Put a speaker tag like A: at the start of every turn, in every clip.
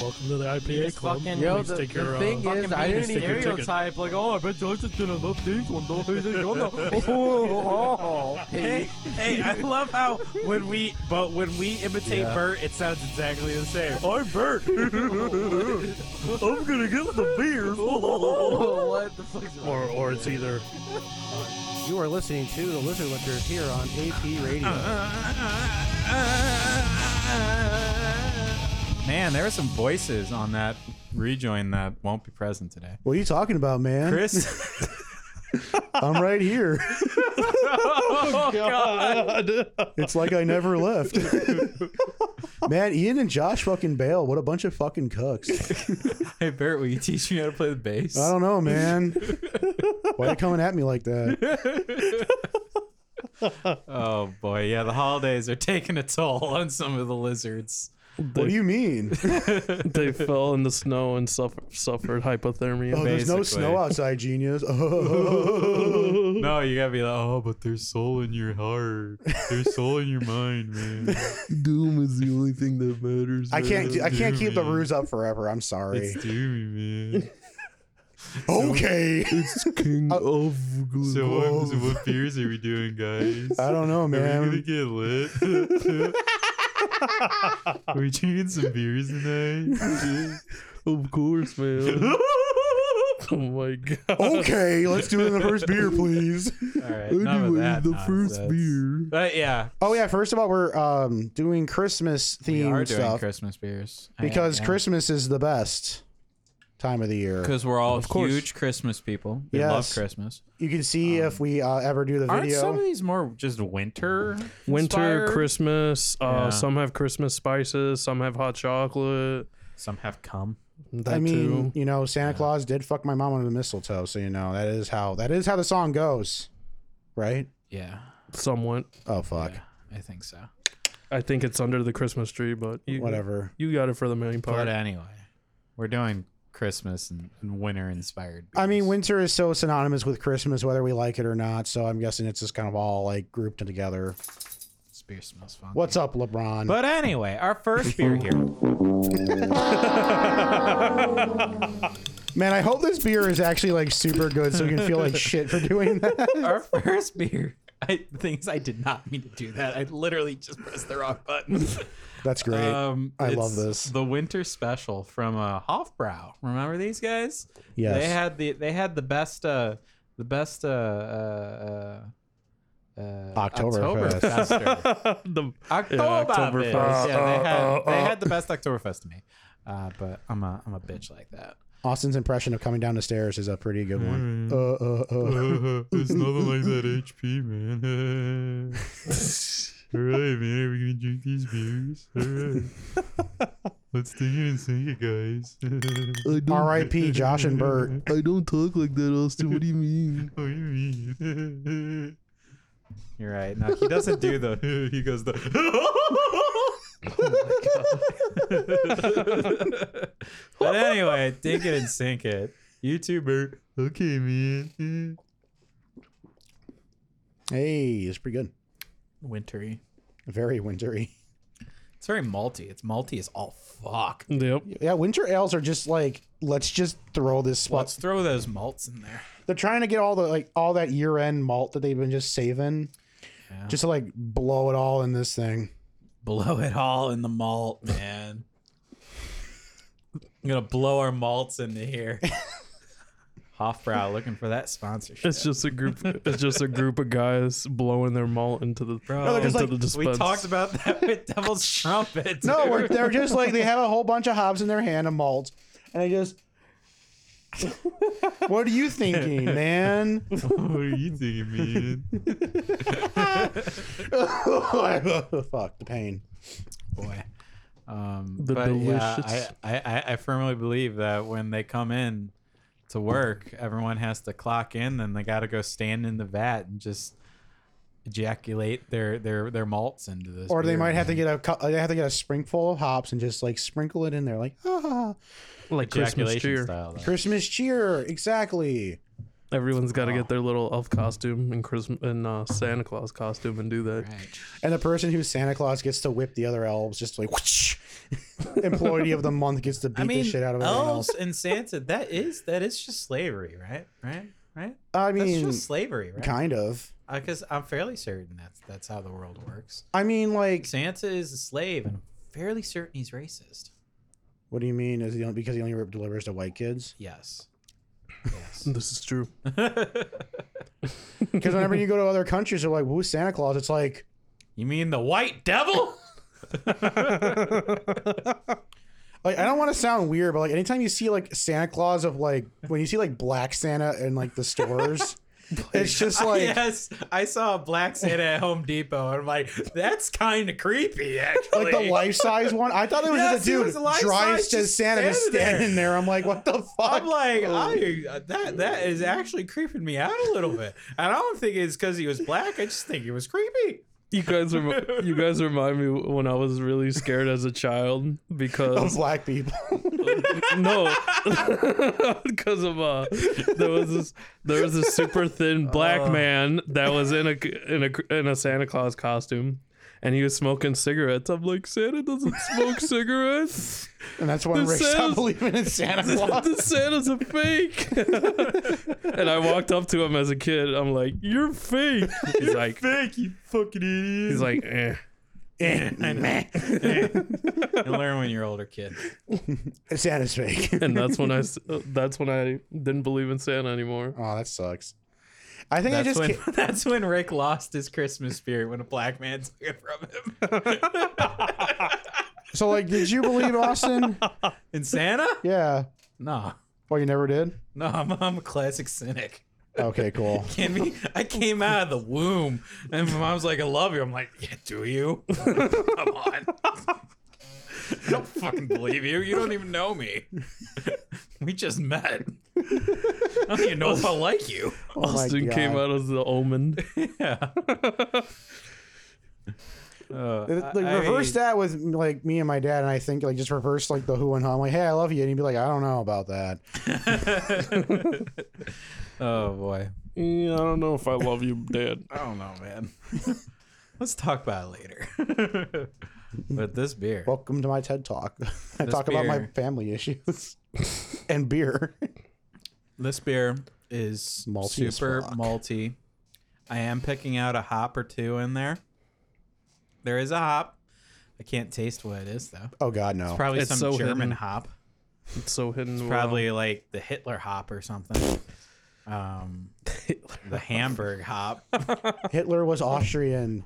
A: Welcome to the IPA
B: just
A: club.
B: fucking-
C: Yo,
B: Please
C: the,
A: take
C: the
A: your, uh,
C: thing
A: fucking
C: is, I
A: penis
C: didn't
A: stick
C: even.
A: your ticket.
B: stereotype like, oh, I bet Jason's gonna love these one. Don't he's gonna.
C: Oh,
D: Hey,
C: hey,
D: hey, I love how when we but when we imitate
C: Yeah.
D: Bert, it sounds exactly the same.
A: I'm Bert. I'm gonna get the beer.
C: oh, what the fuck's wrong?
A: or, or it's either
C: You are listening to the Lizard Lickers here on AP Radio.
D: Man, there were some voices on that rejoin that won't be present today.
E: What are you talking about, man?
D: Chris,
E: I'm right here.
D: Oh,
E: It's like I never left. man, Ian and Josh fucking bail. What a bunch of fucking cucks.
D: hey Bert, will you teach me how to play the bass?
E: I don't know, man. Why are you coming at me like that?
D: Oh boy, yeah, the holidays are taking a toll on some of the lizards.
E: What do you mean?
F: they fell in the snow and suffer, suffered hypothermia.
E: Oh, there's no
D: Basically.
E: snow outside, genius.
D: No, you gotta be like, oh, but there's soul in your heart, there's soul in your mind, man.
F: Doom is the only thing that matters.
E: I can't. I can't keep the ruse up forever. I'm sorry.
D: It's doomy, man.
E: Okay.
F: King of
D: So what, so what beers are we doing, guys?
E: I don't know,
D: Are we gonna
E: man.
D: get lit? are we drinking some beers tonight?
F: Of course, man. oh my god.
E: Okay, let's do it in the first beer, please.
D: All right,
F: Anyway, the first beer.
D: But yeah,
E: Oh yeah, first of all, we're um doing Christmas
D: we are
E: themed
D: doing
E: stuff
D: Christmas beers
E: because Christmas is the best time of the year.
D: Because we're all
F: Of course.
D: huge Christmas people. We love
E: Yes.
D: Christmas.
E: You can see if we uh, ever do the
D: Aren't
E: video.
D: some of these more just winter?
F: Winter,
D: inspired?
F: Christmas. Uh,
D: Yeah.
F: Some have Christmas spices. Some have hot chocolate.
D: Some have come.
F: That
E: I
F: too.
E: mean, you know, Santa Claus did fuck my mom under the mistletoe, so you know that is how that is how the song goes, right?
D: Yeah,
F: somewhat.
E: Oh fuck,
D: Yeah, I think so.
F: I think it's under the Christmas tree, but you,
E: whatever.
F: You got it for the main part.
D: But anyway, we're doing Christmas and, and winter inspired.
E: I mean,
D: beers.
E: winter is so synonymous with Christmas, whether we like it or not. So I'm guessing it's just kind of all like grouped together.
D: This beer smells funky.
E: What's up, LeBron?
D: But anyway, our first beer here.
E: Man, I hope this beer is actually like super good, so we can feel like shit for doing that.
D: our first beer. I, the thing is, I did not mean to do that. I literally just pressed the wrong button.
E: That's great.
D: Um,
E: I love
D: it's
E: this.
D: The winter special from uh, Hofbrau. Remember these guys?
E: Yes.
D: They had the they had the best uh the best uh uh. uh, uh
E: Oktoberfest.
D: Oktoberfest.
F: The-
D: Oktoberfest.
F: Oktoberfest.
D: Yeah, they, had,
F: Uh, uh,
D: they
F: uh.
D: had the best Oktoberfest to me, uh, but I'm a I'm a bitch like that.
E: Austin's impression of coming down the stairs is a pretty good one. Uh, uh, uh.
D: it's nothing like that HP, man. All right, man. Are we gonna drink these beers? All right. Let's dig it and sing it, guys.
F: I don't,
E: R.I.P. Josh and Bert.
F: I don't talk like that, Austin. What do you mean?
D: what do you mean? You're right. No, he doesn't do the. He goes the. Oh but anyway, dig it and sink it. YouTuber. Okay, man.
E: Hey, it's pretty good.
D: Wintery.
E: Very wintry.
D: It's very malty. It's malty as all fuck.
F: Yep.
E: Yeah, winter ales are just like let's just throw this.
D: Let's throw those malts in there.
E: They're trying to get all the like all that year end malt that they've been just saving, just to like blow it all in this thing.
D: Blow it all in the malt, man. I'm gonna blow our malts into here. Hofbrow looking for that sponsorship.
F: It's just a group. It's just a group of guys blowing their malt into the
D: No, they're
F: into
D: just
F: the
D: we
F: dispense.
D: talked about that with Devil's Trumpet.
E: No,
D: dude.
E: we're, they're just like they have a whole bunch of hobs in their hand of malt, and they just. what are you thinking, man?
D: what are you thinking, man?
E: Fuck the pain.
D: Boy. Um,
F: The
D: but
F: delicious-
D: Yeah, I, I, I- I firmly believe that when they come in to work, everyone has to clock in, then they got to go stand in the vat and just ejaculate their their their malts into this.
E: Or they
D: beer,
E: might have to
D: man.
E: get a cu- they have to get a springful of hops and just like sprinkle it in there, like ah,
F: like Christmas
D: ejaculation
F: cheer.
D: style. though.
E: Christmas cheer, exactly.
F: Everyone's got to get their little elf costume and Christmas and uh, Santa Claus costume and do that.
D: Right.
E: And the person who's Santa Claus gets to whip the other elves just like whoosh, employee of the month gets to beat
D: I mean, oh,
E: the shit out of everyone
D: elves
E: else.
D: and Santa. That is that is just slavery, right? Right? Right?
E: I
D: that's
E: mean,
D: just slavery, right?
E: kind of.
D: Because I'm fairly certain that's that's how the world works.
E: I mean, like,
D: Santa is a slave, and I'm fairly certain he's racist.
E: what do you mean? Is he only, because he only delivers to white kids?
D: Yes.
F: This is true.
E: Because whenever you go to other countries, they're like, "Who's Santa Claus?" It's like,
D: You mean the white devil?
E: like I don't want to sound weird, but like anytime you see like Santa Claus of like when you see like black Santa in like the stores, it's just like
D: yes, I saw a black Santa at Home Depot, and I'm like, that's kind of creepy, actually.
E: like the life size one. I thought it was
D: Yes,
E: just a
D: he
E: dude
D: was a life
E: drives
D: size,
E: to
D: just
E: Santa just
D: standing there.
E: standing there. I'm like, what the fuck?
D: I'm like, I, that that is actually creeping me out a little bit, and I don't think it's because he was black. I just think it was creepy.
F: You guys, rem- you guys remind me when I was really scared as a child
E: of
F: because
E: black people.
F: no, because of uh, there was this there was this super thin black
E: Uh.
F: man that was in a in a in a Santa Claus costume, and he was smoking cigarettes. I'm like, Santa doesn't smoke cigarettes.
E: and that's when
F: The
E: Rick stopped
F: Santa's-
E: believing in Santa Claus.
F: the Santa's a fake. and I walked up to him as a kid. I'm like, "You're fake." He's like,
D: Thank you, fucking idiot.
F: he's like, eh.
D: You learn when you're older, kid.
E: Santa's fake.
F: and that's when I s- that's when I didn't believe in Santa anymore.
E: oh, that sucks. I think I
D: That's
E: just
D: when
E: ca-
D: that's when Rick lost his Christmas spirit when a black man took it from him.
E: so like. Did you believe Austin?
D: And Santa?
E: yeah.
D: No,
E: Well, you never did.
D: no, I'm, I'm a classic cynic.
E: Okay, cool.
D: Can me? I came out of the womb, and my mom's like, "I love you." I'm like, "Yeah, do you? Come on." I don't fucking believe you. You don't even know me. We just met. I don't even know if I like you.
E: Oh my
F: Austin came
E: God.
F: out as the omen.
D: Yeah. Uh,
E: Like reverse that with like me and my dad, and I think like just reverse like the who and how. I'm like, hey, I love you, and he'd be like, I don't know about that.
D: Oh boy.
F: Yeah, I don't know if I love you, Dad.
D: I don't know, man. Let's talk about it later. but this beer.
E: Welcome to my TED talk. I
D: This
E: talk about my
D: beer.
E: family issues and beer.
D: This beer is
E: Malty as
D: super
E: fuck.
D: malty. I am picking out a hop or two in there. There is a hop. I can't taste what it is though.
E: Oh God, no.
D: Probably
F: It's
D: some
F: so hidden.
D: German hop.
F: It's so hidden. well.
D: Probably like the Hitler hop or something. Um, the Hamburg hop.
E: Hitler was Austrian.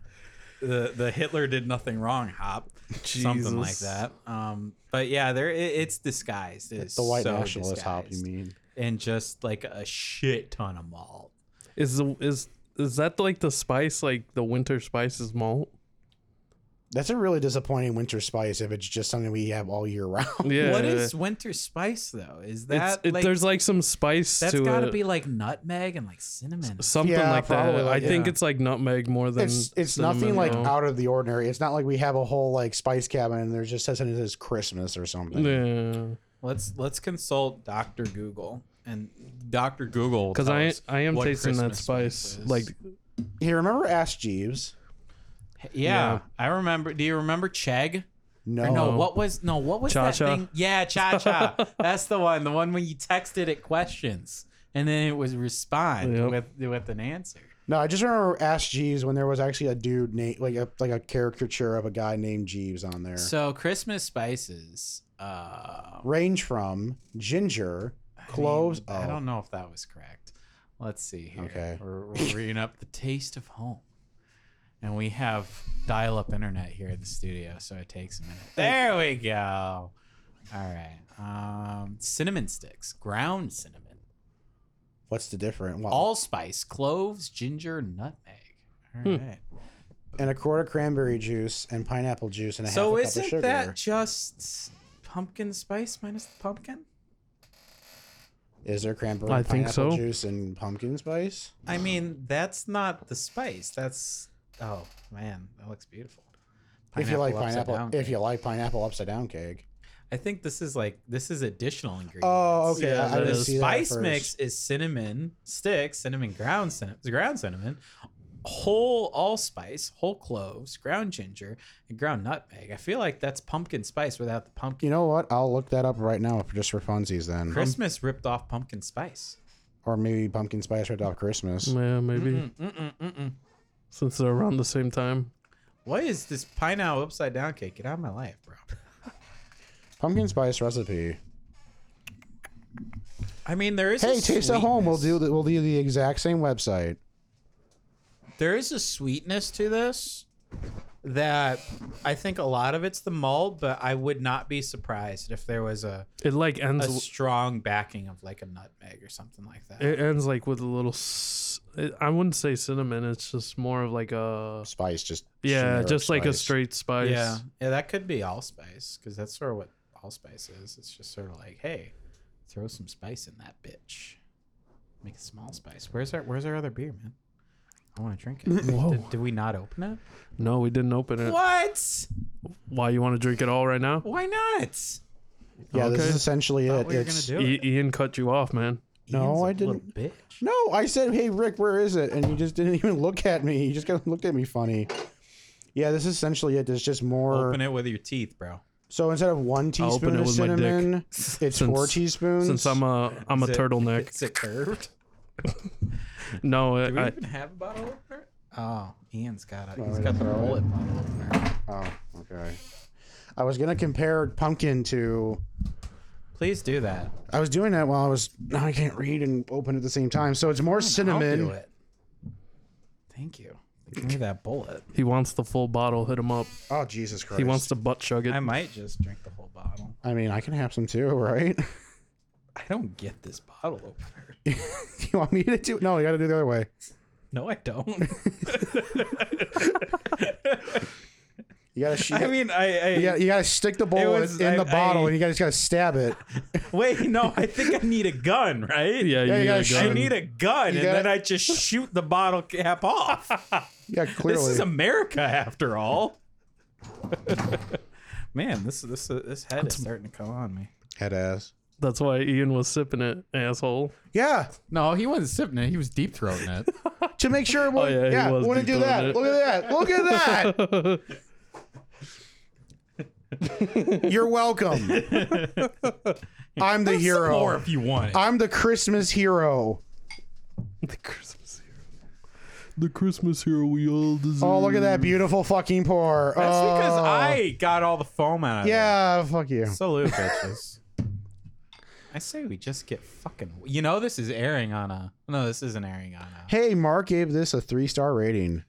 D: the the Hitler did nothing wrong hop, something like
F: Jesus.
D: that. Um, but yeah, there it, it's disguised. It's
E: The white
D: so
E: nationalist hop, you
D: disguised.
E: mean?
D: And just like a shit ton of malt.
F: is the is is that like the spice like the winter spices malt?
E: That's a really disappointing winter spice if it's just something we have all year round.
F: Yeah.
D: What is winter spice though?
F: It's,
D: Is that
F: it,
D: like,
F: there's like some spice
D: that's
F: to
D: got to
F: it.
D: be like nutmeg and like cinnamon.
F: something
E: Yeah,
F: like
E: probably
F: that.
E: like-
F: I think
E: yeah.
F: it's like nutmeg more than
E: It's it's
F: cinnamon,
E: nothing like
F: though.
E: out of the ordinary. It's not like we have a whole like spice cabinet and there's just something that says Christmas or something.
F: Yeah.
D: Let's let's consult Doctor Google and Doctor Google will
F: Because
D: tell
F: I
D: us
F: I am
D: what
F: tasting that
D: Christmas
F: spice.
D: is.
F: Like
E: Hey, remember Ask Jeeves?
D: yeah, I remember. Do you remember Chegg?
E: No.
D: Or No, what was no, what was
F: Cha-cha?
D: that thing? Yeah, cha cha. That's the one. The one when you texted it questions and then it was respond
F: Yep.
D: with with an answer.
E: No, I just remember Ask Jeeves when there was actually a dude named like a like a caricature of a guy named Jeeves on there.
D: So Christmas spices. Uh,
E: Range from ginger, cloves.
D: I, mean, I
E: oh,
D: don't know if that was correct. Let's see here.
E: Okay.
D: We're, we're reading up the taste of home, and we have dial-up internet here at the studio, so it takes a minute. There we go. All right. Um, cinnamon sticks, ground cinnamon.
E: what's the difference? Well,
D: allspice, cloves, ginger, nutmeg. All right.
E: and a quart of cranberry juice and pineapple juice and a
D: So
E: half a cup of
D: isn't
E: sugar.
D: that just pumpkin spice minus the pumpkin?
E: Is there cranberry,
F: I think
E: pineapple
F: so.
E: juice, and pumpkin spice?
D: I mean, that's not the spice. That's oh man, that looks beautiful.
E: if you like
D: upside
E: pineapple,
D: down
E: if you
D: cake.
E: like pineapple upside down cake.
D: I think this is like this is additional ingredients.
E: Oh, okay.
F: Yeah,
E: I
F: that
E: didn't
F: is-
E: see that
D: Spice
E: at first.
D: mix is cinnamon sticks, cinnamon ground cinnamon, ground cinnamon, whole allspice, whole cloves, ground ginger, and ground nutmeg. I feel like that's pumpkin spice without the pumpkin.
E: You know what? I'll look that up right now for- just for funsies then.
D: Christmas ripped off pumpkin spice.
E: Or maybe pumpkin spice right off Christmas.
F: Yeah, maybe. Since they're around the same time.
D: What is this pineapple upside down cake? Get out of my life, bro.
E: Pumpkin spice recipe.
D: I mean, there is. a
E: Hey, Taste at Home. We'll do
D: sweetness-
E: the, we'll do the exact same website.
D: There is a sweetness to this that I think a lot of it's the malt, but I would not be surprised if there was a,
F: It like
D: a
F: ends.
D: strong backing of like a nutmeg or something like that.
F: It ends like with a little. s- It, I wouldn't say cinnamon. It's just more of like a.
E: Spice just
F: Yeah,
E: generic
F: just like a
E: spice.
F: straight spice.
D: Yeah, yeah, that could be allspice because that's sort of what allspice is. It's just sort of like, hey, throw some spice in that bitch, make a small spice. Where's our Where's our other beer, man? I want to drink it. Did, did we not open it?
F: No, we didn't open it.
D: What?
F: Why you want to drink it all right now?
D: Why not?
E: Yeah, this
F: Okay.
E: is essentially it.
D: we were
E: It's-
D: gonna do
F: I-
D: it.
F: E, Ian cut you off, man.
E: No,
D: I
E: I didn't.
D: e- Little bitch.
E: No, I said, "Hey Rick, where is it?" And you just didn't even look at me. You just kind of looked at me funny. Yeah, this is essentially it. There's just more.
D: Open it with your teeth, bro.
E: So instead of one
F: I'll open
E: teaspoon
F: it
E: of
F: with my dick.
E: cinnamon, it's four
F: Since-
E: teaspoons.
F: Since I'm a I'm a
D: Is it-
F: turtleneck.
D: Is it curved?
F: No,
D: Do we
F: I,
D: even have a bottle opener? Oh, Ian's got it. He's got the bullet bottle opener.
E: oh, okay. I was gonna compare pumpkin to.
D: Please do that.
E: I was doing that while I was. Now I can't read and open at the same time. So it's more
D: I'll do
E: cinnamon.
D: it. Thank you. Give me that bullet.
F: he wants the full bottle. Hit him up.
E: Oh Jesus Christ!
F: He wants to butt chug it.
D: I might just drink the whole bottle.
E: I mean, I can have some too, right?
D: I don't get this bottle opener.
E: you want me to do? No, you got to do it the other way.
D: No, I don't.
E: You got to.
D: I mean, I, I
E: You got, you got to stick the bullet
D: was-
E: in the
D: I-
E: bottle,
D: I-
E: and you guys got to stab it.
D: wait. No, I think I need a gun, right?
F: yeah, you
E: you
F: need
E: gotta
F: a
E: shoot-
D: I
C: Um,
F: gun.
D: need a gun, and
E: gotta-
D: then I just shoot the bottle cap off.
E: Yeah,
D: this
E: clearly.
D: is America, after all. Man, this this this head is starting to come on me.
E: Head ass.
F: That's why Ian was sipping it, asshole.
E: Yeah,
G: No, he wasn't sipping it. He was deep throating it.
E: to make sure. It wouldn't,
F: Oh, yeah, he
E: yeah,
F: was
E: wouldn't do
F: deep
E: that.
F: throating
E: Look at that. Look at that. You're welcome. I'm the hero.
D: Or if you want it.
E: I'm the Christmas hero.
F: The Christmas hero. The Christmas hero we all deserve.
E: Oh, look at
F: Mm.
E: that beautiful fucking pour.
D: That's because
E: Oh.
D: I got all the foam out of it.
E: Yeah, fuck you.
D: Salute, bitches. I say we just get fucking. You know, this is airing on a. No, this isn't airing on a.
E: Hey, Mark gave this a three star rating.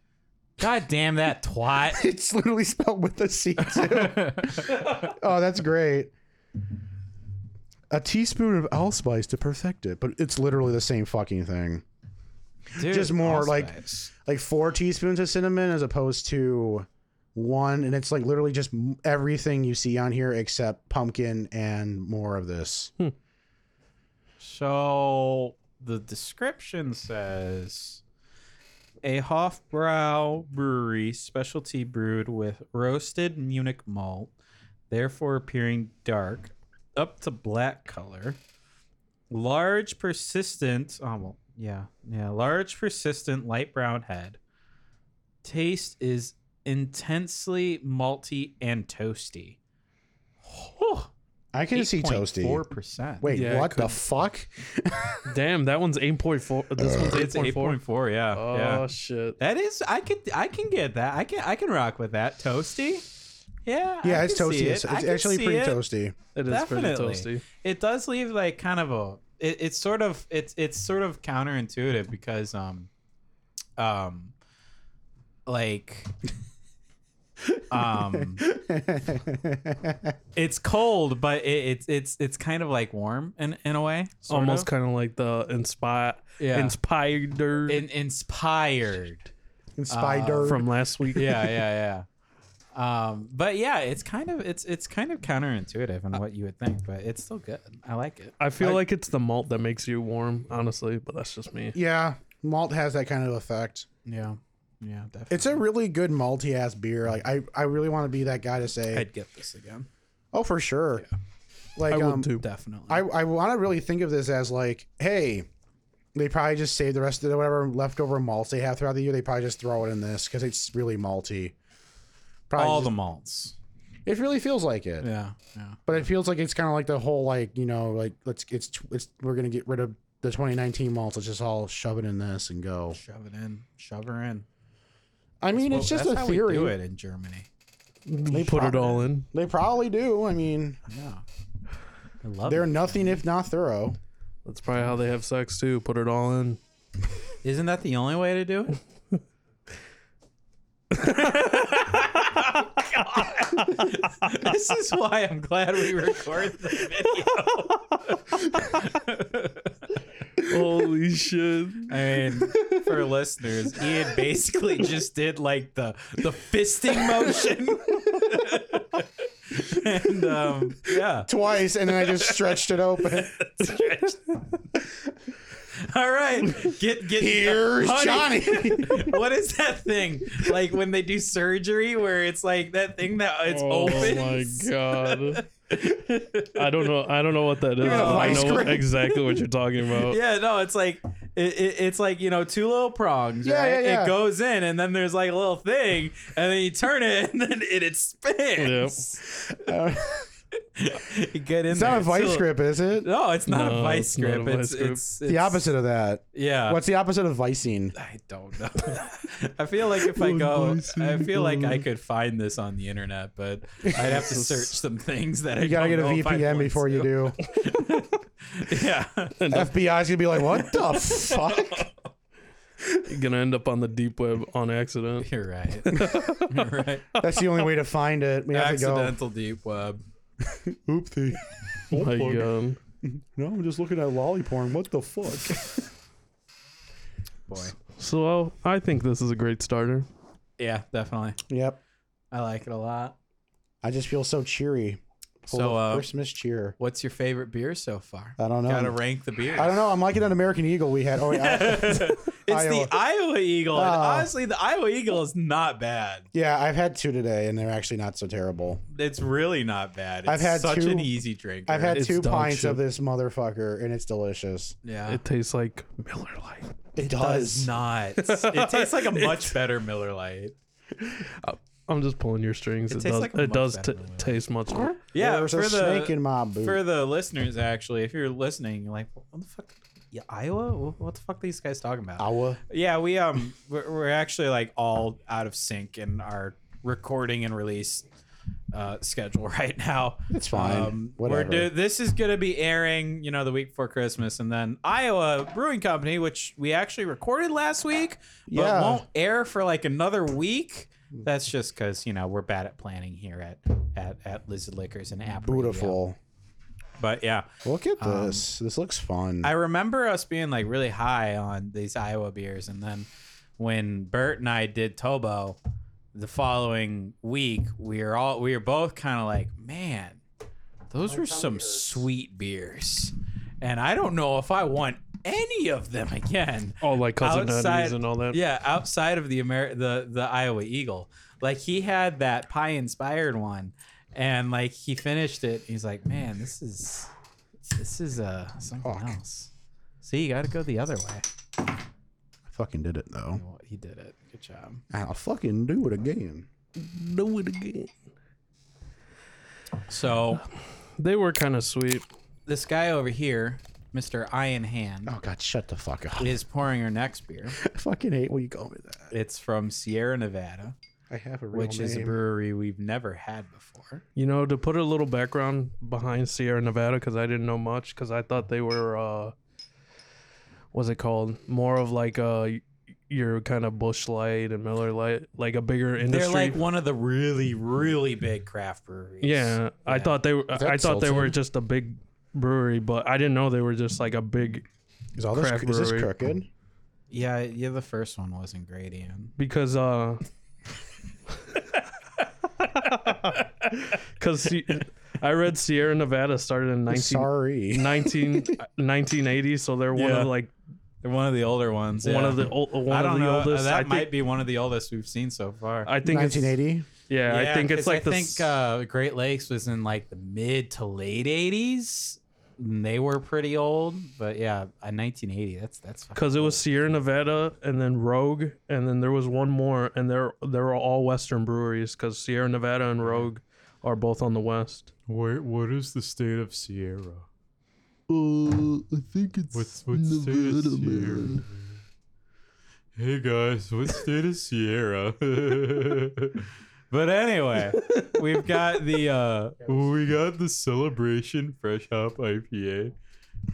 D: God damn that twat.
E: It's literally spelled with a C too. oh, that's great. A teaspoon of allspice to perfect it, but it's literally the same fucking thing.
D: Dude,
E: Just more
D: allspice.
E: Like four teaspoons of cinnamon as opposed to one, and it's like literally just m- everything you see on here except pumpkin and more of this.
D: So the description says a Hofbrau brewery specialty brewed with roasted Munich malt, therefore appearing dark up to black color. Large, persistent, oh, well, yeah, yeah, large, persistent, light brown head. Taste is intensely malty and toasty.
E: I can see toasty.
D: Four percent.
E: Wait,
F: Yeah, it
E: what the
F: could-
E: fuck?
F: Damn, that one's 8.4. This one's
D: it's
F: 8.4.
D: eight point four. Yeah,
F: Oh,
D: yeah.
F: shit.
D: That is, I could, I can get that. I can, I can rock with that. Toasty. Yeah.
E: Yeah,
D: I
E: it's
D: can
E: toasty.
D: see it.
E: It's,
D: I
E: it's
D: can
E: actually
D: see
E: pretty
D: it.
E: toasty.
F: It is
D: Definitely.
F: pretty toasty.
D: It does leave like kind of a. It, it's sort of it's it's sort of counterintuitive because um, um, like. um it's cold but it, it's it's it's kind of like warm in in a way sort
F: Almost
D: of.
F: kind of like the inspi-
D: Yeah.
F: inspired
D: In, inspired
E: And
D: Ah.
E: spider.
F: from last week.
D: yeah, yeah, yeah. Um, but yeah, it's kind of it's it's kind of counterintuitive in what you would think, but it's still good. I like it.
F: I feel like it's the malt that makes you warm, honestly, but that's just me.
E: yeah, malt has that kind of effect.
D: Yeah, yeah, definitely.
E: It's a really good malty ass beer. Like I, I really want to be that guy to say,
D: I'd get this again.
E: oh for sure. Like
F: I would
E: um,
F: too.
D: Definitely.
E: I I want to really think of this as like, hey, They probably just save the rest of the, whatever leftover malts they have throughout the year. They probably just throw it in this because it's really malty. Probably
D: all
E: just-
D: the malts.
E: It really feels like it,
D: Yeah, yeah.
E: but it feels like it's kind of like the whole like you know like let's it's it's we're gonna get rid of the 2019 malts. Let's just all shove it in this and go.
D: Shove it in. Shove her in.
E: I mean,
D: Well,
E: it's just
D: that's
E: a
D: how
E: theory.
D: We do it in Germany.
F: They put it all in.
E: They probably do. I mean,
D: Yeah. I love
E: they're
D: it.
E: nothing if not thorough.
F: That's probably how they have sex too. Put it all in.
D: Isn't that the only way to do it? this is why I'm glad we record the video.
F: Holy shit!
D: I mean, for listeners, Ian basically just did like the the fisting motion. and um, yeah.
E: Twice, and then I just stretched it open.
D: All right. Get get
E: Here's
D: Honey.
E: Johnny.
D: what is that thing like when they do surgery where it's like that thing that it's
F: oh
D: open
F: my god! I don't know. I don't know what that is. but I
E: vice
F: know
E: grip.
F: exactly what you're talking about.
D: yeah no it's like it, it, it's like you know two little prongs
E: Yeah,
D: right?
E: yeah, yeah.
D: it goes in and then there's like a little thing and then you turn it and then it, it spins
E: Uh,
D: You get in
E: It's not
D: there,
E: a vice
D: still-
E: grip, is it?
D: no it's not
F: No,
D: a
F: it's
D: vice
F: not a
D: grip
F: vice
D: it's,
F: grip.
D: it's
E: The
D: it's-
E: opposite of that.
D: yeah
E: What's the opposite of vicing?
D: I don't know. I feel like if I go, I feel like I could find this on the internet, but I'd have to search some things that I
E: You gotta
D: don't
E: get a
D: know if I
E: VPN
D: want
E: before you
D: to.
E: do.
D: Yeah,
E: FBI's gonna be like, what the fuck?
F: You're gonna end up on the deep web on accident.
D: you're right. You're right.
E: That's the only way to find it. We have to go.
D: Accidental deep web.
E: Oopsie.
F: My god.
E: No, I'm just looking at lolly porn. What the fuck?
D: Boy.
F: So well, I think this is a great starter.
D: Yeah, definitely.
E: yep.
D: I like it a lot.
E: I just feel so cheery. Full
D: So,
E: of
D: uh,
E: Christmas cheer.
D: What's your favorite beer so far?
E: I don't know.
D: Gotta rank the beer.
E: I don't know. I'm liking that American Eagle we had. Oh, wait, I-
D: It's the
E: Iowa.
D: Iowa Eagle. and
E: Oh.
D: honestly, the Iowa Eagle is not bad.
E: yeah, I've had two today, and they're actually not so terrible.
D: It's really not bad. It's
E: I've had
D: such
E: two-
D: an easy drink.
E: I've had
F: It's
E: two
F: dog
E: pints
F: shit.
E: of this motherfucker, and it's delicious.
D: yeah.
F: It tastes like Miller Lite.
E: It,
D: does
E: does.
D: not. It tastes like a much better Miller Lite.
F: I'm just pulling your strings.
D: It
F: It,
D: tastes
F: does.
D: like a
F: it
D: much
F: does
D: better
F: t-
D: Miller Lite.
F: taste much.
D: Yeah,
E: There's
D: for the
E: a snake in my boot.
D: for the listeners actually, if you're listening, you're like, what the fuck, yeah, Iowa? Wh- What the fuck are these guys talking about?
E: Iowa.
D: Yeah, we um, we're, we're actually like all out of sync in our recording and release uh, schedule right now. Um,
E: It's fine. Whatever.
D: We're do- this is going to be airing, you know, the week before Christmas, and then Iowa Brewing Company, which we actually recorded last week, but
E: Yeah. Mm.
D: won't air for like another week. That's just because you know we're bad at planning here at at at Lizard Liquors and Apple. Radio.
E: Beautiful.
D: but yeah,
E: Look at this. this looks fun.
D: I remember us being like really high on these Iowa beers, and then when Bert and I did Tobo the following week, we were all we were both kind of like, man, those were some sweet beers, and I don't know if I want any of them again.
F: Oh, like cousin
D: Outside-
F: Eddie's and all that.
D: Yeah, outside of the Amer- the the Iowa Eagle, like he had that pie inspired one, and like he finished it. He's like, man, this is this is uh something
E: Fuck.
D: else. See, you got to go the other way.
E: fucking did it though.
D: Well, he did it. Good job.
E: I'll fucking do it again.
F: Do it again.
D: So
F: They were kind of sweet.
D: this guy over here, Mister Iron Hand,
E: Oh god, shut the fuck up.
D: is pouring her next beer.
E: I fucking hate when you call me that.
D: It's from Sierra Nevada,
E: I have a real
D: which is a
E: name.
D: brewery we've never had before.
F: You know, to put a little background behind Sierra Nevada, because I didn't know much, because I thought they were, uh, what's it called? More of like uh your kind of Bush Light and Miller Light, like a bigger industry.
D: They're like one of the really, really big craft breweries.
F: yeah, I thought they were.
E: that
F: I thought they were
E: Sultan?
F: just a big brewery, but I didn't know they were just like a big
E: is all this,
F: craft
E: is this
F: brewery.
E: crooked?
D: Yeah, yeah, the first one wasn't great, Ian.
F: because uh because i read sierra nevada started in 19,
E: Sorry.
F: 19 1980 so they're one
D: Yeah.
F: of like
D: They're one of the older ones.
F: one
D: yeah.
F: of the old one
D: I don't
F: of the
D: know.
F: oldest
D: That
F: i
D: might
F: think
D: be one of the oldest we've seen so far.
F: i think it's,
E: 1980.
F: yeah, i think it's
D: 'cause
F: like
D: I uh,
F: the
D: think
F: s-
D: uh, Great Lakes was in like the mid to late '80s, and they were pretty old, but yeah, a 1980. That's that's fucking
F: because it
D: old.
F: was Sierra Nevada and then Rogue and then there was one more and they're they're all Western breweries because Sierra Nevada and Rogue are both on the west.
G: Wait, what is the state of Sierra?
H: Uh, I think it's
G: What's what state is
H: Nevada,
G: Sierra?
H: man.
G: Hey guys, what state is Sierra?
D: But anyway, we've got the uh
G: we got the celebration fresh hop IPA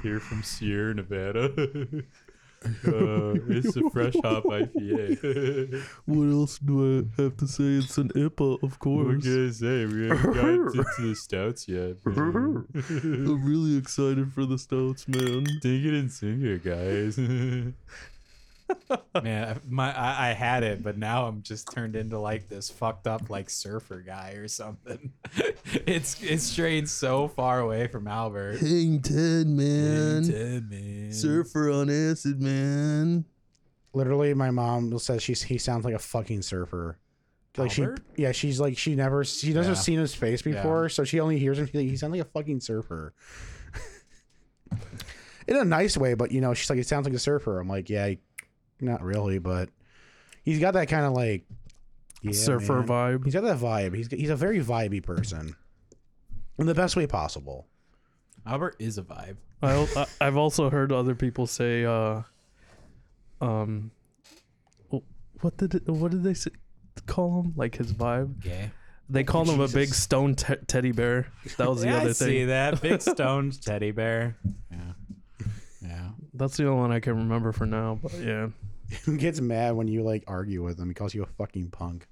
G: here from Sierra Nevada. uh, it's a fresh hop IPA.
F: What else do I have to say? It's an IPA, of
G: We're
F: course.
G: gonna say we haven't gotten to the stouts yet. man.
F: I'm really excited for the stouts, man.
G: Dig it and sing it, guys.
D: man, I- my I, I had it, but now I'm just turned into like this fucked up like surfer guy or something. it's it's strayed so far away from Albert.
H: Hang Ted, man.
D: man.
H: Surfer on acid, man.
E: Literally, my mom says she's he sounds like a fucking surfer. Like
D: Albert?
E: she, yeah, she's like she never she doesn't
D: Yeah.
E: seen his face before, so she only hears him. She's like, he sounds like a fucking surfer. In a nice way, but you know, she's like, it sounds like a surfer. I'm like, yeah, not really, but he's got that kind of like yeah,
F: Surfer
E: man.
F: vibe.
E: He's got that vibe. He's he's a very vibey person, in the best way possible.
D: Albert is a vibe.
F: I, al- I- I've also heard other people say, uh, um, wh- what did it, what did they say, call him? Like his vibe?
D: Gay.
F: They called him a big stone te- teddy bear. That was the
D: Yeah,
F: other
D: I see
F: thing.
D: that big stone teddy bear. Yeah, yeah.
F: That's the only one I can remember for now. But yeah.
E: Who gets mad when you like argue with him? He calls you a fucking punk.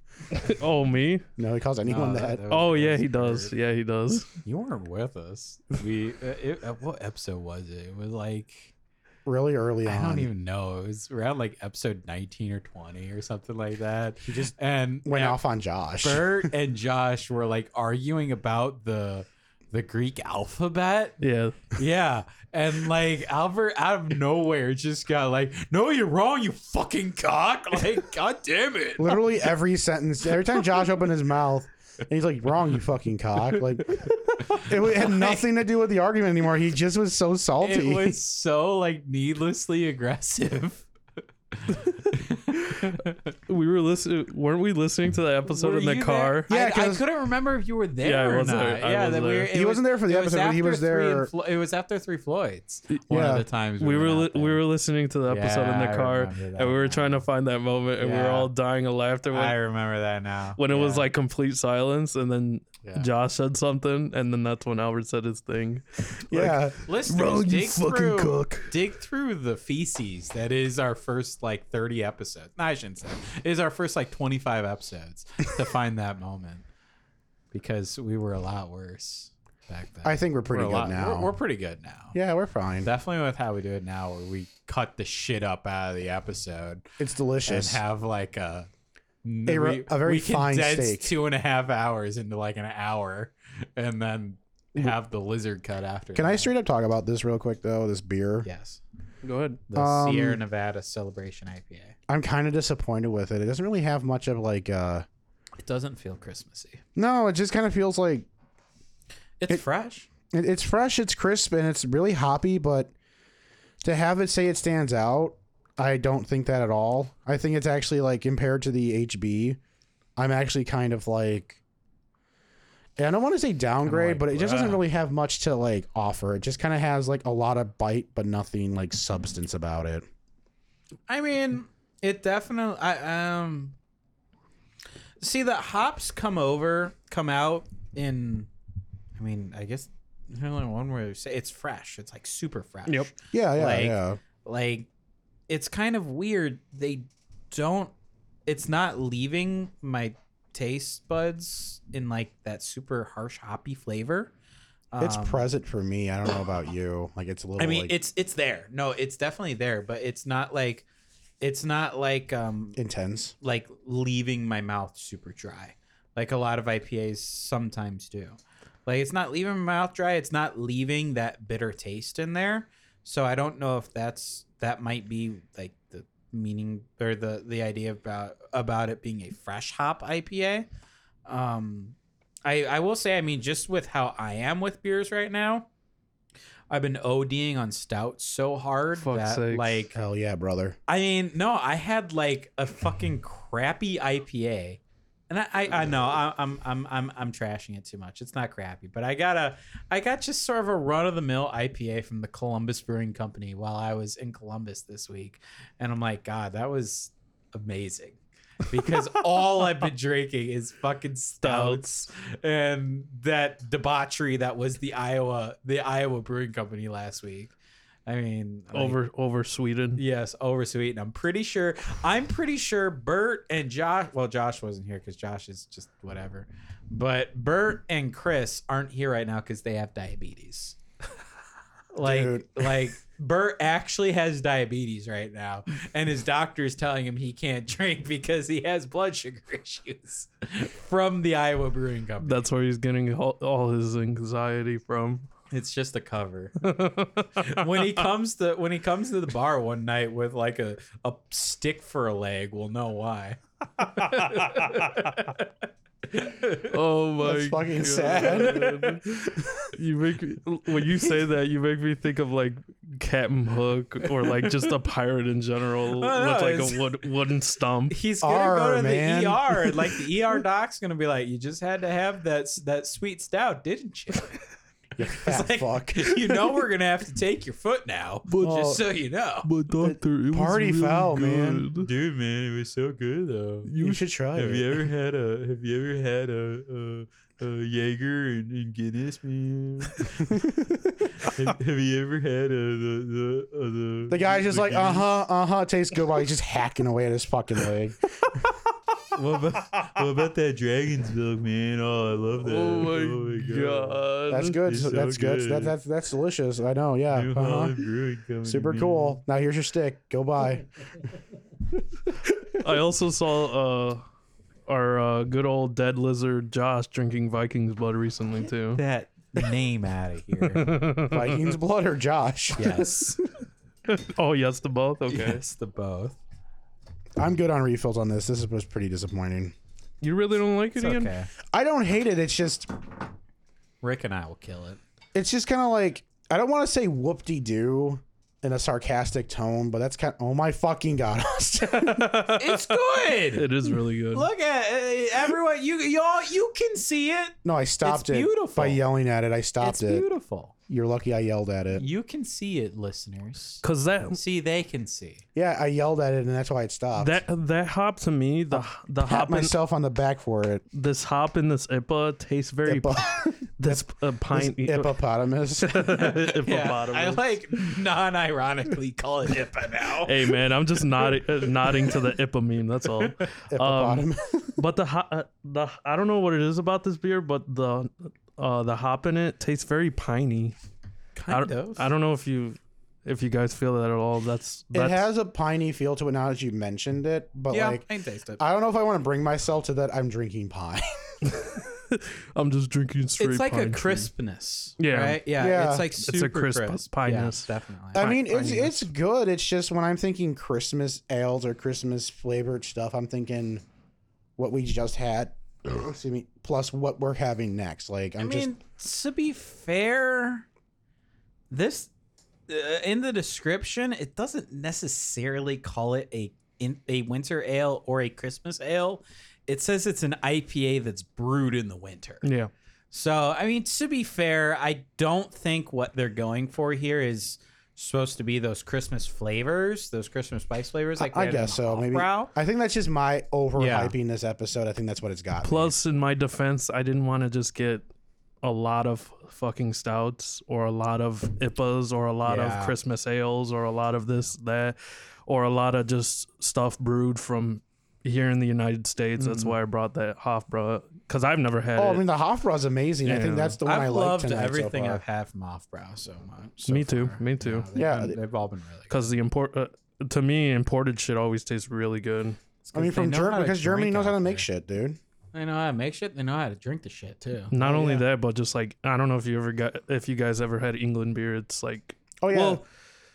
F: Oh me?
E: No, he calls anyone
D: No,
E: that.
D: was-
F: Oh
D: that
F: yeah,
D: was
F: he does.
D: weird.
F: Yeah, he does.
D: You weren't with us. We uh, it, uh, what episode was it? It was like
E: really early on.
D: I don't even know. It was around like episode 19 or 20 or something like that. He
E: just
D: and
E: went
D: and
E: off on Josh.
D: Bert and Josh were like arguing about the the Greek alphabet.
F: Yeah.
D: Yeah. And like Albert out of nowhere just got like, "No, you're wrong, you fucking cock." Like, god damn it.
E: Literally every sentence, every time Josh opened his mouth, and he's like, "Wrong, you fucking cock!" Like it wa- had nothing to do with the argument anymore. He just was so
D: It
E: salty.
D: was so like needlessly aggressive.
F: We were listening. Weren't we listening to the episode
D: Were
F: in the
D: you
F: car?
D: there?
E: Yeah,
D: I, I
E: 'cause-
D: couldn't remember if you were there
F: Yeah, I
D: or
F: was
D: not.
F: there. I
D: yeah,
F: was
D: that we
F: there.
D: were, it
E: He wasn't there for the
D: it
E: episode, but he
D: after
E: was
D: three and
E: there-
D: Flo- it was after Three Floyds. One
E: yeah.
D: of the times
F: We were li-
D: not there.
F: we were listening to the episode in
D: Yeah,
F: the
D: I
F: car,
D: remember
F: and
D: that
F: we were
D: now.
F: trying to find that moment, and we were
D: Yeah.
F: all dying of laughter
D: I
F: when,
D: remember that now.
F: when it was
D: Yeah.
F: like complete silence, and then
D: Yeah.
F: Josh said something, and then that's when Albert said his thing.
E: yeah,
D: Listeners,
H: Bro, you
D: dig
H: fucking
D: through,
H: cook.
D: dig through the feces. That is our first like thirty episodes. No, I shouldn't say. It is our first like twenty five episodes to find that moment because we were a lot worse back then.
E: I think we're pretty
D: We're a
E: good
D: lot-
E: now.
D: We're, we're pretty good now.
E: yeah, we're fine.
D: Definitely with how we do it now, where we cut the shit up out of the episode
E: it's delicious.
D: and have like a
E: A re- a very
D: we
E: fine
D: condense
E: steak.
D: two and a half hours into like an hour, and then have the lizard cut after.
E: Can I
D: that.
E: straight up talk about this real quick though? This beer.
D: Yes,
F: Go ahead.
D: the
E: Um,
D: Sierra Nevada Celebration IPA.
E: I'm kind of disappointed with it. It doesn't really have much of like. uh
D: It doesn't feel Christmassy.
E: No, it just kind of feels like
D: It's fresh.
E: It, it's fresh, it's crisp, and it's really hoppy, but to have it say it stands out, I don't think that at all. I think it's actually like compared to the HB, I'm actually kind of like yeah, I don't want to say downgrade, but it just doesn't really have much to like offer. It just kind of has like a lot of bite, but nothing like substance about it.
D: I mean, it definitely. I um. See the hops come over, come out in. I mean, I guess there's only one way to say it's fresh. It's like super fresh.
F: Yep.
E: Yeah, yeah,
D: Like-
E: yeah.
D: like it's kind of weird they don't it's not leaving my taste buds in like that super harsh hoppy flavor
E: It's
D: Um,
E: present for me. I don't know about you. Like it's a little.
D: i mean
E: like,
D: it's it's there no it's definitely there but it's not like it's not like um
E: intense.
D: like leaving my mouth super dry like a lot of ipas sometimes do like it's not leaving my mouth dry it's not leaving that bitter taste in there so i don't know if that's that might be like the meaning or the the idea about about it being a fresh hop ipa um i i will say i mean just with how i am with beers right now I've been ODing on stout so hard
F: Fuck's
D: that
F: sakes.
D: like
E: Hell yeah, brother.
D: I mean, no, I had like a fucking crappy IPA, and I, I, I know I- I'm, I'm, I'm, I'm trashing it too much. It's not crappy, but I got a, I got just sort of a run of the mill IPA from the Columbus Brewing Company while I was in Columbus this week, and I'm like, God, that was amazing. because all I've been drinking is fucking stouts and that debauchery that was the Iowa the Iowa Brewing Company last week. I mean, like-
F: over over Sweden.
D: Yes, oversweet. And I'm pretty sure I'm pretty sure Bert and Josh well, Josh wasn't here because Josh is just whatever. But Bert and Chris aren't here right now because they have diabetes. like
E: Dude.
D: like Bert actually has diabetes right now, and his doctor is telling him he can't drink because he has blood sugar issues from the Iowa Brewing Company.
F: That's where he's getting all, all his anxiety from.
D: It's just a cover. when he comes to when he comes to the bar one night with like a, a stick for a leg, we'll know why.
F: Oh my!
E: That's fucking
F: God.
E: sad.
F: You make me, when you say that, you make me think of like Captain Hook or like just a pirate in general
D: I know,
F: with like
D: it's-
F: a wood, wooden stump.
D: He's gonna go
E: R,
D: to
E: man.
D: the ER and like the ER doc's gonna be like, "You just had to have that s- that sweet stout, didn't you?"
E: You fat
D: like,
E: Ah, fuck.
D: You know we're gonna have to take your foot now,
E: Well,
D: just so you know.
H: But doctor, it was
E: Party
H: really
E: foul, man.
H: good.
G: Dude, man, it was so good though.
E: You should try
G: Have
E: it.
G: you ever had a Have you ever had a a, a Jaeger and, and Guinness, man? have, have you ever had a the the uh, the,
E: the guy's just
G: the
E: like, uh
G: Guinness?
E: huh, uh huh, tastes good while he's just hacking away at his fucking leg.
G: What about, what about that dragon's milk, man? Oh, I love that.
F: Oh my,
G: Oh,
F: god.
E: That's good.
G: It's so
E: that's good.
G: good.
E: That, that's that's delicious. I know. Yeah.
G: New
E: Uh-huh.
G: Holland Brewing Company,
E: Super
G: man.
E: cool. Now here's your stick. Go buy.
F: I also saw uh our uh, good old dead lizard Josh drinking Vikings blood recently too.
D: That name out of here.
E: Vikings blood or Josh.
D: yes,
F: Oh yes, to both. Okay,
D: yes, the both.
E: I'm good on refills on this. This was pretty disappointing.
F: you really don't like it
D: It's
F: again?
D: okay.
E: I don't hate it. It's just
D: Rick and I will kill it.
E: it's just kind of like I don't want to say whoop de doo in a sarcastic tone, but that's kind. oh my fucking god, Austin.
D: It's good.
F: It is really good.
D: Look at it. everyone. You y'all. You can see it.
E: no, I stopped
D: It's
E: it
D: beautiful.
E: by yelling at it. I stopped
D: It's
E: it.
D: beautiful.
E: You're lucky I yelled at it.
D: You can see it, listeners.
F: Cause that
D: See, they can see.
E: Yeah, I yelled at it, and that's why it stopped.
F: that that hop to me, the the
E: Pat
F: hop in,
E: myself on the back for it.
F: this hop in this IPA tastes very
E: Hippo-
F: this uh, pine
E: hippopotamus.
F: hippopotamus.
D: I like non-ironically call it IPA now.
F: Hey man, I'm just nodding uh, nodding to the IPA meme. That's all. Um,
E: Hippopotamus.
F: but the ho- uh, the I don't know what it is about this beer, but the uh, the hop in it tastes very piney. I
D: Kind
F: don't,
D: of.
F: I don't know if you if you guys feel that at all. That's,
E: it
F: that's
E: has a piney feel to it now that you mentioned it, but
D: yeah,
E: like
D: I can taste it.
E: I don't know if I want to bring myself to that. I'm drinking pine.
F: I'm just drinking straight.
D: It's like
F: pine
D: a
F: tree.
D: crispness.
F: Yeah.
D: Right? Yeah,
E: Yeah.
D: It's like
F: a
D: super
F: crisp pineness.
D: Yeah, definitely.
E: I mean, it's
F: piney.
E: it's good. It's just when I'm thinking Christmas ales or Christmas flavored stuff, I'm thinking what we just had. excuse me. Plus what we're having next. Like
D: I
E: I'm just
D: mean, to be fair, this uh, in the description it doesn't necessarily call it a in, a winter ale or a Christmas ale. It says it's an IPA that's brewed in the winter.
F: Yeah.
D: So, I mean, to be fair, I don't think what they're going for here is supposed to be those Christmas flavors, those Christmas spice flavors. Like we
E: I
D: had in
E: guess
D: the
E: so. Maybe
D: Hofbrau.
E: I think that's just my
D: Yeah.
E: overhyping this episode. I think that's what it's got. me.
F: Plus, in my defense, I didn't want to just get a lot of fucking stouts or a lot of IPAs or a lot
D: Yeah.
F: of Christmas ales or a lot of this, that, or a lot of just stuff brewed from here in the United States. That's why I brought that Hofbra because I've never had
E: Oh, I
F: it.
E: mean the Hofbrau's amazing. I
F: Yeah.
E: think that's the one
D: I've
E: I like
D: loved
E: tonight.
D: everything
E: so far.
D: I've had from Offbrow so much. so
F: Me too,
D: far.
F: me too.
D: they've
E: Yeah,
D: been-
E: they-
D: they've all been really good.
F: Because the import, uh, to me, imported shit always tastes really good.
E: I mean,
D: 'Cause they
E: from
D: know how
E: Germany
D: to
E: because Germany
D: drink
E: knows how
D: out
E: to make
D: there.
E: shit, dude.
D: They know how to make shit. They know how to drink the shit too.
F: Not only
E: yeah.
F: that, but just like I don't know if you ever got if you guys ever had England beer. It's like
E: Oh yeah,
F: Well-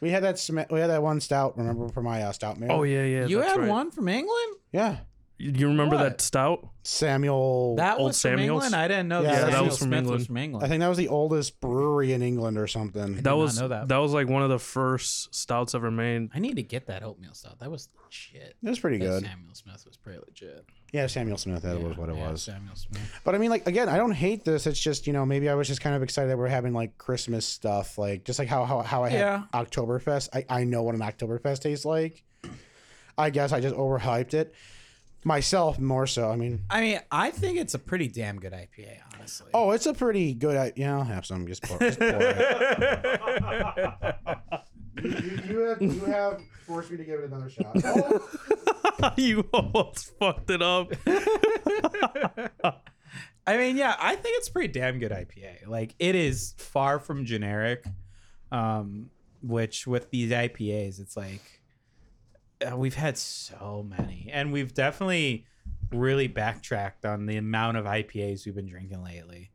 E: we had that sm- we had that one stout. Remember from my uh, stout man?
F: oh yeah yeah
D: you
F: that's
D: had
F: right.
D: one from England?
E: yeah.
F: You remember
D: What?
F: that stout?
E: Samuel.
D: That
F: Old
D: was from
F: Samuels?
D: England. I didn't know
E: Yeah,
D: that.
E: that
D: Samuel
F: was from
D: Smith
F: England.
D: was from England.
E: I think that was the oldest brewery in England or something.
F: That
D: not
F: was
D: know
F: that.
D: that.
F: was like one of the first stouts ever made.
I: I need to get that oatmeal stuff. That was legit.
E: It was pretty
I: That
E: good.
I: Samuel Smith was pretty legit.
E: Yeah, Samuel Smith. That was what it
I: Yeah,
E: was.
I: Samuel Smith.
E: But I mean, like again, I don't hate this. It's just you know maybe I was just kind of excited that we're having like Christmas stuff, like just like how how, how I had
D: Yeah.
E: Oktoberfest. I I know what an Oktoberfest tastes like. I guess I just overhyped it myself more so. I mean,
D: I mean, I think it's a pretty damn good IPA, honestly.
E: oh, it's a pretty good. I yeah, I'll have some. Just pour, just pour it. you, you have you have forced me to give it another shot. Oh,
F: you almost fucked it up.
D: I mean, yeah, I think it's pretty damn good IPA. Like it is far from generic. Um, which with these IPAs, it's like uh, we've had so many, and we've definitely really backtracked on the amount of IPAs we've been drinking lately.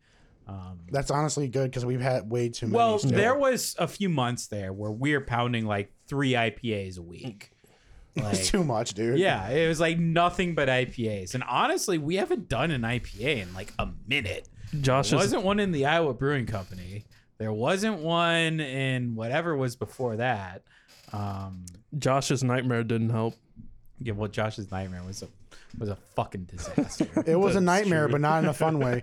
D: Um,
E: that's honestly good because we've had way too many.
D: well,
E: still.
D: there was a few months there where we were pounding like three IPAs a week. Like,
E: it's too much, dude.
D: yeah, it was like nothing but IPAs, and honestly, we haven't done an IPA in like a minute.
F: Josh
D: There
F: is
D: wasn't one in the Iowa Brewing Company. There wasn't one in whatever was before that. Um,
F: Josh's nightmare didn't help.
D: yeah, well, Josh's nightmare was a was a fucking disaster.
E: It was a nightmare, but not in a fun way.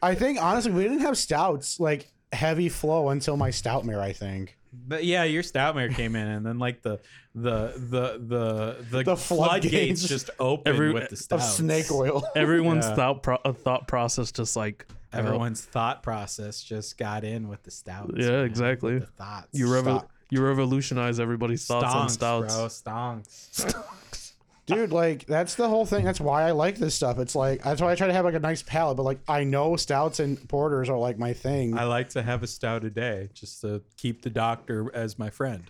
E: I think honestly, we didn't have stouts like heavy flow until my stoutmare. I think
D: but yeah, your stoutmare came in, and then like the the the the the,
E: The
D: floodgates,
E: floodgates
D: just opened
F: Every-
D: with the stout.
E: of snake oil.
F: Everyone's
D: Yeah.
F: thought pro- uh, thought process just like
D: Everyone's thought process just got in with the stouts.
F: Yeah,
D: man,
F: exactly.
D: with The thoughts.
F: you revo-
E: Stout.
F: you revolutionize everybody's thoughts on
D: stonks,
F: stouts.
D: bro. Stonks.
E: Dude, like that's the whole thing. That's why I like this stuff. It's like that's why I try to have like a nice palate. But like I know stouts and porters are like my thing.
D: I like to have a stout a day just to keep the doctor as my friend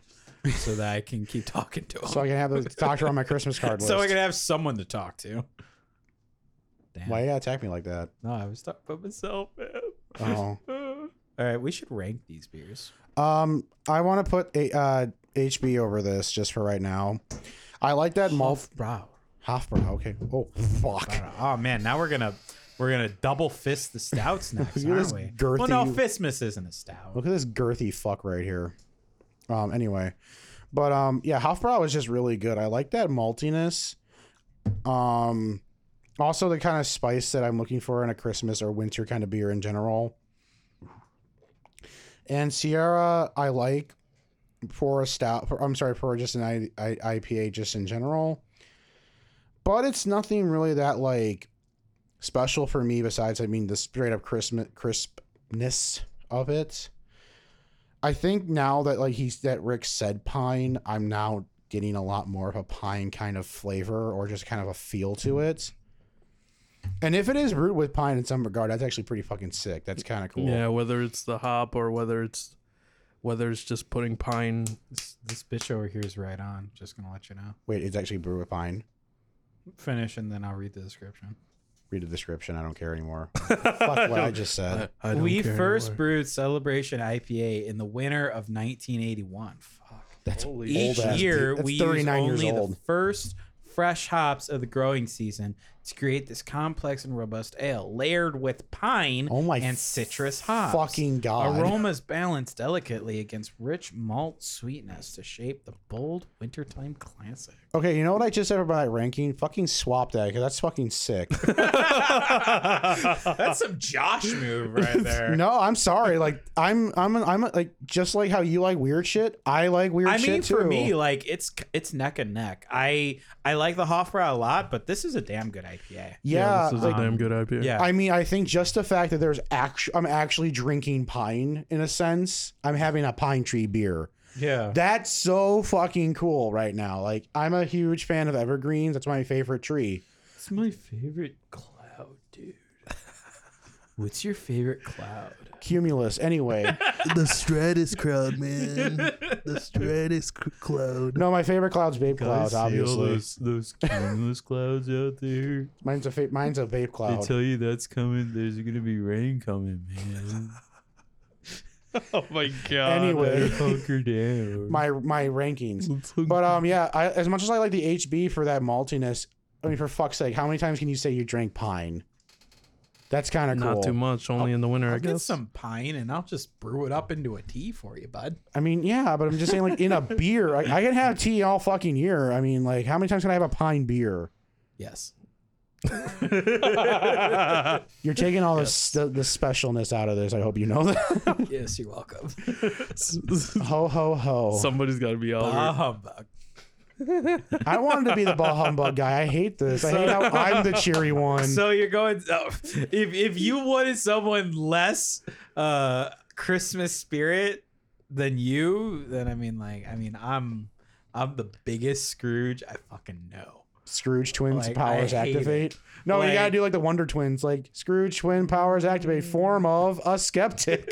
D: so that I can keep talking to him.
E: so I can have the doctor on my Christmas card list.
D: so I can have someone to talk to. Damn.
E: Why you gotta attack me like that?
D: No, I was talking about myself, man.
E: Oh.
D: All right, we should rank these beers.
E: Um, I want to put a uh, HB over this just for right now. I like that malt
D: Bro.
E: Hofbräu. Okay. Oh fuck.
D: Oh man, now we're gonna we're gonna double fist the stouts next,
E: Look at
D: aren't
E: this
D: we?
E: girthy-
D: Well, no, Fistmas isn't a stout.
E: Look at this girthy fuck right here. Um, anyway, but um, yeah, Hofbrau is just really good. I like that maltiness. Um, also the kind of spice that I'm looking for in a Christmas or winter kind of beer in general. And Sierra, I like for a stout. For, I'm sorry for just an I, I, IPA just in general. But it's nothing really that like special for me. Besides, I mean the straight up Christmas crispness of it. I think now that like he's that Rick said pine, I'm now getting a lot more of a pine kind of flavor or just kind of a feel to it. And if it is root with pine in some regard, that's actually pretty fucking sick. That's kind of cool.
F: Yeah, whether it's the hop or whether it's whether it's just putting pine.
D: This, this bitch over here is right on. Just gonna let you know.
E: Wait, it's actually brew with pine.
D: Finish and then I'll read the description.
E: Read the description. I don't care anymore. Fuck what I just said.
F: I don't
D: We
F: care
D: first
F: anymore.
D: brewed Celebration IPA in the winter of 1981. Fuck.
E: That's
D: Each
E: old ass
D: year,
E: dude. That's
D: we use
E: 39 years
D: only the
E: old.
D: first fresh hops of the growing season to create this complex and robust ale, layered with pine
E: Oh my
D: and citrus hops.
E: fucking God.
D: Aromas balance delicately against rich malt sweetness to shape the bold wintertime classic.
E: Okay, you know what I just said about ranking? Fucking swap that because that's fucking sick.
D: Oh, That's some Josh move right there.
E: no, I'm sorry. Like I'm, I'm, I'm like just like how you like weird shit. I like weird
D: I
E: shit
D: mean,
E: too.
D: for me, like it's it's neck and neck. I I like the Hofbrau a lot, but this is a damn good IPA.
E: yeah,
F: This is
E: Uh, like,
F: a damn good IPA.
D: Yeah,
E: I mean, I think just the fact that there's actually, I'm actually drinking pine in a sense. I'm having a pine tree beer.
D: yeah.
E: That's so fucking cool right now. Like I'm a huge fan of evergreens. That's my favorite tree.
D: It's my favorite cloud, dude. What's your favorite cloud?
E: Cumulus. Anyway,
H: The Stratus crowd, man. The Stratus c- cloud.
E: no, my favorite cloud's vape cloud.
G: I see all
E: Obviously,
G: those those cumulus clouds out there.
E: mine's a fa- mine's a vape
G: They
E: cloud.
G: tell you that's coming. There's gonna be rain coming, man.
F: Oh my god.
E: Anyway,
G: Hunker down.
E: my my rankings.
G: Let's hunker
E: But um, yeah, I, as much as I like the HB for that maltiness, I mean, for fuck's sake, how many times can you say you drank pine? That's kind of cool.
F: Not too much, only in the winter, I
D: I'll get
F: guess.
D: some pine and I'll just brew it up into a tea for you, bud.
E: I mean, yeah, but I'm just saying, like in a beer, I, I can have tea all fucking year. I mean, like, how many times can I have a pine beer?
D: Yes.
E: You're taking all this, the, the specialness out of this. I hope you know that.
D: Yes, you're welcome.
E: ho ho ho!
F: Somebody's got to be all
D: Ah, humbug.
E: I wanted to be the ball humbug guy. I hate this. I hate how I'm the cheery one.
D: So you're going. oh, if if you wanted someone less uh Christmas spirit than you, then I mean, like, I mean, I'm I'm the biggest Scrooge I fucking know.
E: Scrooge twins
D: Like,
E: powers
D: I hate
E: activate. No, you
D: Like-
E: gotta do like the Wonder Twins, like Scrooge twin powers activate, form of a skeptic.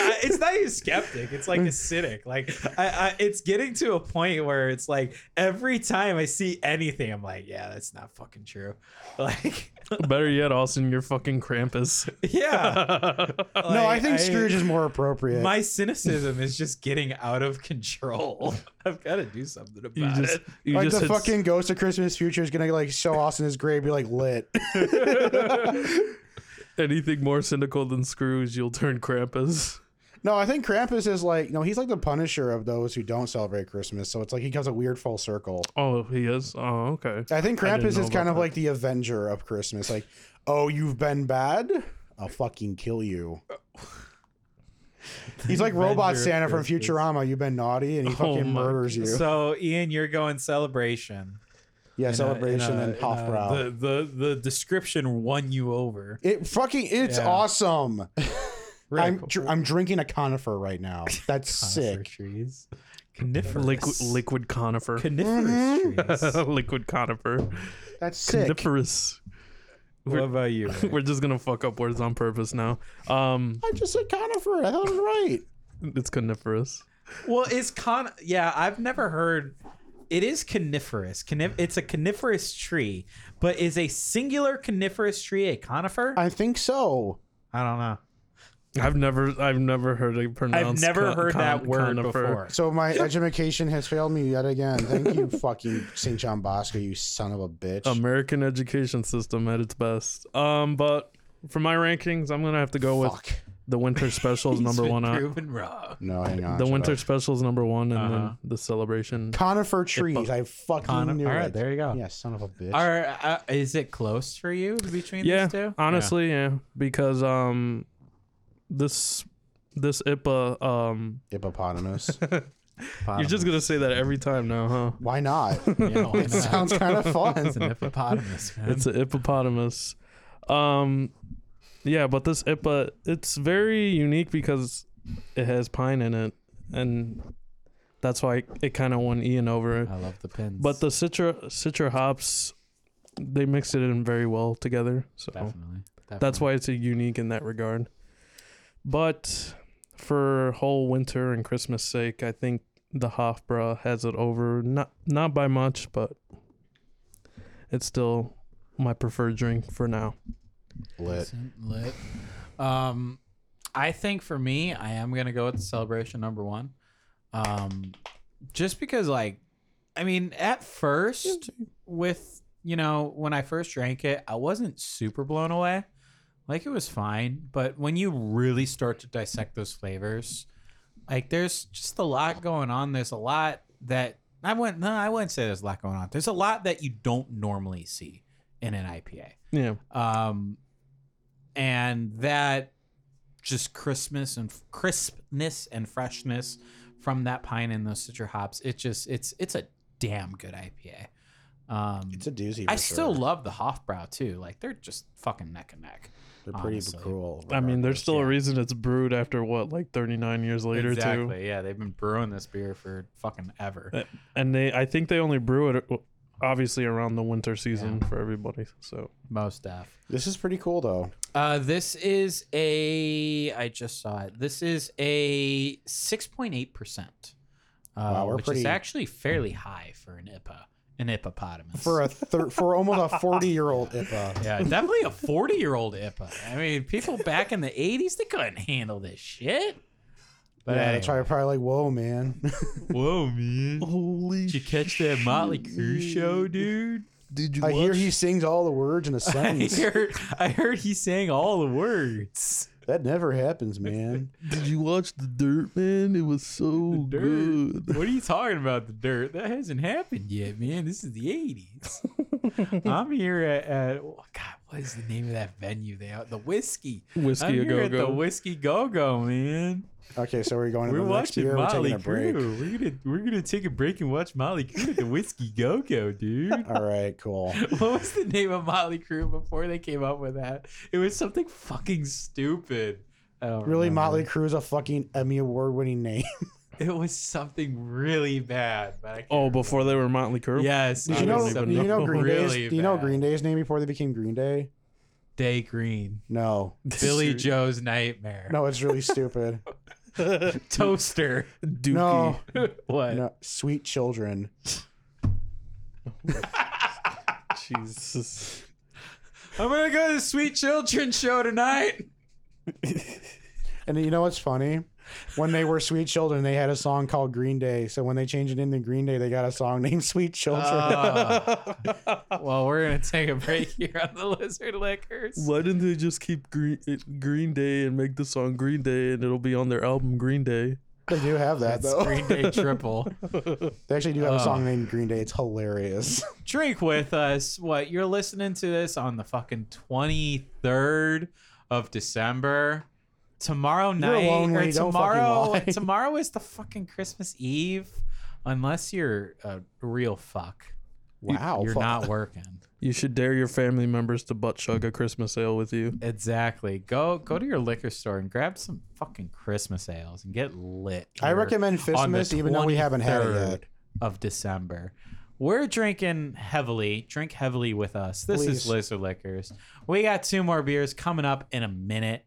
D: I, it's not even skeptic. It's like acidic. Like I, I, it's getting to a point where it's like every time I see anything, I'm like, yeah, that's not fucking true. Like,
F: weird. Better yet, Austin, you're fucking Krampus.
D: yeah.
E: no, I think Scrooge is more appropriate.
D: My cynicism is just getting out of control. I've got to do something about
F: You just,
D: it.
F: you
E: like
F: just
E: the
F: hit s-
E: fucking Ghost of Christmas Future is gonna like show Austin his grave, be like lit.
F: anything more cynical than Scrooge, you'll turn Krampus.
E: no, I think Krampus is like no, he's like the Punisher of those who don't celebrate Christmas. So it's like he comes a weird full circle.
F: Oh, he is. Oh, okay.
E: I think
F: I didn't
E: Krampus
F: know
E: is
F: about
E: kind of
F: that.
E: like the Avenger of Christmas. Like, oh, you've been bad. I'll fucking kill you. He's like Robot
D: Avenger of
E: Santa from
D: Christmas.
E: Futurama. You've been naughty, and he
F: Oh
E: fucking
F: my
E: murders you.
D: So, Ian, you're going celebration.
E: yeah,
D: In a-
E: celebration
D: in a-
E: and
D: in a-
E: Hofbrau.
D: The, the the description won you over.
E: it fucking it's
D: Yeah.
E: awesome. I'm
D: cool.
E: dr- I'm drinking a conifer right now. That's
D: Conifer
E: sick.
D: trees. Coniferous.
F: Liquid, liquid conifer.
E: Mm-hmm.
D: Coniferous trees.
F: liquid conifer.
E: That's sick.
F: Coniferous.
D: what about you? Ray?
F: We're just gonna fuck up words on purpose now. Um,
E: I just said conifer. I thought it was right.
F: it's coniferous.
D: Well, it's con. Yeah, I've never heard. It is coniferous. Conif- it's a coniferous tree, but is a singular coniferous tree a conifer? I,
E: I think so.
D: don't know.
F: I've never, I've never heard it
D: I've
F: pronounced.
D: never
F: con-
D: heard
F: con-
D: that word
F: conifer.
D: before.
E: So my education has failed me yet again. Thank you, fucking St. John Bosco, you son of a bitch.
D: Um,
F: American education system at its best. Um, but for my rankings, I'm gonna have to go
E: Fuck.
F: with the winter specials
D: He's
F: number
D: been
F: one. uh,
D: Proven wrong.
E: No, hang on.
F: the
E: shut
F: winter
E: up.
F: specials number one, and
D: Uh-huh.
F: then the celebration.
E: conifer trees. I fucking
D: Conif-
E: knew
D: all
E: it.
D: right, there you go.
E: Yeah, son of a bitch.
D: Are uh, is it close for you between these
F: Yeah,
D: two?
F: honestly, yeah. because um, this this IPA um,
E: Hippopotamus.
F: you're just gonna say that every time now, huh?
E: Why not?
D: Yeah, why not?
E: It sounds kind of fun.
D: It's an hippopotamus. Man.
F: It's a hippopotamus. Um, yeah, but this IPA, it's very unique because it has pine in it, and that's why it kind of won Ian over.
D: I love the pins.
F: But the citra citra hops, they mixed it in very well together. So
D: definitely,
F: that's why it's a unique in that regard. But for whole winter and Christmas sake, I think the Hofbra has it over. Not not by much, but it's still my preferred drink for now.
E: Lit.
D: lit. Um, I think for me, I am gonna go with the celebration number one. Um, just because, like, I mean, at first, with you know, when I first drank it, I wasn't super blown away. Like it was fine, but when you really start to dissect those flavors, like there's just a lot going on. There's a lot that I wouldn't. No, I wouldn't say there's a lot going on. There's a lot that you don't normally see in an IPA
F: Yeah.
D: um, and that just Christmas and crispness and freshness from that pine and those citra hops. It just it's it's a damn good IPA. Um,
E: It's a doozy.
D: I
E: for
D: still
E: sure.
D: love the Hofbrau too. Like they're just fucking neck and neck.
E: They're pretty
D: honestly.
E: cruel.
F: I mean, there's
E: regardless.
F: still a reason it's brewed after what, like 39 years later,
D: exactly.
F: too.
D: Yeah, they've been brewing this beer for fucking ever.
F: Uh, And they, I think they only brew it uh, obviously around the winter season for everybody. So
D: Most def.
E: This is pretty cool though.
D: Uh, this is a. I just saw it. This is a six point eight percent. uh,
E: Wow, we're
D: which is
E: pretty-
D: actually fairly high for an IPA, an hippopotamus.
E: For a thir- for almost a forty year old IPA.
D: yeah, definitely a forty-year-old IPA. I mean, people back in the '80s they couldn't handle this shit. But
E: yeah,
D: anyway,
E: that's why I'm probably like, whoa, man.
G: Whoa, man.
H: Holy
D: did you catch that Motley Crue show, dude?
H: Did you
E: I hear
H: watch?
E: he sings all the words in a
D: I
E: sentence.
D: heard, I heard he sang all the words.
E: that never happens, man.
H: Did you watch the Dirt Man? It was so
D: Dirt.
H: good.
D: What are you talking about? The dirt that hasn't happened yet, man. This is the '80s. I'm here at, at oh, God. What is the name of that venue? They out the whiskey. I'm
F: Whiskey a
D: here
F: go
D: at the
F: go.
D: whiskey go go, man.
E: Okay, so we're going to
D: We're
E: the next
D: watching
E: beer. We're
D: Molly
E: taking a break.
D: Crew. We're gonna we're gonna take a break and watch Molly Crew at the Whiskey Go Go, dude.
E: All right, cool.
D: what was the name of Molly Crew before they came up with that? It was something fucking stupid. I don't
E: Really,
D: remember.
E: Motley Crue's a fucking Emmy award winning name.
D: It was something really bad, but I can't
F: Oh,
D: remember.
F: before they were Motley Crue.
D: yes,
E: Did
F: I
E: you
F: don't
E: know,
F: even
E: you know
F: know.
E: Green
D: Really
E: Day's? Do you know
D: bad.
E: Green Day's name before they became Green Day?
D: Day Green,
E: No,
D: Billy Joe's Nightmare,
E: no, it's really stupid.
D: Toaster,
F: Dookie.
E: No,
D: what?
E: no, Sweet Children.
F: Jesus.
D: I'm gonna go to the Sweet Children show tonight.
E: And you know what's funny? When they were Sweet Children, they had a song called Green Day. So when they changed it into Green Day, they got a song named Sweet Children.
D: Oh. well, we're gonna take a break here on the Lizard Lickers.
F: Why didn't they just keep Green eh, Green Day and make the song Green Day and it'll be on their album Green Day?
E: They do have that
D: That's
E: though.
D: Green Day Triple.
E: They actually do have a
D: Oh.
E: song named Green Day. It's hilarious.
D: Drink with us. What you're listening to this on the fucking 23rd of December. Tomorrow night
E: alone when
D: or
E: you don't fucking
D: tomorrow
E: lie.
D: tomorrow is the fucking Christmas Eve unless you're a real fuck.
E: Wow,
D: You're
E: fuck.
D: not working.
F: You should dare your family members to butt chug a Christmas ale with you.
D: Exactly. Go go to your liquor store and grab some fucking Christmas ales and get lit.
E: I
D: here
E: recommend
D: on the
E: Fistmas, even though we haven't had it
D: 23rd
E: yet.
D: Of December. We're drinking heavily. Drink heavily with us. This is
E: Please.
D: Lizard Liquors. We got two more beers coming up in a minute.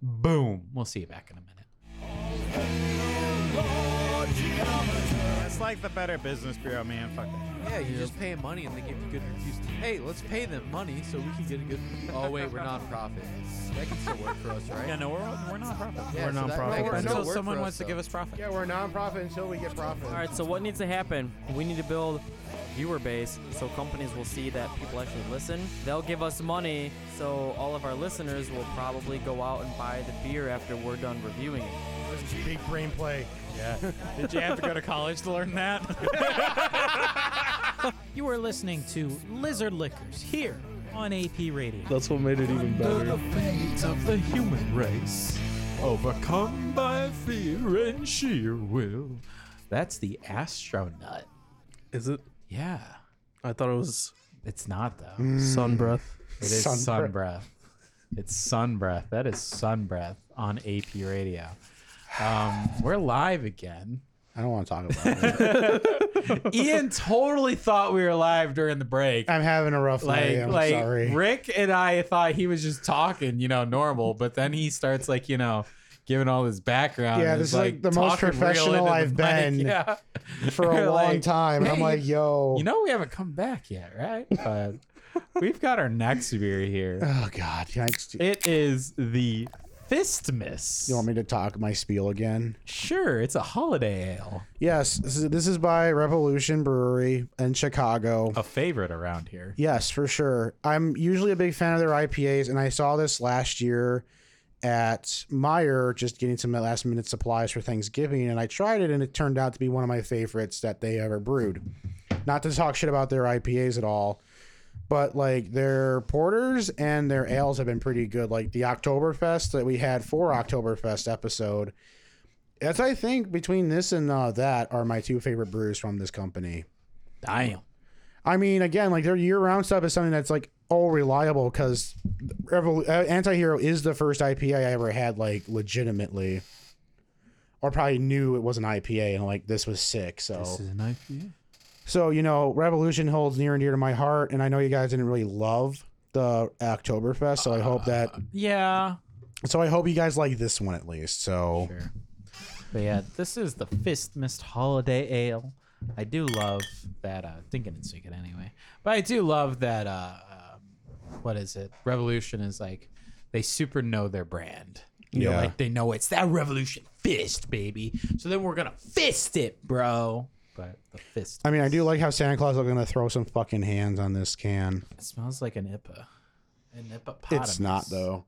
D: Boom. We'll see you back in a minute. That's like the Better Business Bureau, man. Fuck that.
I: Yeah, you just pay 'em money and they give you good reviews. Hey, let's pay them money so we can get a good. Oh wait, we're nonprofit. That can still work for us, right?
D: Yeah, no, we're, we're not profit.
I: Yeah,
D: we're
I: so
D: not
I: that-
D: profit.
I: that can still
D: Until
I: work
D: someone
I: for us,
D: wants to
I: though.
D: give us profit.
E: Yeah, we're a nonprofit until we get profit.
J: All right, so what needs to happen? We need to build viewer base so companies will see that people actually listen. They'll give us money, so all of our listeners will probably go out and buy the beer after we're done reviewing it.
E: Big brain play.
D: Did you have to go to college to learn that?
J: You are listening to Lizard Liquors here on AP Radio.
F: That's what made it even better.
G: fate of the human race, overcome by fear and sheer will.
D: That's the astronaut.
F: Is it?
D: Yeah.
F: I thought it was
D: It's not though.
F: Mm. sun breath.
D: It is
E: Sun
D: sun, breath. It's sun breath. That is sun breath on AP radio. Um, we're live again.
E: I don't want to talk about it.
D: Ian totally thought we were live during the break.
E: I'm having a rough
D: Like,
E: day. I'm
D: like
E: sorry.
D: Rick and I thought he was just talking, you know, normal, but then he starts like, you know, giving all his background.
E: Yeah,
D: and
E: this
D: is,
E: is, like, the most
D: talking real
E: professional
D: into the
E: I've
D: mic.
E: been.
D: Yeah.
E: For a
D: You're
E: long
D: like,
E: time. And I'm
D: "Hey,
E: like, yo.
D: You know, we haven't come back yet, right? But we've got our next beer here.
E: oh, God. Can I just-
D: It is the Fistmas.
E: you want me to talk my spiel again?
D: Sure, it's a holiday ale.
E: Yes. This is, this is by Revolution Brewery in Chicago.
D: A favorite around here.
E: Yes, for sure. I'm usually a big fan of their IPAs, and I saw this last year at Meyer just getting some last minute supplies for Thanksgiving, and I tried it, and it turned out to be one of my favorites that they ever brewed. Not to talk shit about their IPAs at all, but like their porters and their ales have been pretty good. Like the Oktoberfest that we had for Oktoberfest episode. That's I think between this and uh, that are my two favorite brews from this company.
D: Damn.
E: I mean, again, like their year-round stuff is something that's like all reliable because Revol- uh, Antihero is the first IPA I ever had, like legitimately, or probably knew it was an IPA and like this was sick. So
D: an IPA.
E: so, you know, Revolution holds near and dear to my heart, and I know you guys didn't really love the Oktoberfest, so I hope that
D: Yeah.
E: so I hope you guys like this one at least. So
D: Sure. But yeah, this is the Fistmas Holiday Ale. I do love that. Uh, thinking and secret anyway. But I do love that. Uh, um, what is it? Revolution is like they super know their brand. You know,
E: Yeah.
D: like they know it's that revolution fist, baby. So then we're gonna fist it, bro. But the fist
E: I mean, I do like how Santa Claus is gonna throw some fucking hands on this can.
D: it smells like an IPA. An hippopotamus.
E: It's not though.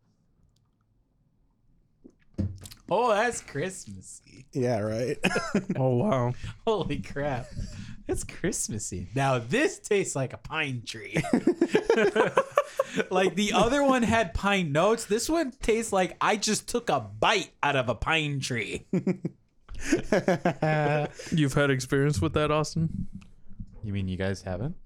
D: Oh, that's Christmassy.
E: Yeah, right.
F: Oh wow.
D: Holy crap. That's Christmassy. Now this tastes like a pine tree. like the other one had pine notes. This one tastes like I just took a bite out of a pine tree.
F: You've had experience with that, Austin?
D: You mean you guys haven't?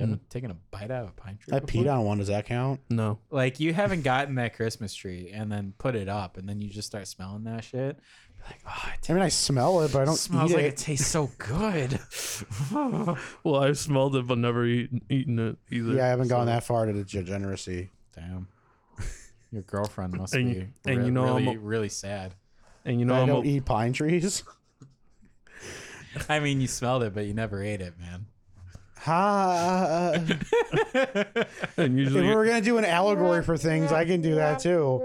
F: Hmm.
D: haven't taken a bite out of a pine tree?
E: I peed on one. Does that count?
F: No.
D: Like you haven't gotten that Christmas tree and then put it up and then you just start smelling that shit. You're Like, oh, it
E: I mean, I smell it, but I don't
D: smells
E: eat
D: like it
E: it.
D: tastes so good.
F: Well, I've smelled it but never eaten, eaten it either.
E: yeah, I haven't gone that far to the degeneracy.
D: Damn. Your girlfriend must
F: And-
D: be
F: and
D: re-
F: you know I'm
D: really,
F: a-
D: really sad.
F: And you know
E: I
F: I'm
E: don't
F: a,
E: eat pine trees.
D: I mean, you smelled it, but you never ate it, man.
E: Ha! if
F: and
E: we
F: usually
E: were gonna do an allegory for things, I can do that too.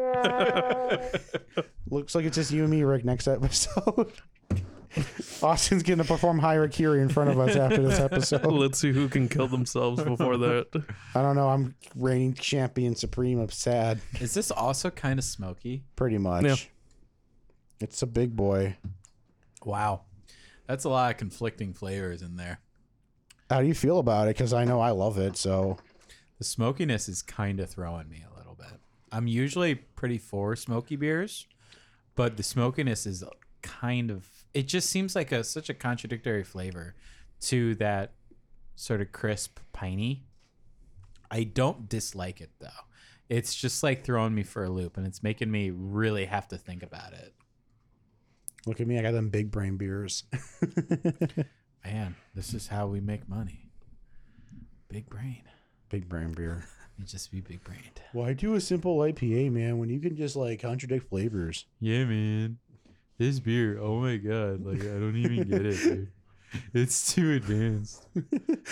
E: Looks like it's just you and me, Rick. Next episode, Austin's gonna perform Harakiri in front of us after this episode.
F: let's see who can kill themselves before that.
E: I don't know. I'm reigning champion supreme of sad,
D: Is this also kind of smoky?
E: pretty much.
F: Yeah.
E: It's a big boy.
D: Wow. That's a lot of conflicting flavors in there.
E: How do you feel about it? Because I know I love it. So
D: The smokiness is kind of throwing me a little bit. I'm usually pretty for smoky beers, but the smokiness is kind of it just seems like a such a contradictory flavor to that sort of crisp piney. I don't dislike it though. It's just like throwing me for a loop and it's making me really have to think about it.
E: look at me. I got them big brain beers.
D: Man, this is how we make money. Big brain.
E: big brain beer.
D: You just be big brained.
E: Why do a simple IPA, man, when you can just like contradict flavors?
G: Yeah, man. This beer, oh my god, like I don't even get it, dude. It's too advanced.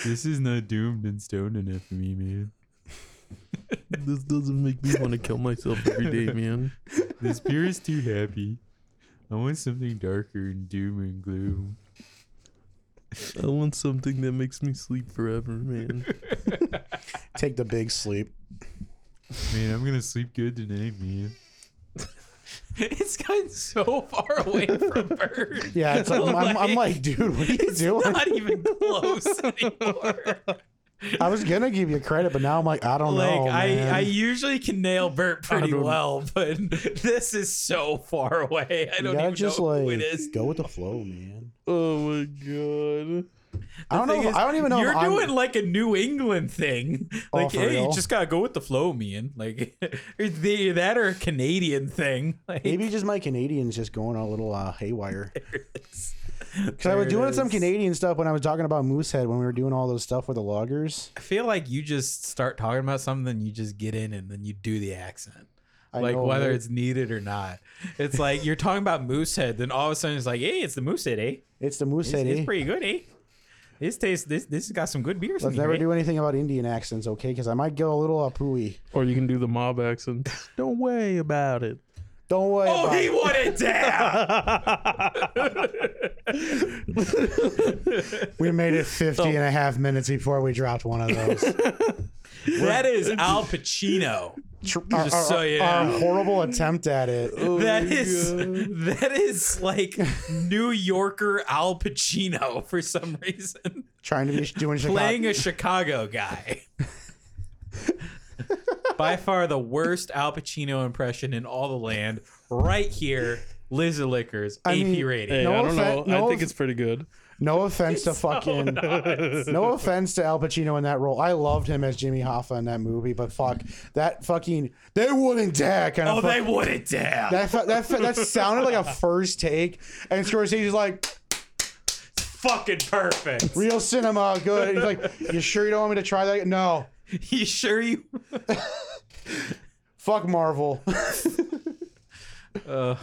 G: This is not doomed and stoned enough for me, man.
F: This doesn't make me want to kill myself every day, man.
G: This beer is too happy. I want something darker and doom and gloom.
F: I want something that makes me sleep forever, man.
E: Take the big sleep.
G: Man, I'm gonna sleep good tonight, man.
D: It's gotten so far away from bird.
E: Yeah, it's like, I'm, I'm like, dude, what are you doing?
D: Not even close anymore.
E: I was gonna give you credit, but now I'm like, I don't
D: like
E: know.
D: I,
E: man.
D: I usually can nail Bert pretty well, but this is so far away. I
E: You
D: don't
E: gotta
D: even
E: just
D: know
E: like
D: who it is.
E: go with the flow, man.
F: Oh my god.
E: I don't know.
D: Thing
E: If,
D: is,
E: I don't even know.
D: You're
E: if I'm-
D: doing like a New England thing.
E: Oh,
D: Like,
E: for
D: hey,
E: real?
D: you just gotta go with the flow, man. Like, or the, that or a Canadian thing. Like,
E: Maybe just my Canadians just going a little uh, haywire. Because I
D: There
E: was
D: it
E: doing some
D: is.
E: Canadian stuff when I was talking about Moosehead when we were doing all those stuff with the loggers.
D: I feel like you just start talking about something, you just get in and then you do the accent.
E: I
D: like
E: know,
D: whether
E: right?
D: it's needed or not. It's like you're talking about Moosehead, then all of a sudden it's like, hey, it's the Moosehead, eh?
E: It's the
D: It's,
E: Moosehead.
D: it's
E: eh?
D: pretty good, eh? This tastes this this has got some good beers.
E: Let's
D: in
E: never
D: here, eh?
E: do anything about Indian accents, okay? Because I might go a little apooey.
F: Or you can do the mob accent. Don't worry about it.
E: Don't worry.
D: Oh,
E: about
D: he
E: it.
D: won it down.
E: We made it 50 and a half minutes before we dropped one of those.
D: that is Al Pacino.
E: Tr- our, our-
D: so you
E: our
D: know.
E: horrible attempt at it.
D: That is that is like New Yorker Al Pacino for some reason.
E: Trying to be doing Chicago.
D: playing a Chicago guy. By far the worst Al Pacino impression in all the land. Right here, Liz Liquors,
E: I
D: AP
E: mean-
D: rating.
F: Hey,
E: No
F: I don't
E: offe-
F: know.
E: no
F: I think
E: off-
F: it's pretty good.
E: no offense to fucking. no offense to Al Pacino in that role. I loved him as Jimmy Hoffa in that movie, but fuck that fucking they wouldn't dare kind of.
D: Oh,
E: fuck-
D: they would it down.
E: that, fu- that, fu- that sounded like a first take, and Scorsese's like,
D: fucking perfect.
E: "Real cinema, good." He's like, "You sure you don't want me to try that?" No,
D: You sure you?
E: fuck Marvel. Oh,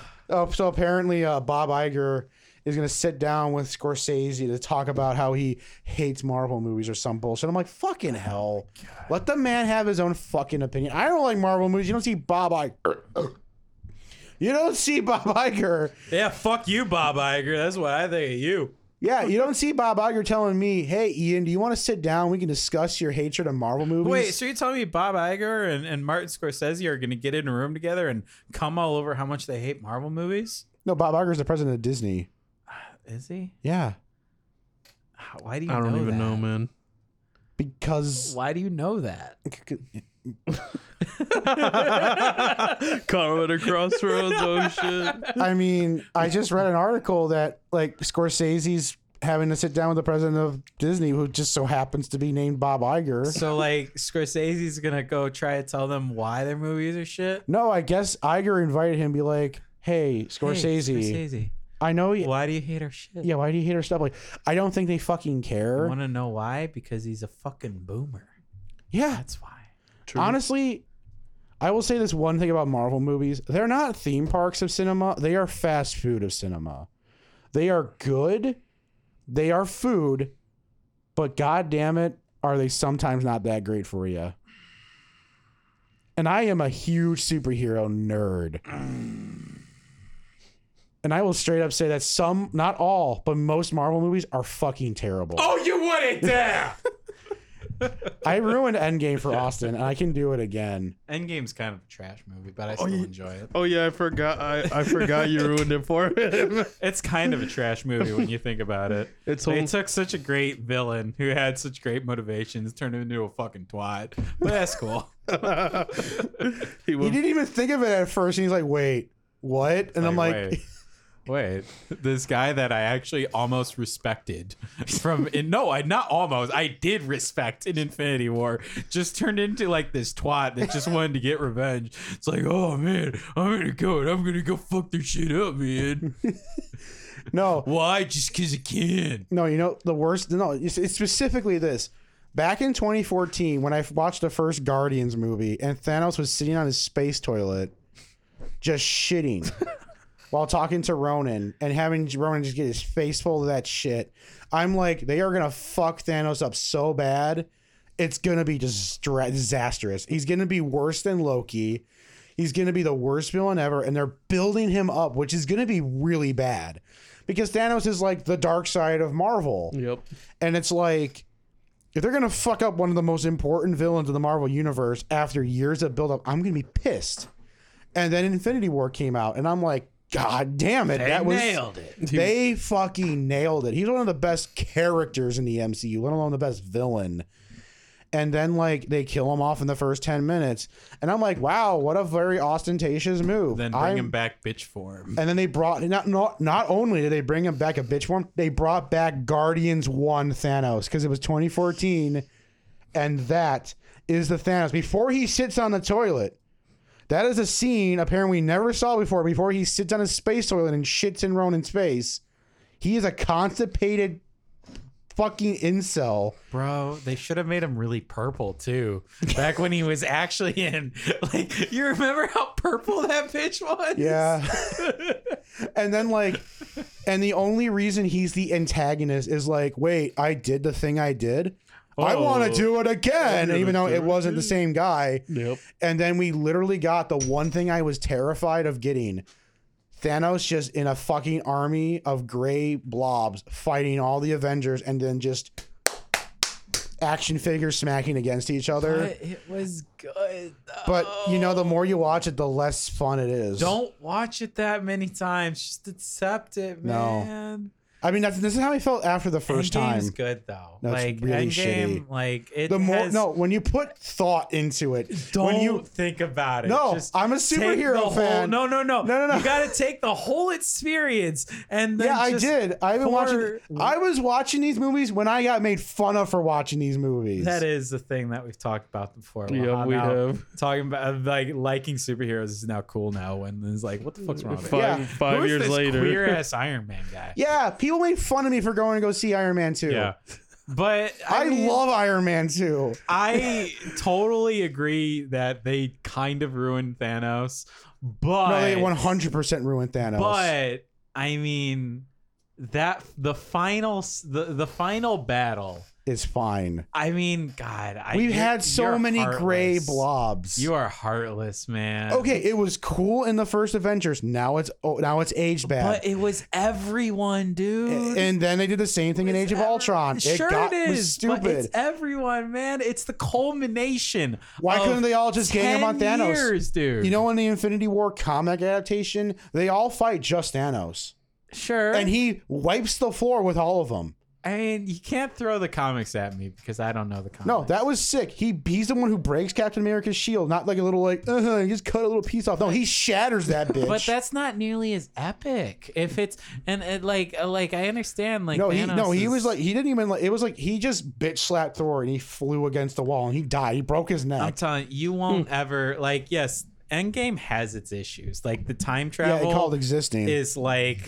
E: so apparently uh, Bob Iger is going to sit down with Scorsese to talk about how he hates Marvel movies or some bullshit. I'm like, fucking hell. Let the man have his own fucking opinion. I don't like Marvel movies. You don't see Bob Iger. You don't see Bob Iger.
D: Yeah, fuck you, Bob Iger. That's what I think of you.
E: Yeah, you don't see Bob Iger telling me, "Hey, Ian, do you want to sit down? We can discuss your hatred of Marvel movies."
D: Wait, so you're telling me Bob Iger and, and Martin Scorsese are going to get in a room together and come all over how much they hate Marvel movies?
E: no, Bob Iger's the president of Disney.
D: Is he?
E: Yeah,
D: How- Why do you
F: I don't
D: know
F: even
D: that?
F: know, man.
E: because
D: Why do you know that?
F: Colorado Crossroads. Oh shit.
E: I mean, I just read an article that like Scorsese's having to sit down with the president of Disney, who just so happens to be named Bob Iger.
D: So like Scorsese's gonna go try to tell them why their movies are shit.
E: No, I guess Iger invited him, be like, "Hey, Scorsese,
D: Hey,
E: I know you."
D: Scorsese, why do you hate our shit?
E: Yeah, why do you hate our stuff? Like, I don't think they fucking care.
D: Want to know why? Because he's a fucking boomer.
E: yeah,
D: That's why.
E: honestly, I will say this one thing about Marvel movies: they're not theme parks of cinema; they are fast food of cinema. They are good, they are food, but god damn it, are they sometimes not that great for you? And I am a huge superhero nerd. And I will straight up say that some, not all, but most Marvel movies are fucking terrible.
D: Oh, you wouldn't dare.
E: I ruined Endgame for Austin, and I can do it again.
D: Endgame's kind of a trash movie, but I still enjoy it.
F: Oh yeah, I forgot. I, I forgot you ruined it for him.
D: It's kind of a trash movie when you think about it.
F: It's
D: they
F: all-
D: took such a great villain who had such great motivations, turned him into a fucking twat. But that's cool.
F: he
E: He
F: went.
E: didn't even think of it at first, and he's like, "Wait, what?" And I'm like,
D: wait, wait, this guy that I actually almost respected from in, no, I not almost, I did respect in Infinity War, just turned into like this twat that just wanted to get revenge. It's like, oh man, I'm gonna go and I'm gonna go fuck their shit up, man.
E: "No,
D: Why? Just cause I can.
E: no, you know the worst. No, it's, it's specifically this." Back in 2014, when I watched the first Guardians movie, and Thanos was sitting on his space toilet, just shitting, while talking to Ronan and having Ronan just get his face full of that shit, I'm like, they are gonna fuck Thanos up so bad, it's gonna be distra- disastrous. He's gonna be worse than Loki. He's going to be the worst villain ever, and they're building him up, which is going to be really bad because Thanos is like the dark side of Marvel.
F: Yep.
E: And it's like, if they're going to fuck up one of the most important villains of the Marvel universe after years of buildup, I'm going to be pissed. And then Infinity War came out, and I'm like, God damn it. that was.
D: it.
E: They fucking nailed it. He's one of the best characters in the MCU, let alone the best villain. And then like they kill him off in the first ten minutes, and I'm like, wow, what a very ostentatious move.
D: Then bring
E: I'm-
D: him back, bitch form.
E: And then they brought not not not only did they bring him back a bitch form, they brought back Guardians One Thanos because it was 2014, and that is the Thanos before he sits on the toilet. That is a scene apparently we never saw before. Before he sits on his space toilet and shits in Ronan's face, he is a constipated fucking incel.
D: Bro, they should have made him really purple too. Back when he was actually in, like, you remember how purple that bitch was?
E: Yeah. and then like and the only reason he's the antagonist is like, wait, I did the thing I did. I want to do it again, even though it wasn't the same guy.
F: Yep.
E: And then we literally got the one thing I was terrified of getting. Thanos just in a fucking army of gray blobs fighting all the Avengers and then just action figures smacking against each other.
D: It was good.
E: But you know, the more you watch it, the less fun it is.
D: Don't watch it that many times. Just accept it,
E: No.
D: man.
E: I mean, that's, this is how I felt after the first time.
D: Endgame's good though.
E: No, it's
D: like
E: really
D: Endgame, like it
E: The more
D: has-
E: no, when you put thought into it,
D: Don't
E: when you
D: think about it.
E: No,
D: Just
E: I'm a
D: take
E: superhero
D: the whole-
E: fan.
D: no, no, no,
E: No, no, no.
D: You got to take the whole experience, and then
E: yeah, I
D: just
E: did. I've been watching.
D: pour-
E: I was watching these movies when I got made fun of for watching these movies.
D: That is the thing that we've talked about before.
F: Yeah,
D: how
F: we
D: now
F: have.
D: talking about uh, like liking superheroes is now cool now, and it's like, what the fuck's wrong? with it?
F: Five
E: Yeah.
F: five
D: Who is
F: years
D: this
F: later.
D: queer ass Iron Man guy.
E: Yeah, people made fun of me for going to go see Iron Man 2.
D: Yeah. But I,
E: I,
D: mean,
E: love Iron Man 2.
D: I totally agree that they kind of ruined Thanos, but
E: No, they 100% ruined Thanos.
D: but I mean that the final s- the the final battle
E: is fine.
D: I mean, God, I,
E: We've
D: you're-
E: had so
D: you're
E: many gray
D: heartless.
E: blobs.
D: You are heartless, man.
E: okay, it was cool in the first Avengers. Now it's oh, now it's aged bad.
D: but it was everyone, dude.
E: and then they did the same thing in Age of
D: Ever-
E: Ultron.
D: Sure
E: it got
D: it
E: was
D: is, but
E: stupid.
D: it's everyone, man. It's the culmination.
E: Why
D: of
E: couldn't they all just gang
D: 10
E: up on Thanos?
D: years, dude?
E: You know, in the Infinity War comic adaptation, they all fight just Thanos,
D: sure.
E: and he wipes the floor with all of them.
D: I mean, you can't throw the comics at me because I don't know the comics.
E: No, that was sick. He he's the one who breaks Captain America's shield, not like a little like uh he just cut a little piece off. No, he shatters that bitch.
D: But that's not nearly as epic. If it's and it, like uh, like I understand like
E: no, he
D: Thanos
E: no, he
D: is-
E: was like he didn't even like it was like he just bitch slapped Thor and he flew against the wall and he died. He broke his
D: I'm
E: neck.
D: telling you, you won't ever like. Yes, Endgame has its issues. Like the time
E: Yeah,
D: travel
E: it called existing.
D: is like,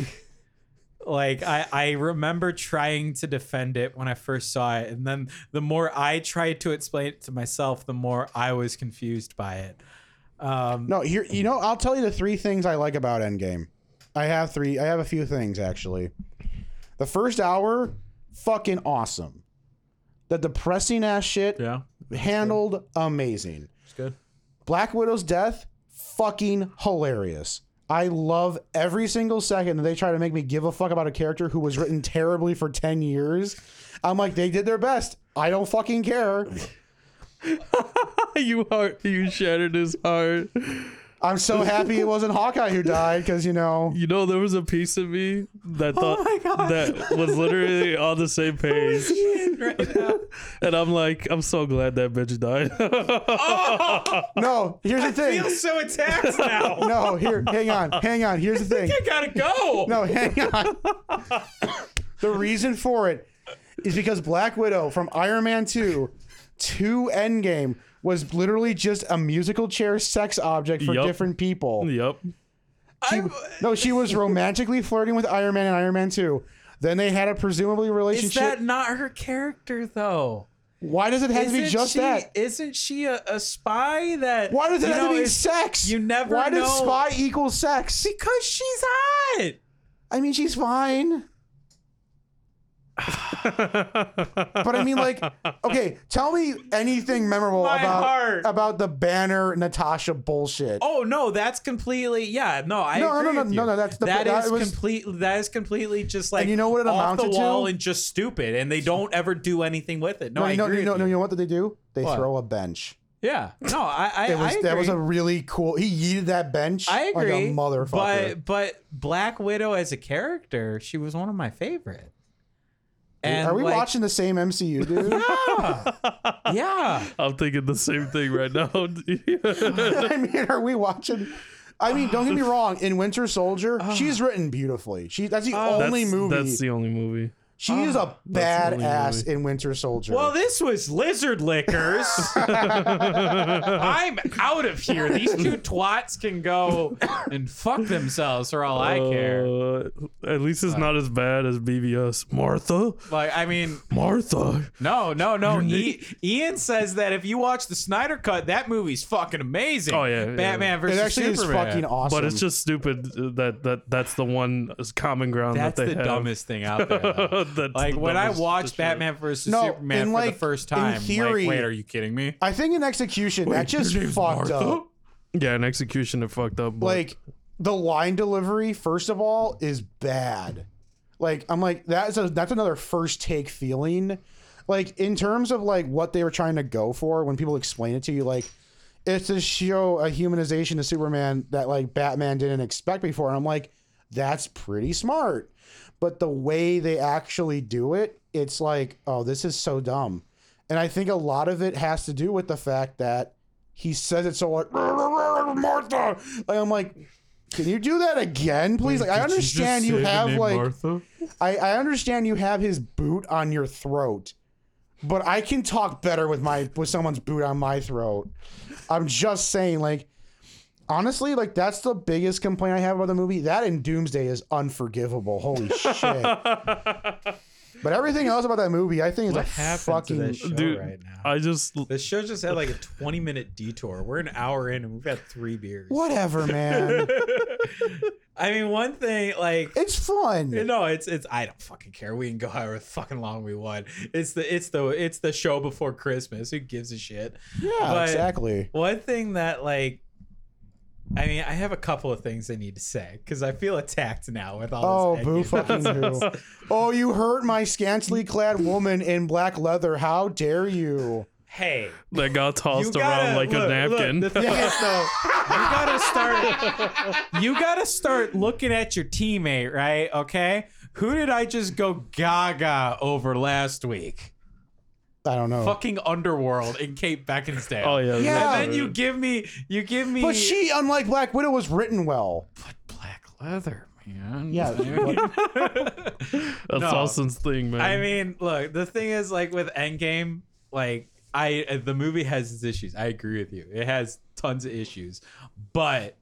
D: like I I remember trying to defend it when I first saw it, and then the more I tried to explain it to myself, the more I was confused by it. Um,
E: no, here you know I'll tell you the three things I like about Endgame. I have three. I have a few things actually. The first hour, fucking awesome. The depressing ass shit
D: yeah,
E: handled amazing.
D: it's good.
E: Black Widow's death, fucking hilarious. I love every single second that they try to make me give a fuck about a character who was written terribly for 10 years. I'm like, they did their best. I don't fucking care.
F: you heart, you shattered his heart.
E: I'm so happy it wasn't Hawkeye who died because, you know,
F: You know, there was a piece of me that
D: Oh
F: thought that was literally on the same page. and I'm like, I'm so glad that bitch died.
E: no, here's the thing.
D: Feels so attacked now.
E: No, here, hang on, hang on. Here's the thing.
D: I gotta go.
E: No, hang on. the reason for it is because Black Widow from Iron Man 2 to Endgame was literally just a musical chair sex object for
F: Yup.
E: different people.
F: yep.
E: She- no, she was romantically flirting with Iron Man and Iron Man 2. Then they had a presumably
D: Is
E: relationship.
D: that not her character though?
E: Why does it have to be
D: Isn't
E: just
D: she,
E: that?
D: Isn't she a, a spy that?
E: Why does it
D: you
E: have
D: know,
E: to be
D: is-
E: sex?
D: you never
E: Why does
D: know.
E: spy equal sex?
D: Because she's hot.
E: I mean, she's fine. But I mean, like, okay, tell me anything memorable
D: My
E: about
D: heart.
E: about the banner Natasha bullshit.
D: Oh no, that's completely yeah. No, I
E: No, no,
D: agree
E: no,
D: with
E: no,
D: you.
E: no, that's the-
D: that
E: that
D: is
E: was-
D: complete. That is completely just like
E: you know what it
D: off the
E: amounted to?
D: wall and just stupid, and they don't ever do anything with it. No, I
E: no,
D: agree.
E: no,
D: with
E: no,
D: you.
E: you know what did they do? They
D: What?
E: throw a bench.
D: Yeah, no, I, I,
E: It was
D: I agree.
E: that was a really cool. He yeeted that bench.
D: I agree,
E: like a motherfucker.
D: But but Black Widow as a character, she was one of my favorite. And
E: Are we
D: like,
E: watching the same MCU, dude?
D: Yeah,
F: I'm thinking the same thing right now.
E: I mean, are we watching? I mean, don't get me wrong. In Winter Soldier, she's written beautifully. She that's the
D: Uh,
E: only
F: that's,
E: movie.
F: That's the only movie.
E: she is a
F: that's the only
E: badass
F: movie.
E: in Winter Soldier.
D: Well, this was Lizard Lickers. I'm out of here. These two twats can go and fuck themselves for all I care.
F: Uh, at least it's not as bad as BBS. Martha,
D: Like, I mean,
F: Martha.
D: no, no, no. E- Ian says that if you watch the Snyder Cut, that movie's fucking amazing.
F: Oh, yeah, yeah.
D: Batman
E: it
D: versus
E: actually
D: Superman.
E: is fucking awesome.
F: But it's just stupid that that that's the one common ground
D: That's
F: that they
D: the
F: have.
D: dumbest thing out there. though.
F: That's
D: like
F: the
D: when I
F: dumbest
D: watched
F: shit.
D: Batman versus
E: No,
D: Superman
E: in,
D: for
E: like,
D: the first
E: in
D: time, like,
E: theory-
D: wait, are you kidding me?
E: I think in execution that just fucked up.
F: Yeah, an execution that fucked up. But
E: like the line delivery first of all is bad like i'm like that's a that's another first take feeling like in terms of like what they were trying to go for when people explain it to you like it's to show a humanization to superman that like batman didn't expect before and i'm like that's pretty smart but the way they actually do it it's like oh this is so dumb and i think a lot of it has to do with the fact that he says it so like Martha. Like, I'm like, can you do that again, please? Like I
G: Did just
E: understand you
G: say the
E: have
G: name
E: like
G: Martha?
E: I, I understand you have his boot on your throat, but I can talk better with my with someone's boot on my throat. I'm just saying, like honestly, like that's the biggest complaint I have about the movie. That and Doomsday is unforgivable. Holy shit. But everything else about that movie, I think, is
D: What
E: a
D: happened
E: fucking.
D: to this show
F: Dude,
D: right now?
F: I just
D: This show just had like a 20 minute detour. We're an hour in and we've had three beers.
E: Whatever, man.
D: I mean, one thing like
E: It's fun.
D: no, it's it's I don't fucking care. We can go however fucking long we want. It's the it's the it's the show before Christmas. Who gives a shit?
E: yeah,
D: but-
E: exactly.
D: One thing that like I mean, I have a couple of things I need to say because I feel attacked now with all
E: Oh,
D: this.
E: boo
D: hate.
E: fucking who. Oh, you hurt my scantily clad woman in black leather. How dare you?
D: Hey,
F: that got tossed around like a
D: look,
F: napkin.
D: Look, the thing is, though, you gotta start. You gotta start looking at your teammate, right? Okay, who did I just go gaga over last week?
E: I don't know.
D: Fucking Underworld in Kate Beckinsdale.
F: oh yeah,
E: Yeah.
D: And then you give me, you give me.
E: But she, unlike Black Widow, was written well.
D: black leather, man.
E: Yeah.
F: that's
D: No.
F: Austin's thing, man.
D: I mean, look, the thing is, like with Endgame, like I, uh, the movie has its issues. I agree with you; it has tons of issues. But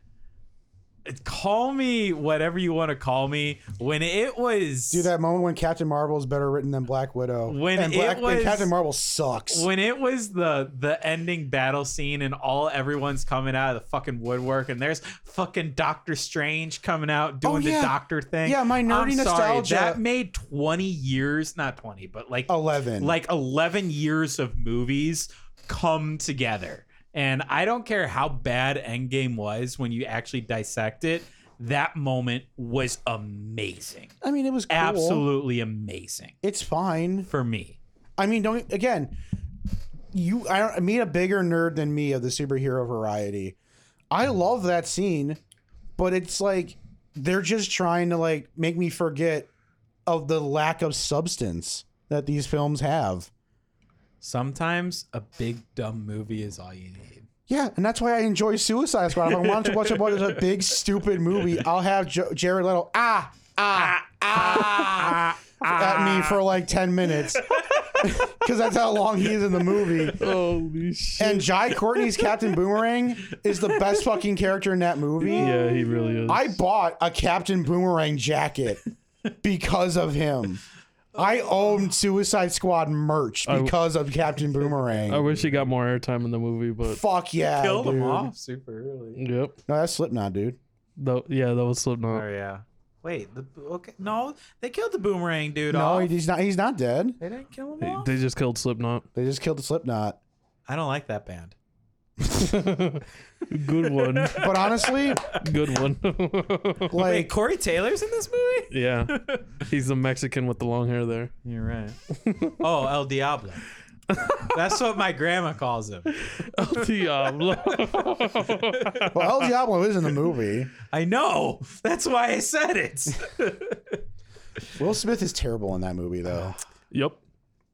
D: it- call me whatever you want to call me when it was
E: Do that moment when Captain Marvel is better written than Black Widow.
D: When
E: and
D: it
E: Black, and
D: was-
E: Captain Marvel sucks.
D: when it was the the ending battle scene and all everyone's coming out of the fucking woodwork and there's fucking Doctor Strange coming out doing
E: Oh, yeah.
D: the doctor thing.
E: Yeah, my
D: I'm
E: nerdy
D: sorry,
E: nostalgia-
D: that made 20 years, not 20, but like
E: 11.
D: like 11 years of movies come together. And I don't care how bad Endgame was when you actually dissect it, that moment was amazing.
E: I mean, it was cool.
D: Absolutely amazing
E: It's fine.
D: for me.
E: I mean, don't again. You, I don't meet a bigger nerd than me of the superhero variety. I love that scene, but it's like they're just trying to like make me forget of the lack of substance that these films have.
D: Sometimes a big dumb movie is all you need.
E: Yeah, and that's why I enjoy Suicide Squad. If I wanted to watch a bunch of a big stupid movie, I'll have jo- Jared Leto ah ah ah at me for like ten minutes because that's how long he is in the movie.
F: holy shit.
E: And Jai Courtney's Captain Boomerang is the best fucking character in that movie.
F: Yeah, he really is.
E: I bought a Captain Boomerang jacket because of him. I own Suicide Squad merch because of Captain Boomerang.
F: I wish he got more airtime in the movie, but
E: Fuck yeah.
D: Killed
E: dude.
D: him off super early.
F: yep.
E: No, that's Slipknot, dude.
F: Tho- yeah, that was Slipknot.
D: Oh yeah. Wait, the okay no, they killed the boomerang dude
E: No,
D: off.
E: he- he's not he's not dead.
D: they didn't kill him
F: They-
D: off.
F: They just killed Slipknot.
E: They just killed the Slipknot.
D: I don't like that band.
F: Good one.
E: But honestly,
F: Good one.
D: Wait,
E: like
D: Corey Taylor's in this movie?
F: yeah. He's the Mexican with the long hair there.
D: You're right. oh, El Diablo. That's what my grandma calls him.
F: Diablo.
E: well, El Diablo is in the movie.
D: I know. That's why I said it.
E: Will Smith is terrible in that movie though.
F: yep.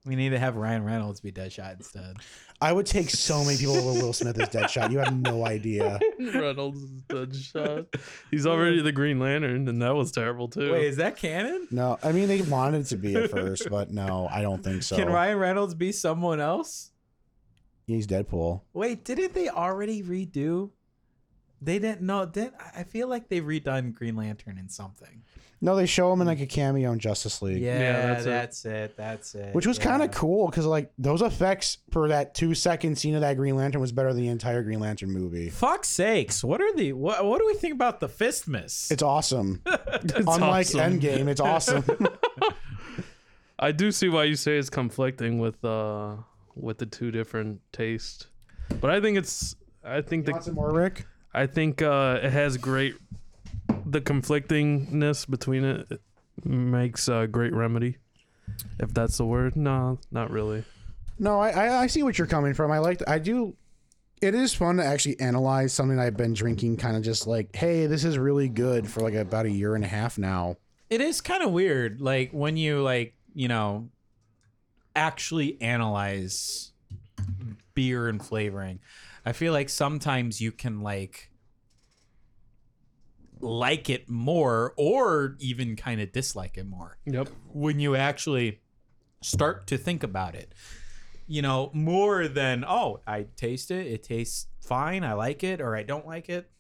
D: we need to have Ryan Reynolds be Deadshot instead.
E: I would take so many people over Will Smith as Deadshot. You have no idea.
F: Reynolds is dead shot. He's already the Green Lantern, and that was terrible too.
D: Wait, is that canon?
E: No, I mean they wanted it to be at first, but no, I don't think so.
D: Can Ryan Reynolds be someone else?
E: He's Deadpool.
D: Wait, didn't they already redo? They didn't. No, didn't I- I feel like they redone Green Lantern in something?
E: No, they show him in like a cameo in Justice League,
D: Yeah,
F: that's
D: that's,
F: it.
D: it. That's it.
E: which was
D: yeah.
E: kind of cool because like those effects for that two second scene of that Green Lantern was better than the entire Green Lantern movie.
D: Fuck's sakes! What are the what? What do we think about the Fistmas?
E: It's awesome. Unlike
F: awesome.
E: Endgame, it's awesome.
F: I do see why you say it's conflicting with uh with the two different tastes, but I think it's I think the
E: Want some more, Rick?
F: I think uh, it has great. The conflictingness between it, it makes a great remedy, if that's the word. No, not really.
E: No, I, I I see what you're coming from. I like I do. It is fun to actually analyze something I've been drinking, kind of just like, hey, this is really good for like about a year and a half now.
D: it is kind of weird like when you like you know actually analyze beer and flavoring i feel like sometimes you can like like it more or even kind of dislike it more
F: Yep.
D: when you actually start to think about it you know more than oh i taste it it tastes fine i like it or i don't like it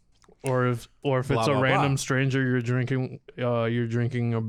F: Or if or if
D: Blah,
F: it's a
D: blah, blah.
F: random stranger you're drinking, uh, you're drinking a,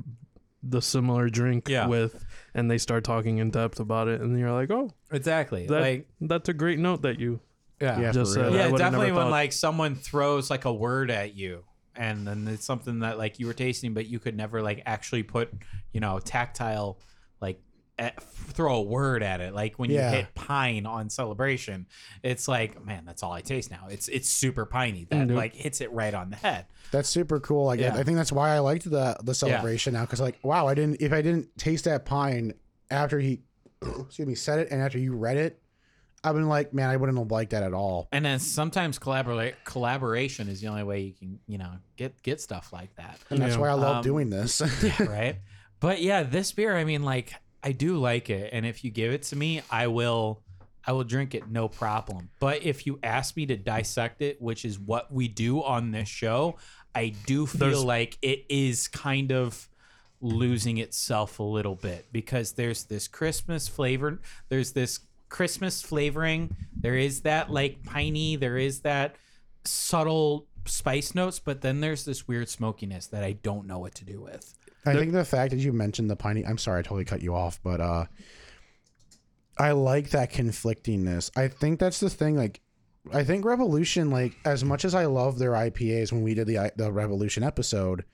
F: the similar drink
D: Yeah.
F: with, and they start talking in depth about it, and you're like, oh,
D: exactly
F: that,
D: like
F: that's a great note that you
E: Yeah,
F: just
E: for real.
F: said. I
D: yeah
F: would've
D: definitely
F: never
D: when
F: thought-
D: like someone throws like a word at you and then it's something that like you were tasting, but you could never like actually put, you know, tactile like at, throw a word at it. Like when
E: Yeah.
D: you hit pine on celebration, it's like man, that's all I taste now. It's it's super piney. That
F: Mm-hmm.
D: like hits it right on the head.
E: That's super cool. Like
D: Yeah.
E: I think that's why I liked the the celebration now because like wow, I didn't if I didn't taste that pine after he excuse me said it and after you read it, I've been like man, I wouldn't have liked that at all.
D: And then sometimes collaborate collaboration is the only way you can you know get get stuff like that.
E: And that's why I love
D: Um,
E: doing this.
D: right? But yeah, this beer, I mean, like I do like it, and if you give it to me, I will, I will drink it no problem. But if you ask me to dissect it, which is what we do on this show, I do feel like it is kind of losing itself a little bit because there's this Christmas flavor, there's this Christmas flavoring, there is that like piney, there is that subtle spice notes, but then there's this weird smokiness that I don't know what to do with.
E: I think the fact that you mentioned the piney, I'm sorry, I totally cut you off, but uh, I like that conflictingness. I think that's the thing. Like, I think Revolution, like, as much as I love their IPAs when we did the the Revolution episode,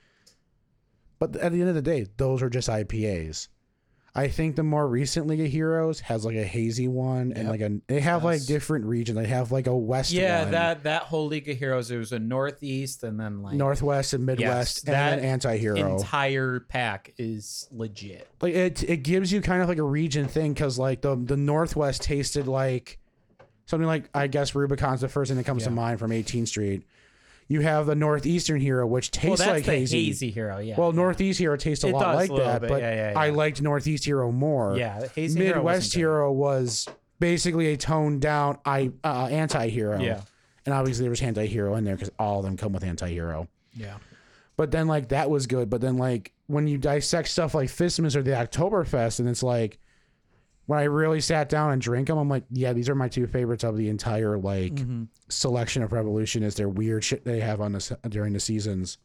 E: but at the end of the day, those are just IPAs. I think the more recent League of Heroes has like a hazy one and like a they have like different regions. They have like a west,
D: Yeah,
E: one,
D: that that whole League of Heroes, it was a Northeast and then like
E: northwest and midwest, and then
D: that
E: anti-hero.
D: entire pack is legit.
E: like it it gives you kind of like a region thing because like the the northwest tasted like something like I guess Rubicon's the first thing that comes to mind from 18th Street. You have the northeastern hero, which
D: Well,
E: tastes
D: that's
E: like
D: the
E: hazy.
D: hazy. hero, yeah.
E: Well, northeast hero tastes a
D: It
E: lot
D: does
E: like
D: a little
E: that,
D: bit,
E: but
D: yeah, yeah,
E: I
D: yeah.
E: liked northeast hero more.
D: yeah, the hazy hero
E: Midwest
D: wasn't bad.
E: hero, was basically a toned down I uh, anti-hero.
D: Yeah.
E: and obviously there was anti-hero in there because all of them come with anti-hero.
D: Yeah,
E: But then like that was good. But then like when you dissect stuff like Fistmas or the Oktoberfest, and it's like when I really sat down and drank them, I'm like, yeah, these are my two favorites of the entire like
D: Mm-hmm.
E: selection of Revolution. Is their weird shit they have on this during the seasons.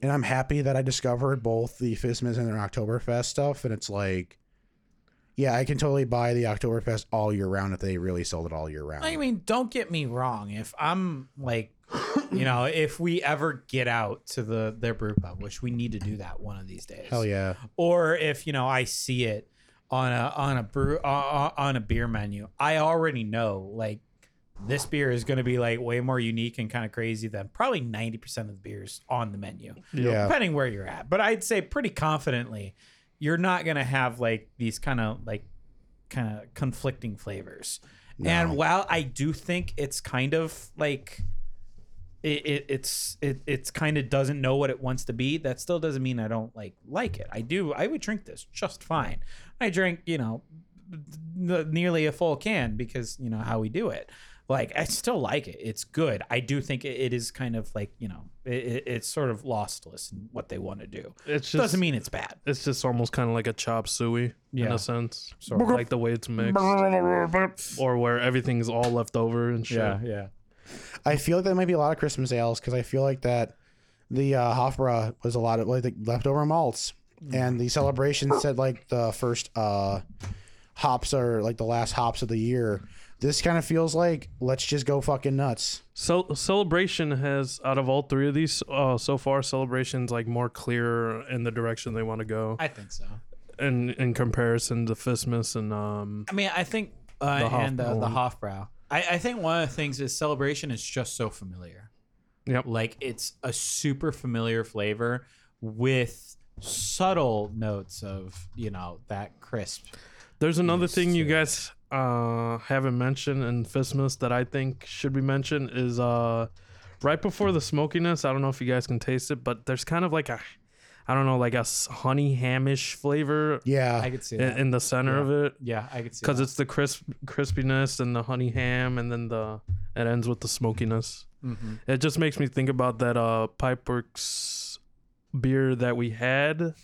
E: And I'm happy that I discovered both the Fistmas and their Oktoberfest stuff. And it's like, yeah, I can totally buy the Oktoberfest all year round if they really sold it all year round.
D: I mean, don't get me wrong. If I'm like, you know, if we ever get out to the their brew pub, which we need to do that one of these days.
E: Hell yeah.
D: or if you know I see it on a on a brew uh, on a beer menu, I already know like this beer is going to be like way more unique and kind of crazy than probably ninety percent of the beers on the menu,
E: Yeah.
D: depending where you're at. But I'd say pretty confidently, you're not going to have like these kind of like kind of conflicting flavors. And while I do think it's kind of like it, it it's it it's kind of doesn't know what it wants to be. That still doesn't mean I don't like like it. I do. I would drink this just fine. I drink you know n- nearly a full can because you know how we do it. Like I still like it. It's good. I do think it, it is kind of like you know it, it, it's sort of lostless in what they want to do.
F: It's just
D: doesn't mean it's bad.
F: it's just almost kind of like a chop suey in
D: Yeah.
F: a sense,
D: Sort of.
F: like the way it's mixed, or where everything's all left over and shit.
D: yeah.
E: I feel like that might be a lot of Christmas ales because I feel like that the uh, Hofbra was a lot of like the leftover malts, and the celebration said like the first uh, hops are like the last hops of the year. This kind of feels like let's just go fucking nuts.
F: So celebration has out of all three of these uh, so far, celebration's like more clear in the direction they want to go,
D: I think so.
F: in in comparison to Fistmas and um.
D: I mean, I think uh,
F: The
D: and uh, the
F: Hofbräu.
D: Hofbrow. I, I think one of the things is celebration is just so familiar.
F: Yep.
D: Like it's a super familiar flavor with subtle notes of you know that crisp.
F: There's another thing you guys uh, haven't mentioned in Fistmas that I think should be mentioned is uh, right before the smokiness. I don't know if you guys can taste it, but there's kind of like a, I don't know, like a s- honey hamish flavor
E: Yeah,
D: I could see
F: in,
D: that.
F: in the center of it
D: yeah, I could
F: because
D: see because
F: it's the crisp crispiness and the honey ham, and then the it ends with the smokiness.
D: Mm-hmm.
F: It just makes me think about that uh, Pipeworks beer that we had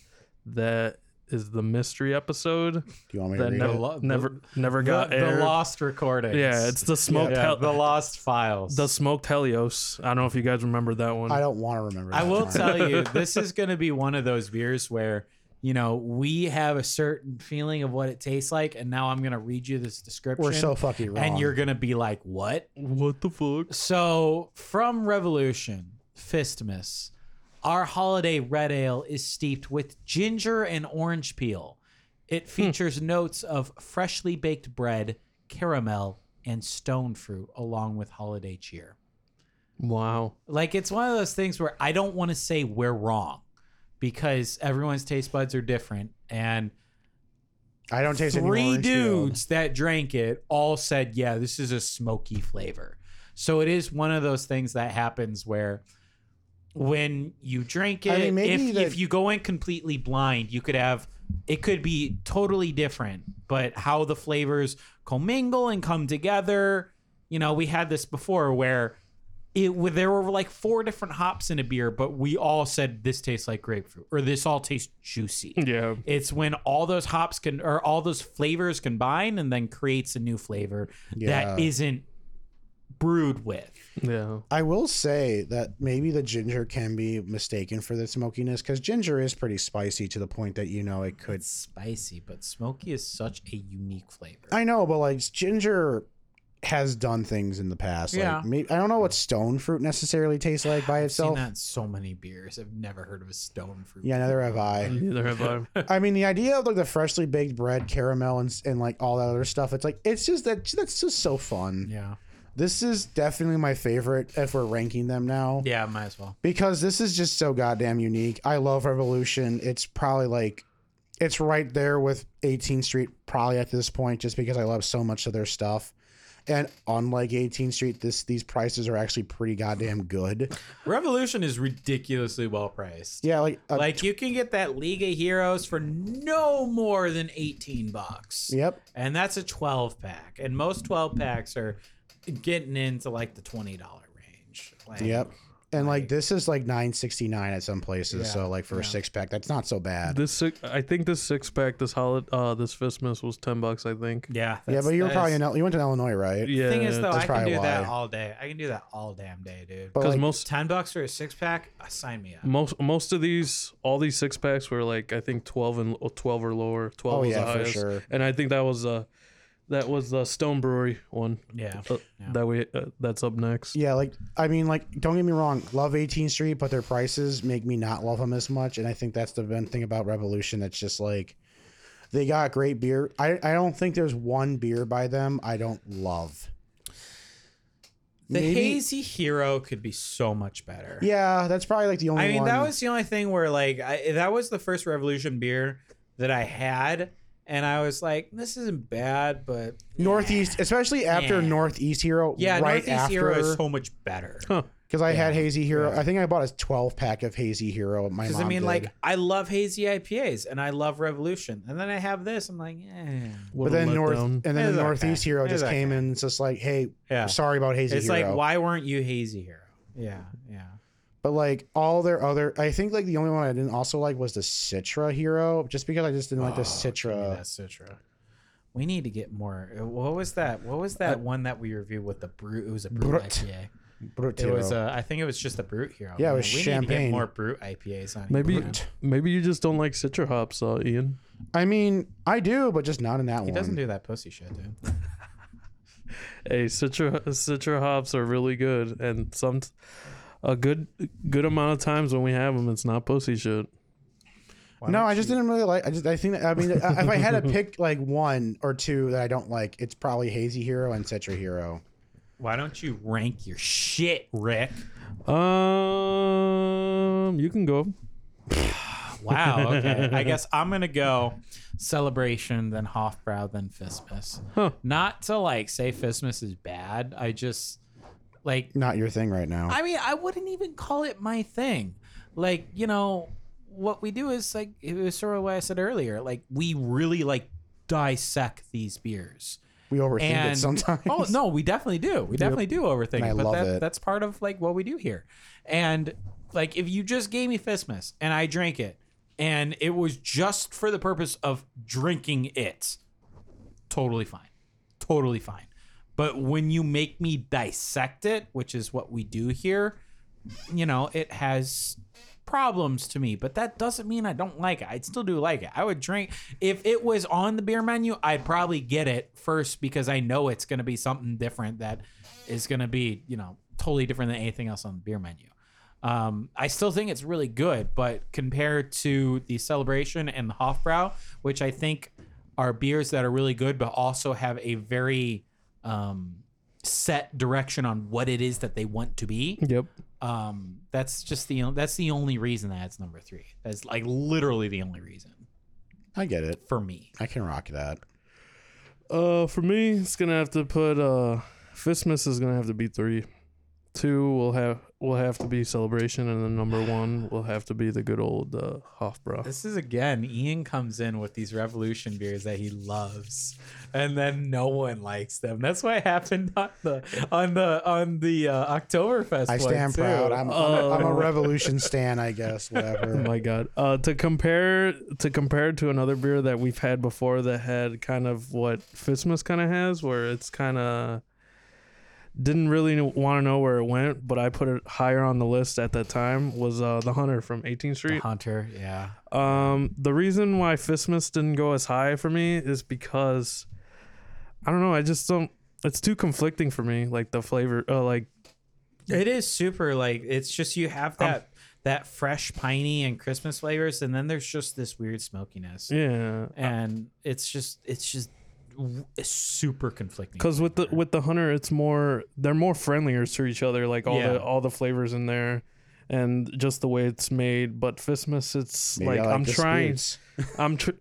F: that is the mystery episode
E: do you want me to
F: that
E: read
F: never
E: it?
D: lo- the-
F: never never
D: the,
F: got
D: the
F: aired.
D: lost recordings.
F: yeah, it's the smoked
D: Yeah,
F: hel-
D: the lost files.
F: the smoked Helios. I don't know if you guys remember that one.
E: I don't want to remember.
D: I
E: that
D: will
E: time.
D: tell you, this is going to be one of those beers where, you know, we have a certain feeling of what it tastes like. And now I'm going to read you this description.
E: We're so fucking wrong.
D: And you're going to be like, what?
F: what the fuck?
D: So from Revolution, Fistmas. Our holiday red ale is steeped with ginger and orange peel. It features notes of freshly baked bread, caramel, and stone fruit, along with holiday cheer.
F: Wow.
D: Like it's one of those things where I don't want to say we're wrong because everyone's taste buds are different and
E: I don't taste any
D: three
E: orange peel.
D: dudes that drank it all said, "Yeah, this is a smoky flavor." So it is one of those things that happens where when you drink it,
E: I mean, maybe
D: if,
E: that-
D: if you go in completely blind, you could have it could be totally different, but how the flavors commingle and come together, you know, we had this before where it where there were like four different hops in a beer, but we all said this tastes like grapefruit or this all tastes juicy.
F: Yeah.
D: It's when all those hops can or all those flavors combine and then creates a new flavor that
E: Yeah.
D: isn't brewed with.
F: Yeah.
E: I will say that maybe the ginger can be mistaken for the smokiness because ginger is pretty spicy to the point that you know it could.
D: It's spicy, but smoky is such a unique flavor.
E: I know, but like ginger has done things in the past.
D: Yeah.
E: Like, maybe, I don't know what stone fruit necessarily tastes like by
D: I've seen
E: itself.
D: that in so many beers. I've never heard of a stone fruit.
E: Yeah, neither have I.
F: Neither have I.
E: I mean, the idea of like the freshly baked bread, caramel, and, s- and like all that other stuff, it's like, it's just that that's just so fun.
D: Yeah.
E: This is definitely my favorite if we're ranking them now.
D: Yeah, might as well.
E: because this is just so goddamn unique. I love Revolution. It's probably like it's right there with 18th Street probably at this point just because I love so much of their stuff. And unlike 18th Street, this these prices are actually pretty goddamn good.
D: Revolution is ridiculously well priced.
E: Yeah, like, uh,
D: Like you can get that League of Heroes for no more than 18 bucks.
E: yep.
D: And that's a 12 pack. And most 12 packs are getting into like the $20 range. Like,
E: Yep. And like this is like 969 at some places,
D: Yeah,
E: so like for a six pack, that's not so bad.
F: This six, I think this six pack, this holiday, uh, this Fistmas was ten bucks. I think.
D: Yeah.
E: yeah,
D: that's-
E: but you were
D: that
E: probably
D: is-
E: in El- you went to Illinois, right?
F: Yeah.
D: The thing is, though,
E: that's
D: I can
E: probably
D: do that
E: why.
D: all day. I can do that all damn day, dude.
E: But Mm.
F: because
E: like,
F: most
D: 10 bucks for a six pack? Uh, Sign me up.
F: most most of these, all these six packs were like I think twelve and twelve or lower. Twelve
E: oh
F: was the
E: yeah, for
F: highest.
E: sure.
F: And I think that was uh that was the Stone Brewery one
D: Yeah.
F: uh,
D: Yeah.
F: that we uh, that's up next.
E: Yeah, like I mean, like don't get me wrong, love 18th Street, but their prices make me not love them as much, and I think that's the one thing about Revolution that's just like they got great beer. I I don't think there's one beer by them I don't love.
D: The
E: Maybe-
D: Hazy Hero could be so much better.
E: Yeah, that's probably like the only.
D: I mean,
E: one.
D: that was the only thing where like I, that was the first Revolution beer that I had, and I was like, this isn't bad, but
E: Northeast, especially after
D: Yeah.
E: Northeast Hero.
D: yeah,
E: right
D: Northeast
E: after,
D: Hero is so much better.
E: because I had Hazy Hero. I think I bought a 12 pack of Hazy Hero. My
D: Because
E: mom
D: I mean,
E: did.
D: like I love hazy IPAs and I love Revolution, and then I have this. I'm like, eh.
F: What
E: But
F: a
E: then North
F: letdown.
E: and then
D: It's
E: the
D: okay.
E: Northeast Hero
D: It's
E: just
D: okay.
E: came in. It's just like, hey,
D: Yeah.
E: sorry about Hazy
D: it's
E: Hero.
D: like, why weren't you hazy hero? Yeah, yeah.
E: But like all their other, I think like the only one I didn't also like was the Citra Hero, just because I just didn't
D: Oh,
E: like the
D: Give me
E: Citra.
D: that Citra. We need to get more. uh, What was that? What was
E: Uh,
D: that one that we reviewed with the brute? It was a brute
E: Brut.
D: IPA.
E: Brut
D: It was.
E: Hero.
D: Uh, I think it was just a brute hero.
E: Yeah, it
D: Man,
E: was
D: we Need to get
E: champagne.
D: more brute IPAs on.
F: Maybe
D: here, man.
F: maybe you just don't like citra hops, uh, Ian.
E: I mean, I do, but just not in that
D: he
E: one.
D: doesn't do that pussy shit, dude.
F: Hey, citra citra hops are really good, and some a good good amount of times when we have them, it's not pussy shit.
D: Why
E: no,
D: don't
E: I just
D: you-
E: didn't really like. I just I think that, I mean, if I had to pick like one or two that I don't like, it's probably Hazy Hero and Citra Hero.
D: Why don't you rank your shit, Rick?
F: Um, you can go.
D: Wow. Okay. I guess I'm gonna go celebration, then Hofbrau, then Fistmas.
F: Huh.
D: Not to like say Fistmas is bad. I just like.
E: Not your thing right now.
D: I mean, I wouldn't even call it my thing. Like you know, what we do is like it was sort of what I said earlier. Like we really like dissect these beers.
E: we overthink it
D: and-
E: sometimes.
D: Oh no, we definitely do. We definitely do overthink
E: And I
D: it. But that,
E: love it.
D: that's part of like what we do here. And like if you just gave me Fistmas and I drank it, and it was just for the purpose of drinking it, totally fine. Totally fine. But when you make me dissect it, which is what we do here, you know, it has problems to me, but that doesn't mean I don't like it. I still do like it. I would drink if it was on the beer menu, I'd probably get it first because I know it's going to be something different that is going to be, you know, totally different than anything else on the beer menu. Um, I still think it's really good, but compared to the Celebration and the Hofbrau, which I think are beers that are really good, but also have a very um, set direction on what it is that they want to be.
F: Yep.
D: Um, that's just the that's the only reason that it's number three. That's like literally the only reason
E: I get it.
D: for me.
E: I can rock that.
F: Uh, for me, it's gonna have to put uh, Fistmas is gonna have to be three. Two will have will have to be celebration, and then number one will have to be the good old uh, Hofbrau.
D: This is again, Ian comes in with these revolution beers that he loves, and then no one likes them. That's what happened on the on the on the uh, Oktoberfest.
E: I
D: one,
E: stand
D: too.
E: proud. I'm, I'm, a, I'm a
F: Oh.
E: revolution stan, I guess.
F: Oh
E: Whatever.
F: my god! Uh, to compare to compare to another beer that we've had before that had kind of what Fistmas kind of has, where it's kind of didn't really want to know where it went, but I put it higher on the list at that time was uh, the Hunter from 18th Street.
D: Hunter, yeah.
F: Um, the reason why Fistmas didn't go as high for me is because I don't know. I just don't. It's too conflicting for me. Like the flavor, uh, like
D: It is super like it's just you have that that fresh piney and Christmas flavors, and then there's just this weird smokiness,
F: yeah.
D: and it's just it's just w- it's super conflicting.
F: Because with the with the hunter, it's more they're more friendlier to each other. Like all
D: Yeah.
F: the all the flavors in there, and just the way it's made. But Fistmas, it's
E: Maybe
F: like,
E: I
F: I'm
E: the
F: trying.
E: spirits.
F: I'm tr-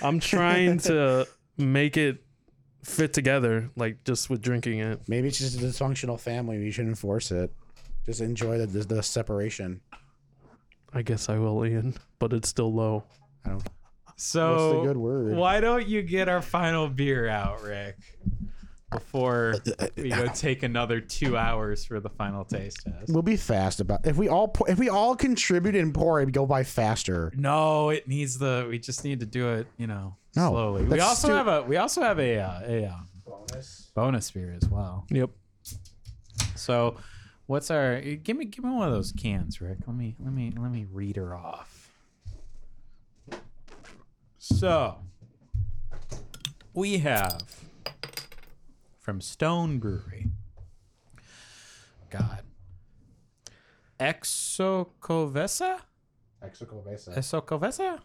F: I'm trying to make it fit together. Like just with drinking it.
E: Maybe it's just a dysfunctional family. We shouldn't force it. Just enjoy the, the, the separation.
F: I guess I will, Ian. But it's still low.
D: so
E: What's the good word?
D: Why don't you get our final beer out, Rick? Before we go take another two hours for the final taste test.
E: We'll be fast about if we all pour, if we all contribute and pour, it'd go by faster.
F: Oh,
D: No, it needs the. We just need to do it, you know,
E: No,
D: slowly. We
E: let's
D: also
E: do-
D: have a. We also have a uh, a um, bonus bonus beer as well.
F: Yep.
D: So, what's our? eh, Give me give me one of those cans, Rick. Let me let me let me read her off. So, we have from Stone Brewery. God. Exocovesa? Exocovesa?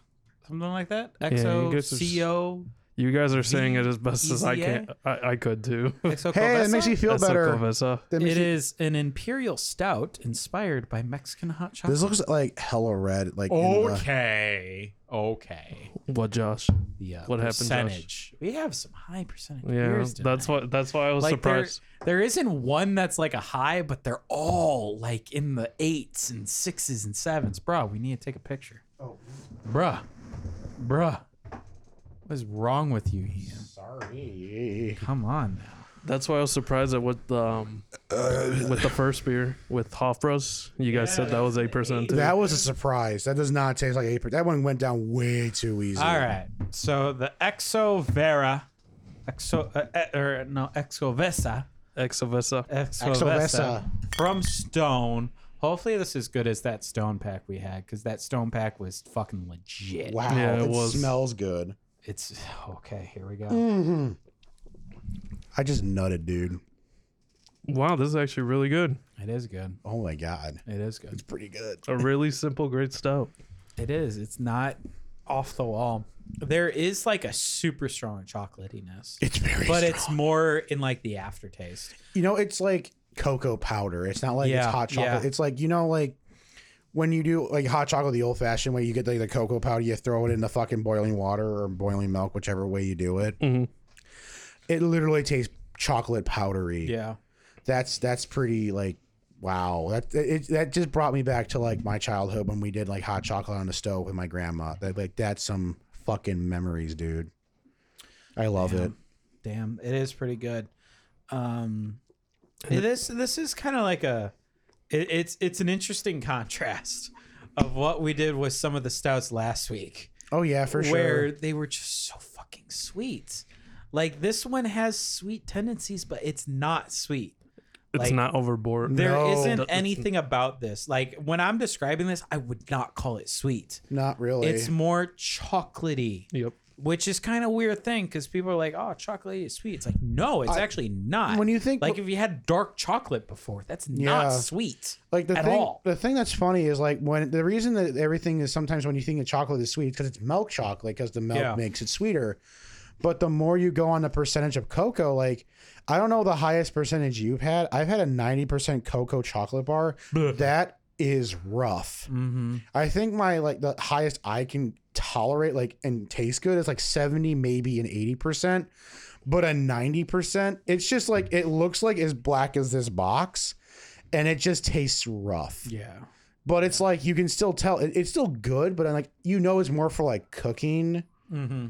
D: Something like that?
F: you guys are-
D: Exo-CO?
F: You guys are saying it as best as I can.
A: eh?
F: I, I could too.
D: Exocovesa?
E: Hey, that makes you feel
F: That's so
E: better.
F: Covesa.
E: That makes
D: It
E: you-
D: is an imperial stout inspired by Mexican hot chocolate.
E: This looks like hella red. Like in the-
D: okay, okay.
F: What, Josh?
D: The uh,
F: What happened, Josh?
D: percentage. We have some high percentage.
F: Yeah,
D: beers
F: that's
D: tonight.
F: why. That's why I was
D: Like there,
F: surprised.
D: there isn't one that's like a high, but they're all like in the eights and sixes and sevens. Bruh, we need to take a picture. Oh, bruh, bruh, what is wrong with you, Ian?
E: Sorry.
D: Come on now.
F: That's why I was surprised at what um
E: Uh,
F: with the first beer with Hofbräu's. You guys said that was eight percent.
E: That was a surprise. That does not taste like apricot. That one went down way too easy.
D: All right. So the Exo Vera, Exo uh, uh, or no Exo Vesa,
F: Exovessa.
D: Exo Vesa
E: Exovesa.
D: from Stone. Hopefully this is good as that Stone pack we had because that Stone pack was fucking legit.
E: Wow.
F: Yeah, it
E: it
F: was.
E: smells good.
D: It's okay. Here we go.
E: Mm. I just nutted, dude.
F: Wow, this is actually really good.
D: It is good.
E: Oh my god.
D: It is good.
E: It's pretty good.
F: A really simple, great stout.
D: It is. It's not off the wall. There is like a super strong chocolatiness,
E: It's very
D: but
E: strong.
D: it's more in like the aftertaste.
E: you know, it's like cocoa powder. It's not like
D: Yeah,
E: it's hot chocolate.
D: yeah.
E: It's like you know, like when you do like hot chocolate the old-fashioned way, you get like the cocoa powder, you throw it in the fucking boiling water or boiling milk, whichever way you do it.
D: Mm-hmm.
F: Mhm.
E: It literally tastes chocolate powdery.
D: Yeah.
E: that's that's pretty like wow that it, that just brought me back to like my childhood when we did like hot chocolate on the stove with my grandma that like that's some fucking memories dude i love it
D: Damn, it is pretty good. Um, this this is kind of like a it, it's it's an interesting contrast of what we did with some of the stouts last week,
E: oh yeah for
D: where
E: sure
D: they were just so fucking sweet. Like this one has sweet tendencies, but it's not sweet.
F: It's
D: Like-
F: not overboard.
D: There
E: No.
D: not anything about this. Like when I'm describing this, I would not call it sweet.
E: not really
D: It's more chocolatey
F: Yep.
D: which is kind of weird thing because people are like, "Oh, chocolate is sweet." It's like, no, it's
E: I-
D: actually not.
E: when you think-
D: like if you had dark chocolate before, that's
E: Yeah.
D: not sweet.
E: Like the
D: at
E: thing,
D: all.
E: the thing that's funny is like when the reason that everything is sometimes when you think of chocolate is sweet because it's milk chocolate because the milk
D: Yeah.
E: makes it sweeter. But the more you go on the percentage of cocoa, like I don't know the highest percentage you've had. I've had a ninety percent cocoa chocolate bar. that is rough.
D: Mm-hmm.
E: I think my like the highest I can tolerate like and taste good is like 70 maybe an 80%, but a 90%, it's just like it looks like as black as this box and it just tastes rough.
D: Yeah.
E: But it's like you can still tell it, it's still good, but I'm like you know it's more for like cooking
D: Mm-hmm.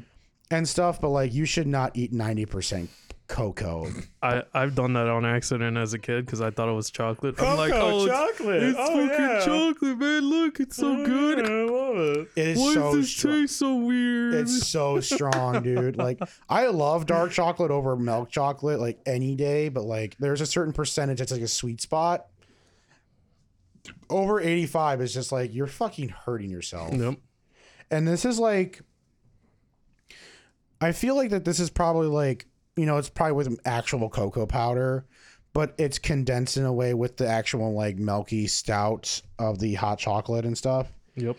E: and stuff, but like you should not eat 90% cocoa.
F: I I've done that on accident as a kid because I thought it was chocolate. I'm like, oh, it's-
A: chocolate.
F: it's,
A: oh,
F: fucking
A: yeah. Oh,
F: chocolate, man! Look, it's so good.
A: I love it.
E: It is
F: Why
E: so
F: does this
E: strong.
F: taste so weird?
E: It's so strong, dude. Like I love dark chocolate over milk chocolate like any day, but like there's a certain percentage that's like a sweet spot. Over 85 is just like you're fucking hurting yourself.
F: Nope.
E: And this is like I feel like that this is probably like, you know, it's probably with actual cocoa powder, but it's condensed in a way with the actual like milky stout of the hot chocolate and stuff
F: Yep.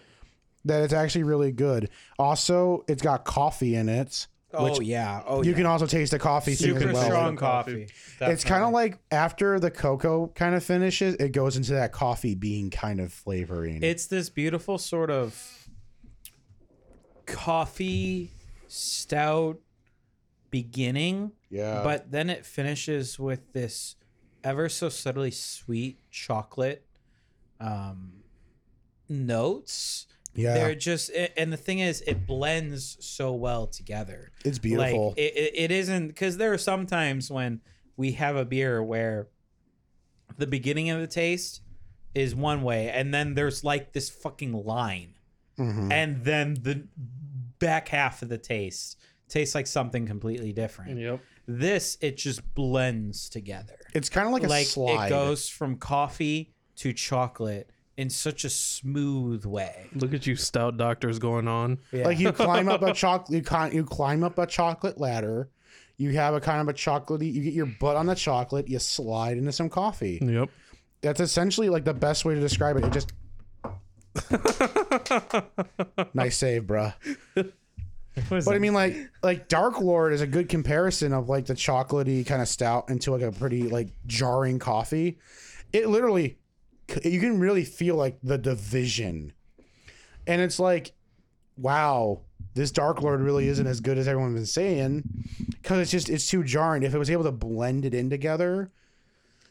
E: that it's actually really good. Also, it's got coffee in it.
D: Oh yeah. Oh
E: you can also taste the coffee thing
D: super
E: as well.
D: strong coffee.
E: It's kind of like after the cocoa kind of finishes, it goes into that coffee bean kind of flavoring.
D: it's this beautiful sort of coffee stout beginning
E: yeah,
D: but then it finishes with this ever so subtly sweet chocolate um notes
E: yeah,
D: they're just a- and the thing is it blends so well together
E: it's beautiful.
D: like it, it, it isn't because there are some times when we have a beer where the beginning of the taste is one way, and then there's like this fucking line,
E: Mhm.
D: and then the back half of the taste tastes like something completely different.
F: Yep.
D: This it just blends together.
E: It's kind of like a
D: like
E: slide.
D: it goes from coffee to chocolate in such a smooth way.
F: Look at you, stout doctors going on.
D: Yeah.
E: Like you climb up a chocolate, you, con- you climb up a chocolate ladder. You have a kind of a chocolatey. You get your butt on the chocolate. You slide into some coffee.
F: Yep.
E: That's essentially like the best way to describe it. It just nice save, bruh. But I mean, like, like Dark Lord is a good comparison of like the chocolatey kind of stout into like a pretty like jarring coffee. It literally, you can really feel like the division, and it's like, wow, this Dark Lord really isn't as good as everyone's been saying, because it's just it's too jarring. If it was able to blend it in together,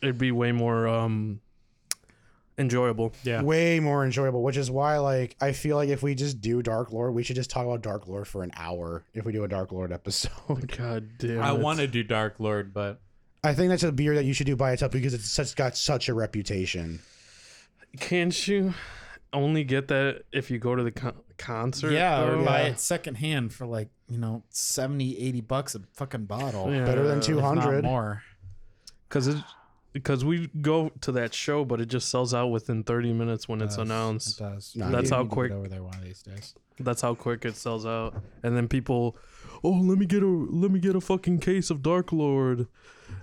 F: It'd be way more um enjoyable.
G: Yeah.
E: way more enjoyable. Which is why, like, I feel like if we just do Dark Lord, we should just talk about Dark Lord for an hour if we do a Dark Lord episode.
F: Oh, God damn.
G: I
F: it.
G: want to do Dark Lord, but
E: I think that's a beer that you should do by itself because it's such got such a reputation.
F: Can't you only get that if you go to the con- concert?
I: Yeah, or
F: though?
I: buy
E: Yeah.
I: it secondhand for like, you know, 70, 80 bucks a fucking bottle.
F: Yeah.
E: Better than
D: Uh,
F: if not
E: two hundred.
I: More.
F: Cause it's because we go to that show, but it just sells out within 30 minutes when it's announced.
I: It does.
E: Nah,
F: That's
E: dude.
F: how
I: Need to get
F: quick.
I: over there one of these days.
F: That's how quick it sells out. And then people, oh, let me get a let me get a fucking case of Dark Lord,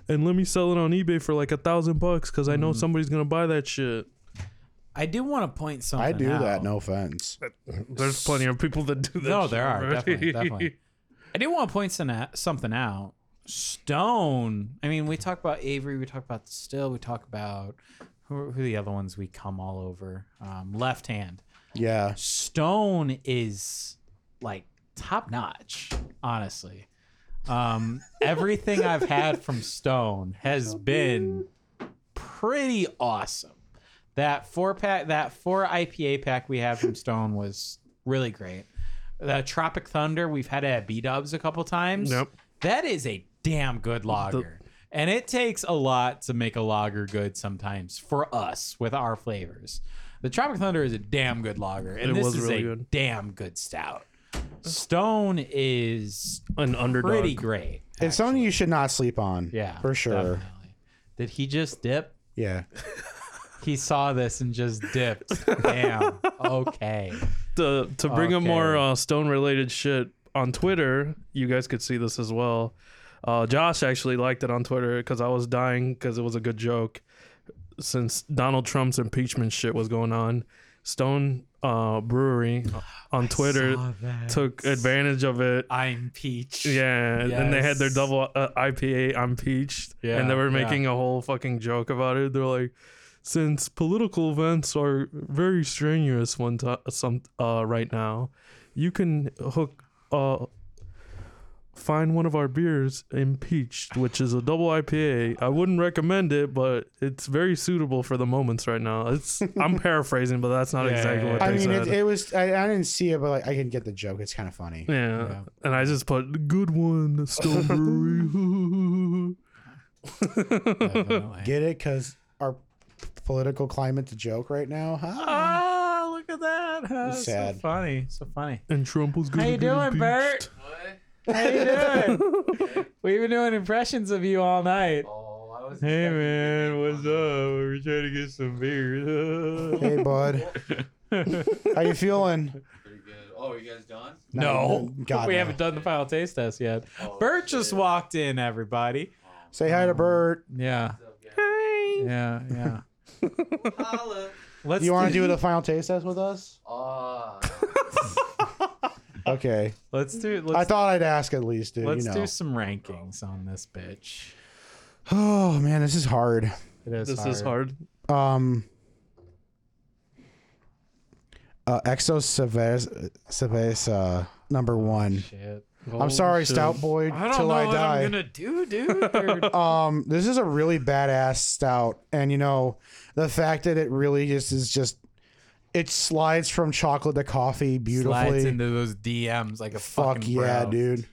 F: and let me sell it on eBay for like a thousand bucks because I
D: Mm.
F: know somebody's gonna buy that shit.
D: I do want to point something.
E: I do
D: out.
E: that. No offense.
F: There's plenty of people that do that.
D: No,
F: shit
D: there are,
F: already.
D: definitely, definitely. I do want to point some out, something out. Stone. I mean, we talk about Avery, we talk about Still, we talk about who, are- who are the other ones we come all over. Um, left hand.
E: Yeah,
D: Stone is like top notch, honestly. Um, everything I've had from Stone has been pretty awesome. That four pack, that four IPA pack we had from Stone was really great. The Tropic Thunder we've had at B Dubs a couple times.
F: Yep.
D: That is a damn good lager. and it takes a lot to make a lager good sometimes for us with our flavors. The Tropic Thunder is a damn good lager. And
F: It
D: this
F: was
D: is
F: really
D: a
F: good.
D: damn good stout. Stone is
F: An underdog.
D: pretty great.
E: it's something you should not sleep on.
D: Yeah.
E: for sure.
D: definitely. Did he just dip?
E: Yeah,
D: He saw this and just dipped. Damn. Okay.
F: to to bring up
D: Okay.
F: more uh, stone related shit. on Twitter, you guys could see this as well. Uh, Josh actually liked it on Twitter because I was dying because it was a good joke. Since Donald Trump's impeachment shit was going on, Stone uh, Brewery on Twitter took advantage of it.
D: I'm Peach.
F: Yeah, and they had their
D: Yes.
F: double uh, IPA on peach,
D: Yeah,
F: and they were
D: yeah.
F: making a whole fucking joke about it. They're like, since political events are very strenuous one to- some uh right now, you can hook uh find one of our beers impeached, which is a double IPA. I wouldn't recommend it, but it's very suitable for the moments right now. It's I'm paraphrasing, but that's not
D: Yeah,
F: exactly
D: yeah,
F: what
D: yeah.
E: I
F: they
E: mean,
F: said.
E: it, it was. I, I didn't see it, but like, I can get the joke. It's kind of funny.
F: yeah.
D: Yeah.
F: and I just put good one Stone Brewery.
D: Definitely.
E: Get it? Because our political climate's a joke right now, huh?
D: Ah, look at that. Huh?
E: It's
D: So
E: sad.
D: funny. So funny.
F: And Trump was good.
D: How you doing, Bert? How you doing? We've been doing impressions of you all night.
I: Oh, I was.
G: Hey man, what's up? We're trying to get some beer.
E: hey, bud. How you feeling?
I: Pretty good. Oh, are you guys done?
D: No,
E: God,
D: we
E: no.
D: haven't done the final taste test yet.
E: Oh,
D: Bert just walked in, everybody.
E: Say hi to Bert.
D: Yeah, yeah, yeah.
I: Holla.
D: Let's.
E: You want to do the final taste test with us?
I: Ah.
E: Okay.
D: Let's do.
E: I
D: Let's,
E: thought I'd ask at least, dude.
D: let's
E: you know.
D: do some rankings on this bitch.
E: Oh man, this is hard.
D: It is
F: This is hard.
E: Um. Uh, Exo Cerveza, Cerveza number one.
D: Shit.
E: I'm sorry, Stout Boy,
D: I don't
E: till
D: know
E: I
D: what
E: die.
D: I'm gonna do, dude. Or-
E: um this is a really badass stout and you know the fact that it really just is just it slides from chocolate to coffee
D: Slides
E: beautifully
D: into those DMs like a
E: fuck
D: fucking
E: yeah
D: bro.
E: dude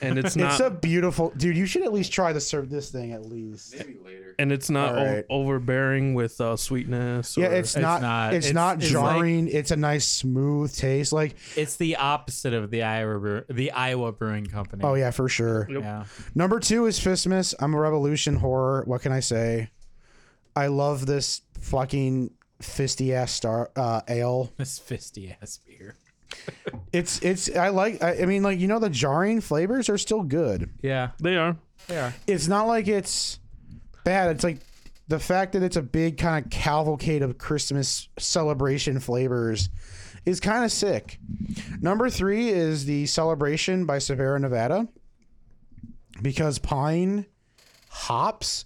F: And it's not
E: it's a beautiful dude you should at least try to serve this thing at least
I: Maybe later.
F: and it's not
E: All
F: o-
E: right.
F: overbearing with uh, sweetness.
E: yeah
F: or-
E: it's, not,
D: not-
E: it's,
D: it's-
E: not
D: it's like-
E: jarring it's a nice smooth taste like
D: It's the opposite of the Iowa Brew- the Iowa Brewing Company.
E: oh yeah for sure
D: yeah.
E: number two is fistmas i'm a revolution horror what can i say i love this fucking fisty ass star uh ale
D: This fisty ass beer.
E: It's it's I like I, I mean like you know the jarring flavors are still good.
D: Yeah,
F: they are.
D: they are.
E: It's not like it's bad. It's like the fact that it's a big kind of cavalcade of Christmas celebration flavors is kind of sick. Number 3 is the Celebration by Sierra Nevada because pine hops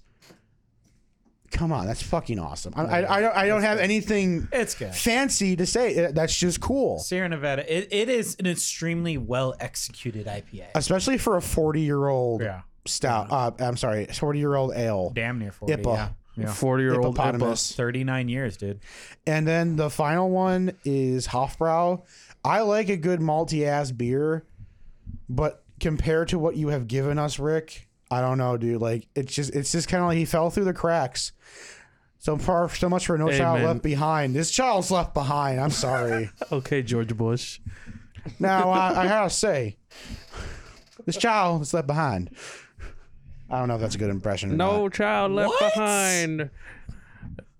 E: Come on, that's fucking awesome. I, I, I don't, I don't have anything
D: It's good.
E: fancy to say. Uh, That's just cool.
D: Sierra Nevada. It, it is an extremely well executed IPA.
E: especially for a 40 year old
D: Yeah.
E: stout uh, i'm sorry 40 year old ale
D: Damn near forty.
E: Ipa.
D: Yeah. yeah.
F: Forty-year-old
E: hippopotamus
D: Thirty nine years, dude.
E: and then the final one is hofbrau i like a good malty ass beer but compared to what you have given us rick i don't know dude like it's just it's just kind of like he fell through the cracks so far so much for no child
F: Amen.
E: left behind this child's left behind i'm sorry
F: Okay, George Bush.
E: now I, I gotta say this child is left behind i don't know if that's a good impression or not.
F: No child left behind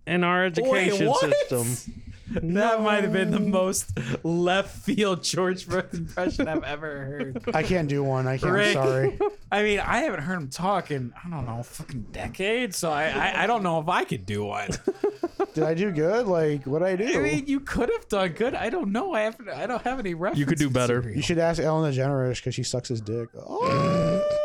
F: in our education system.
D: That might have been the most left field George Brooks impression I've ever heard.
E: I can't do one. I can't.
D: Rick.
E: I'm sorry.
D: I mean, I haven't heard him talk in I don't know, fucking decades. So I, I, I don't know if I could do one.
E: Did I do good? Like, what I do?
D: I mean, you could have done good. I don't know. I have I don't have any reference.
F: You could do better.
E: you should ask Ellen DeGeneres because she sucks his dick. Oh, okay.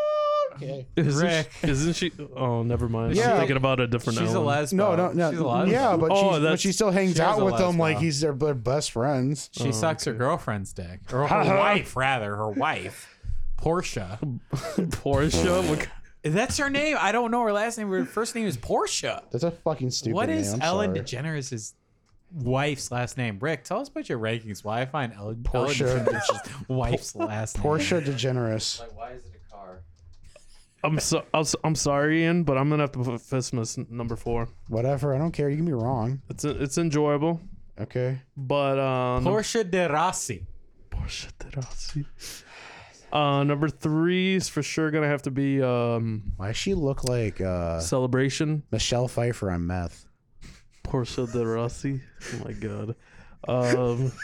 F: Isn't
D: Rick.
F: She, isn't she? Oh, never mind.
E: Yeah.
F: I'm thinking about a different.
D: She's a
F: Ellen.
D: lesbian.
E: No, no, no.
D: She's a lesbian.
E: yeah, but,
F: Oh,
E: she's, but
F: that's-
E: she still hangs
D: she is
E: out
D: a
E: with them like
D: lesbian.
E: he's their, their best friends.
D: She
F: Oh,
D: sucks her girlfriend's dick. Or her wife, rather. Her wife. Portia.
F: Portia. What-
D: That's her name. I don't know her last name, but her first name is Portia.
E: That's a fucking stupid
D: What
E: name.
D: is
E: I'm
D: Ellen
E: sorry.
D: DeGeneres' wife's last name? Rick, tell us about your rankings. Why I find Ellen,
E: Portia.
D: Ellen DeGeneres' wife's last name.
E: Portia DeGeneres.
I: Like, why is it a car?
F: I'm so I'm, so- I'm sorry, Ian, but I'm gonna have to put Fismus number four.
E: Whatever. I don't care. You can be wrong.
F: It's it's enjoyable,
E: Okay.
F: but um,
D: Portia de Rossi.
F: Porsche Terrassi. Uh, number three is for sure gonna have to be um
E: Why does she look like uh,
F: celebration.
E: Michelle Pfeiffer on meth?
F: Porsche Terrassi. Oh my god. Um,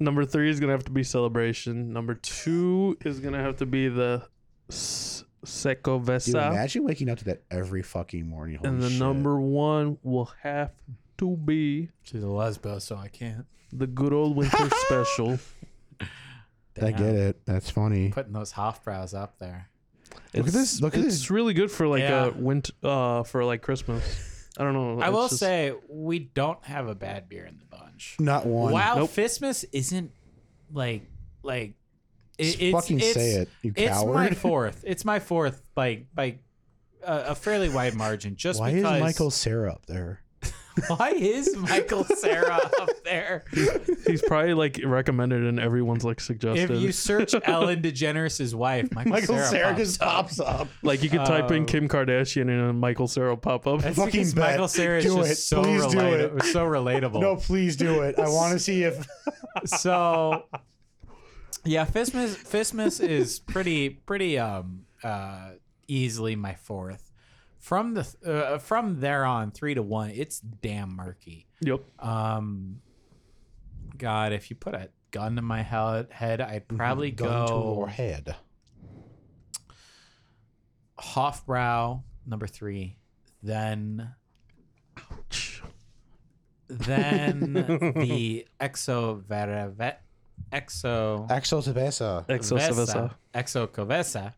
F: Number three is gonna have to be celebration. Number two is gonna have to be the S- Seco
E: Dude,
F: Vesa,
E: imagine waking up to that every fucking morning. Holy
F: and the
E: shit.
F: number one will have to be
D: She's a lesbo, so I can't.
F: the good old winter special.
E: I get it. That's funny.
D: Putting those Hofbrows up there.
E: Look at this- look at
F: it's
E: this-
F: really good for like
D: Yeah.
F: a winter uh for like Christmas. I don't know.
D: I
F: it's
D: will
F: just-
D: say we don't have a bad beer in the bunch.
E: Not one.
D: Wow,
F: Nope.
D: Fistmas isn't like like
E: Just
D: it, it's,
E: fucking
D: it's,
E: say it, you
D: it's
E: coward.
D: my fourth. It's my fourth by by a, a fairly wide margin. Just
E: Why is
D: because,
E: Michael Sarah up there?
D: Why is Michael Sarah up there?
F: he's probably like recommended and everyone's like
D: If
F: suggested.
D: you search Ellen DeGeneres' wife, Michael,
E: Michael
D: Sarah,
E: Sarah
D: pops
E: just
D: up.
E: pops up.
F: like you could type in
D: Um,
F: Kim Kardashian and then Michael Sarah will pop up.
D: That's
E: Fucking
D: because
E: bet.
D: Michael Sarah is
E: Do
D: just
E: it.
D: so
E: Please do
D: relatable.
E: it.
D: was so relatable.
E: No, please do it. I want to see if
D: so yeah Fistmas, Fistmas is pretty pretty um uh easily my fourth from the uh, from there on three to one it's damn murky
F: Yep.
D: um god if you put a gun to my he- head i'd probably
E: Mm-hmm. gun to
D: go
E: your head.
D: Hofbrow number three, then then the Exo Veravet Exo
E: Axel Tabessa.
F: Exo Cerveza.
D: Exo Covesa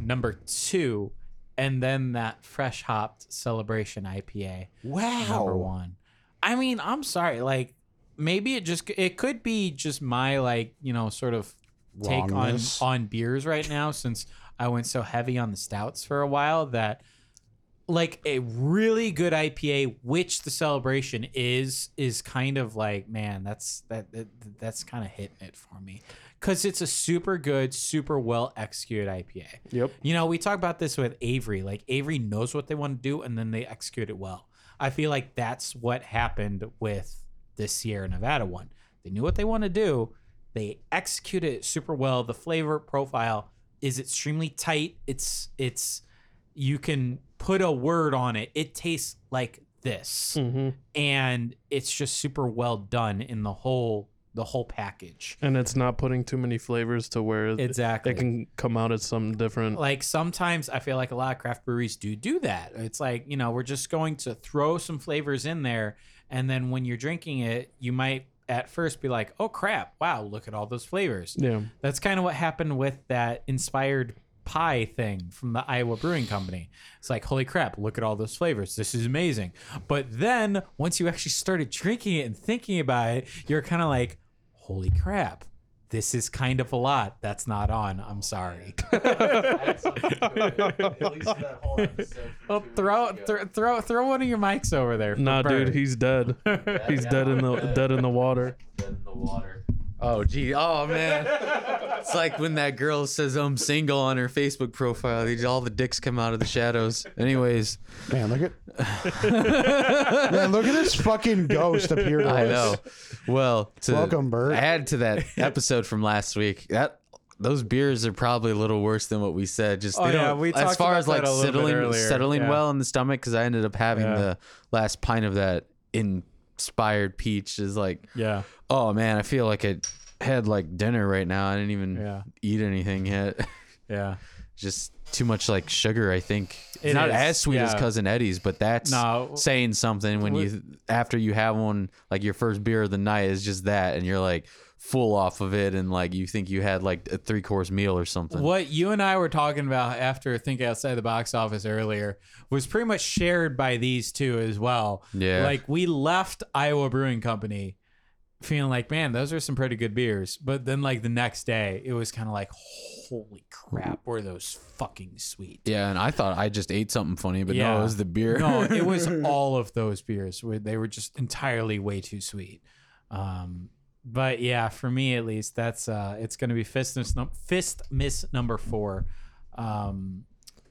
D: number two, and then that fresh hopped celebration IPA number
E: Wow.
D: one. I mean, I'm sorry, like maybe it just it could be just my like you know sort of take on
E: Wrongness.
D: on beers right now since I went so heavy on the stouts for a while that like a really good IPA, which the celebration is, is kind of like man, that's that, that that's kind of hitting it for me because it's a super good, super well executed IPA.
F: Yep.
D: You know, we talk about this with Avery. Like Avery knows what they want to do, and then they execute it well. I feel like that's what happened with this Sierra Nevada one. They knew what they want to do. They executed it super well. The flavor profile is extremely tight. It's it's you can put a word on it. It tastes like this,
F: hmm
D: and it's just super well done in the whole the whole package.
F: And it's not putting too many flavors to where it-
D: Exactly.
F: it can come out as something different.
D: like sometimes I feel like a lot of craft breweries do do that. It's like you know we're just going to throw some flavors in there, and then when you're drinking it, you might at first be like, "Oh crap! Wow, look at all those flavors."
F: Yeah.
D: That's kind of what happened with that inspired pie thing from the Iowa Brewing Company. It's like, holy crap, look at all those flavors. This is amazing. But then once you actually started drinking it and thinking about it, you're kind of like, holy crap, this is kind of a lot. That's not on. I'm sorry. Well, throw, throw, throw, throw one of your mics over there. for
F: Nah, dude,
D: Bird.
F: he's dead. he's dead in the dead in the water.
I: in the water. Oh gee, oh man! It's like when that girl says I'm single on her Facebook profile. They- All the dicks come out of the shadows. Anyways,
E: Man, look at Man, look at this fucking ghost appear to
I: I
E: us.
I: know. oh, Well, to
E: Welcome, Bert.
I: add to that episode from last week, that those beers are probably a little worse than what we said. Just
D: Oh,
I: they don't,
D: yeah, we
I: as
D: talked
I: far
D: about
I: as like
D: that a little bit
I: settling
D: earlier,
I: settling
D: yeah.
I: well in the stomach because I ended up having
D: Yeah.
I: the last pint of that inspired peach is like,
D: Yeah.
I: oh man, I feel like I had like dinner right now. I didn't even
D: Yeah.
I: eat anything yet.
D: Yeah.
I: just too much like sugar. I think it's
D: It
I: not
D: is,
I: as sweet as
D: yeah.
I: Cousin Eddie's, but that's
D: No.
I: saying something when you after you have one like your first beer of the night is just that, and you're like full off of it, and like you think you had like a three course meal or something.
D: What you and I were talking about after Think Outside the Box Office earlier was pretty much shared by these two as well.
I: Yeah.
D: Like we left Iowa Brewing Company feeling like, man, those are some pretty good beers. But then like the next day, it was kind of like, holy crap, were those fucking sweet.
I: Yeah, and I thought I just ate something funny, but no,
D: Yeah.
I: it was the beer.
D: No, it was all of those beers. where They were just entirely way too sweet. Um, but yeah, for me at least, that's uh, it's going to be fist miss, num- fist miss number four, um,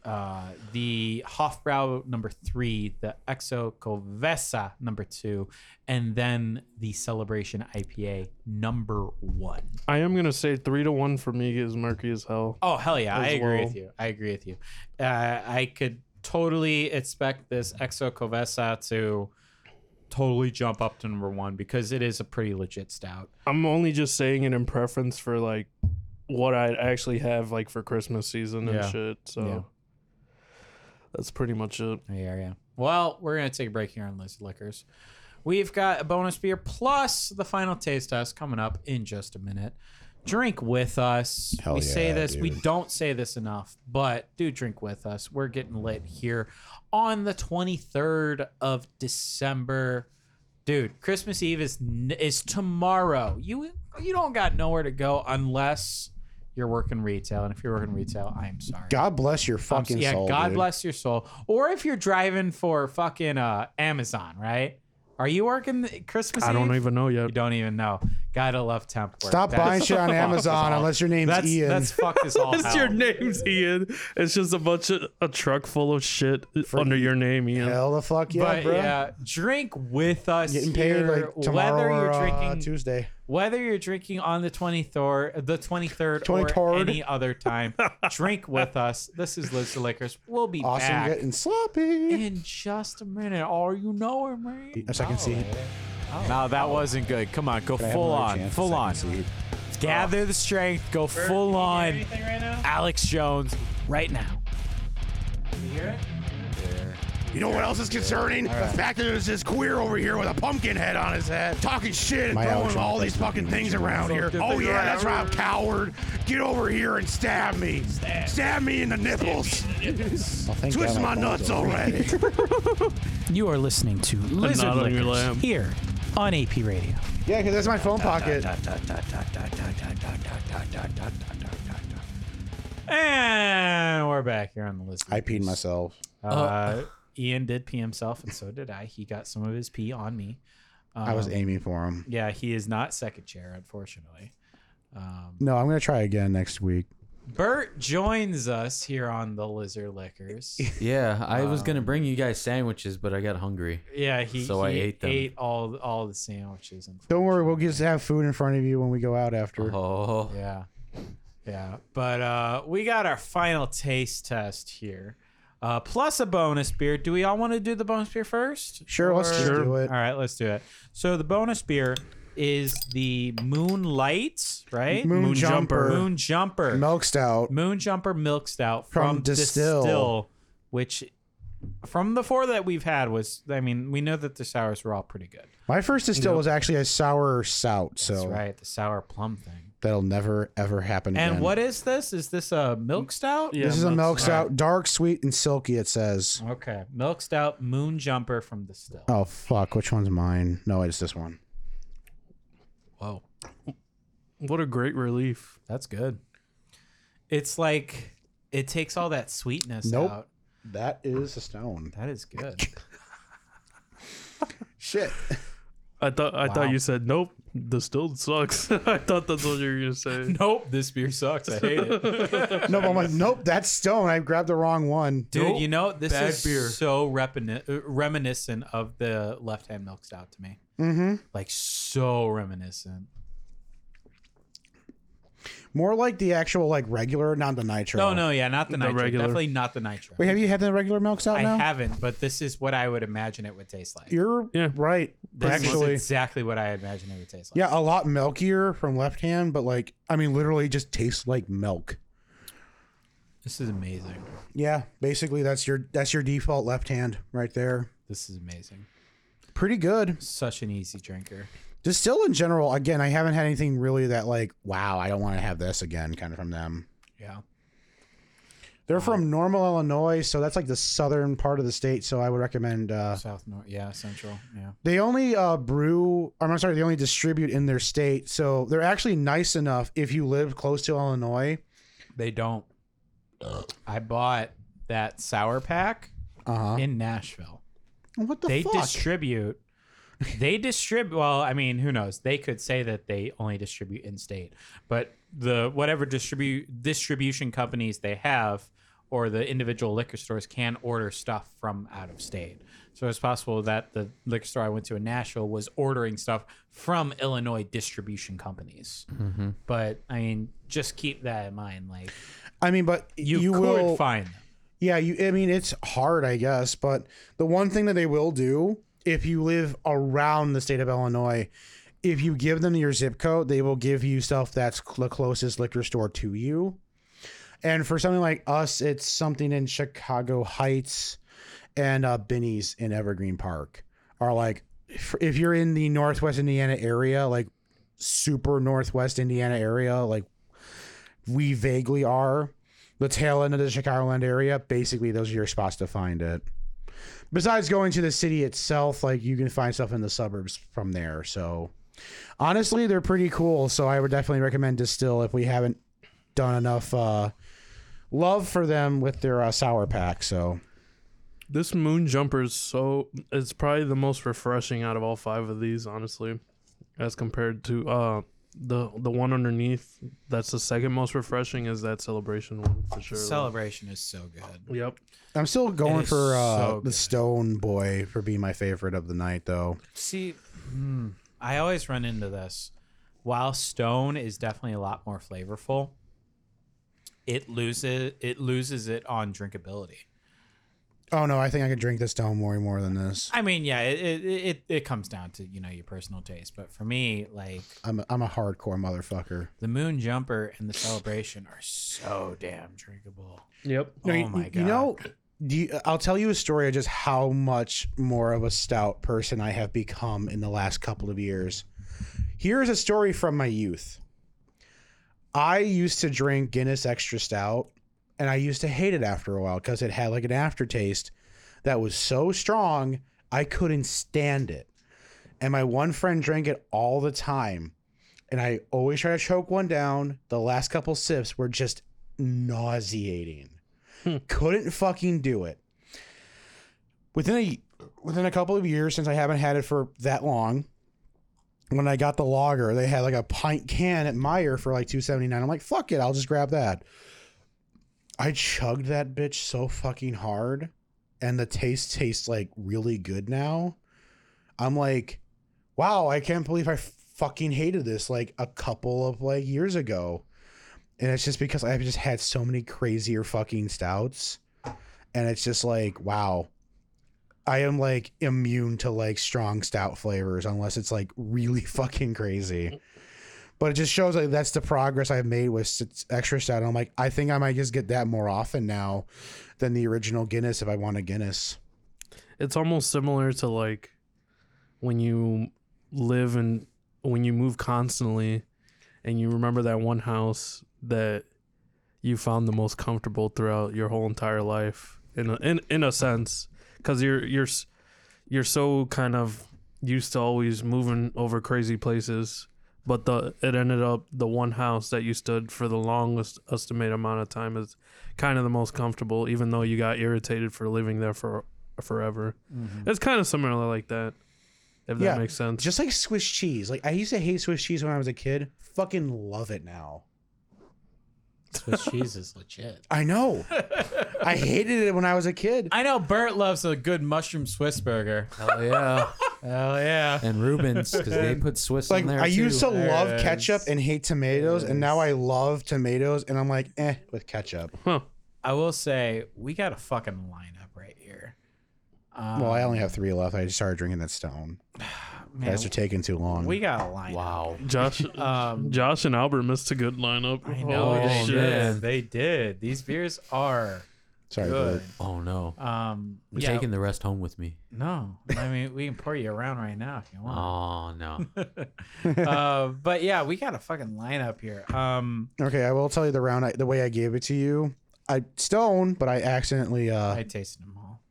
D: uh, the Hofbrau number three, the Exo Covesa number two, and then the Celebration IPA number one.
F: I am gonna say three to one for me is murky as hell.
D: Oh hell yeah, I
F: as
D: agree with
F: well.
D: you. I agree with you. Uh, I could totally expect this Exo Covesa to totally jump up to number one because it is a pretty legit stout.
F: I'm only just saying it in preference for like what I actually have like for Christmas season and
D: Yeah.
F: shit. So
D: Yeah.
F: that's pretty much it.
D: Yeah, yeah. Well, we're gonna take a break here on Lazy Liquors. We've got a bonus beer plus the final taste test coming up in just a minute. Drink with us.
K: Hell
D: we say
K: yeah,
D: this, we
K: dude.
D: don't say this enough, but do drink with us. We're getting lit here on the 23rd of December. Dude, Christmas Eve is n- is tomorrow. You you don't got nowhere to go unless you're working retail, and if you're working retail, I'm sorry.
E: God bless your
D: Um,
E: fucking
D: yeah,
E: soul.
D: God
E: dude.
D: bless your soul. Or if you're driving for fucking uh, Amazon, right? Are you working the- Christmas?
F: I don't
D: Eve?
F: even know yet.
D: You don't even know. Gotta love temp work.
E: Stop
D: That's-
E: buying shit on
D: fuck
E: Amazon
D: this all-
E: unless your name's
D: that's,
E: Ian.
D: That's fuck this all.
F: What's
D: out.
F: your name's Ian? It's just a bunch of a truck full of shit under your name, Ian.
E: Hell the fuck yeah,
D: but
E: bro.
D: yeah, drink with us
E: Getting paid
D: here,
E: like tomorrow
D: whether
E: or
D: you're
E: uh,
D: drinking
E: Tuesday.
D: whether you're drinking on the 23rd, the 23rd, or
E: 23rd.
D: any other time. drink with us. This is Liz the Liquors. We'll be
E: Awesome,
D: back
E: getting sloppy.
D: in just a minute. Are you know him, man?
E: Yes, I can see.
D: No, that wasn't good. Come on, go
K: I have
D: full
K: another
D: on,
K: chance
D: full
K: to
D: on.
K: second seed.
D: Gather the strength. Go full on. Alex Jones, right now.
K: You know what else is concerning? The fact that there's this queer over here with a pumpkin head on his head, talking shit and
E: My allergy
K: throwing all these
E: replacement
K: fucking
E: is
K: things
E: usually
K: around here. Oh yeah, that's right, I'm coward. Get over here and stab me. Stab, me in the nipples.
E: Well, thank
K: Twist
E: God
K: my nuts
E: balls are-
K: already.
J: You are listening to
F: Lizard on your Lickers lamp.
J: here on AP Radio.
E: Yeah, because that's my phone pocket.
D: And we're back here on the list.
E: I peed myself.
D: Uh, Ian did pee himself, and so did I. He got some of his pee on me.
E: I was
D: Um,
E: aiming for him.
D: Yeah, he is not second chair, unfortunately. Um,
E: No, I'm gonna try again next week.
D: Bert joins us here on the Lizard Liquors.
I: Yeah, I was gonna
D: Um,
I: bring you guys sandwiches, but I got hungry.
D: Yeah, he,
I: So I
D: he
I: ate them.
D: all all the sandwiches. And
E: Don't worry, we'll just have food in front of you when we go out after.
K: Uh-huh.
I: Oh,
D: Yeah. Yeah. But uh we got our final taste test here. Uh plus a bonus beer. Do we all want to do the bonus beer first?
E: Sure, let's just
D: Or-
E: do it.
D: All right, let's do it. So the bonus beer is the Moonlight, right?
E: Moon Jumper.
D: Moon Jumper.
E: Milk stout.
D: Moon Jumper Milk Stout
E: From
D: from,
E: Distill.
D: Distill. which from the four that we've had was I mean, we know that the sours were all pretty good.
E: My first distill was actually a sour sout, so
D: That's right, the sour plum thing.
E: that'll never ever happen again.
D: And what is this? Is this a milk stout?
F: Yeah,
E: This is a
F: that's-
E: milk stout, dark, sweet, and silky. It says.
D: Okay. Milk Stout Moon Jumper from Distill.
E: Oh fuck! Which one's mine? No, it's this one.
D: Whoa.
F: What a great relief.
D: That's good. It's like it takes all that sweetness
E: Nope.
D: out.
E: That is a stone.
D: That is good.
E: Shit.
F: I thought I
D: Wow.
F: thought you said nope. Distilled sucks. I thought that's what you were gonna say.
D: nope. This beer sucks. I hate it.
E: No, but I'm like, nope, that's stone. I grabbed the wrong one.
D: Dude,
I: Nope.
D: you know, this
I: Bad
D: is
I: beer.
D: so repini- uh, reminiscent of the left hand milk stout to me.
E: Mm-hmm.
D: Like, so reminiscent.
E: More like the actual, like regular, not the nitro.
D: No, no, yeah, not the,
F: The
D: nitro.
F: regular.
D: Definitely not the nitro.
E: Wait, have you had the regular milk stout
D: I
E: now?
D: haven't, but this is what I would imagine it would taste like.
E: You're
F: Yeah.
E: right.
D: This is
E: actually,
D: exactly what I imagine it would taste like.
E: yeah, a lot milkier from left hand, but like, I mean, literally just tastes like milk.
D: This is amazing.
E: Yeah, basically that's your that's your default left hand right there.
D: This is amazing.
E: Pretty good.
D: Such an easy drinker.
E: Distill in general. Again, I haven't had anything really that like, wow, I don't want to have this again. Kind of from them.
D: Yeah.
E: They're
D: Uh-huh.
E: from Normal, Illinois, so that's like the southern part of the state. So I would recommend. Uh,
D: South North. Yeah. Central. Yeah.
E: they only uh, brew, or I'm sorry, they only distribute in their state. So they're actually nice enough if you live close to Illinois.
D: They don't. I bought that sour pack
E: Uh
D: in Nashville.
E: huh. What the
D: they
E: fuck?
D: distribute. They distribute. Well, I mean, who knows? They could say that they only distribute in state, but the whatever distribute distribution companies they have or the individual liquor stores can order stuff from out of state. So it's possible that the liquor store I went to in Nashville was ordering stuff from Illinois distribution companies.
E: Mm-hmm.
D: But I mean, just keep that in mind. Like
E: I mean, but
D: you,
E: you,
D: could
E: will.
D: find them.
E: Yeah, you. I mean, it's hard, I guess, but the one thing that they will do if you live around the state of Illinois, if you give them your zip code, they will give you stuff that's cl- the closest liquor store to you. And for something like us, it's something in Chicago Heights and uh, Benny's in Evergreen Park are like, if, if you're in the Northwest Indiana area, like super Northwest Indiana area, like we vaguely are, the tail end of the Chicagoland area, basically those are your spots to find it. Besides going to the city itself, like you can find stuff in the suburbs from there. So honestly, they're pretty cool. So I would definitely recommend Distill if we haven't done enough uh, love for them with their uh, sour pack. So
F: This moon jumper is so it's probably the most refreshing out of all five of these, honestly. As compared to uh the the one underneath that's the second most refreshing is that celebration one for sure.
D: Celebration is so good.
F: Yep.
E: I'm still
D: It
E: going
D: is
E: for uh,
D: so
E: the Stone Boy for being my favorite of the night, though.
D: See, hmm, I always run into this. While stone is definitely a lot more flavorful, it loses it loses it on drinkability.
E: Oh no, I think I could drink this Stone Boy more than this.
D: I mean, yeah, it it, it it comes down to you know your personal taste, but for me, like
E: I'm a, I'm a hardcore motherfucker.
D: the moon jumper and the celebration are so damn drinkable.
F: Yep.
E: No,
D: oh
E: you-
D: my god!
E: You know, do you, I'll tell you a story of just how much more of a stout person I have become in the last couple of years. Here's a story from my youth. I used to drink Guinness Extra Stout, and I used to hate it after a while because it had like an aftertaste that was so strong I couldn't stand it. And my one friend drank it all the time, and I always try to choke one down. The last couple sips were just nauseating couldn't fucking do it. Within a within a couple of years, since I haven't had it for that long, when I got the lager, they had like a pint can at Meyer for like two seventy nine. I'm like, fuck it, I'll just grab that. I chugged that bitch so fucking hard, and the taste tastes like really good now. I'm like, wow, I can't believe I fucking hated this like a couple of like years ago and it's just because I've just had so many crazier fucking stouts, and it's just like wow, I am like immune to like strong stout flavors unless it's like really fucking crazy. But it just shows like that's the progress I've made with s- extra stout. I'm like, I think I might just get that more often now than the original Guinness if I want a Guinness.
F: it's almost similar to like when you live and when you move constantly and you remember that one house that you found the most comfortable throughout your whole entire life in a, in, in a sense cuz you're you're s- you're so kind of used to always moving over crazy places but the it ended up the one house that you stood for the longest estimated amount of time is kind of the most comfortable even though you got irritated for living there for forever it's kind of similar like that if that makes sense
E: Just like Swiss cheese. Like I used to hate Swiss cheese when I was a kid. Fucking love it now.
D: Swiss cheese is legit.
E: I know. I hated it when I was a kid.
D: I know Bert loves a good mushroom Swiss burger. Hell yeah! Hell yeah!
I: And Rubens, because they put Swiss
E: like
I: in there
E: I
I: too.
E: used to
D: There
E: love
D: it
E: ketchup and hate tomatoes, and now I love tomatoes, and I'm like, eh, with ketchup.
D: I will say we got a fucking lineup right here. Um,
E: well, I only have three left. I just started drinking that stone.
D: man,
E: That's are taking too long.
D: we got a lineup.
I: Wow.
F: josh
D: Um,
F: josh and albert missed a good lineup
D: I know
F: Holy
D: they
F: shit.
D: did. They did. These beers are
E: Sorry,
D: good.
I: Oh no.
D: Um,
I: I'm
D: yeah,
I: taking the rest home with me.
D: no, I mean we can pour you around right now if you want.
I: Oh no.
D: uh, but yeah, we got a fucking lineup here. Um,
E: Bert. Okay, I will tell you the round. I, the way I gave it to you, I stone, but I accidentally uh
D: I tasted them all.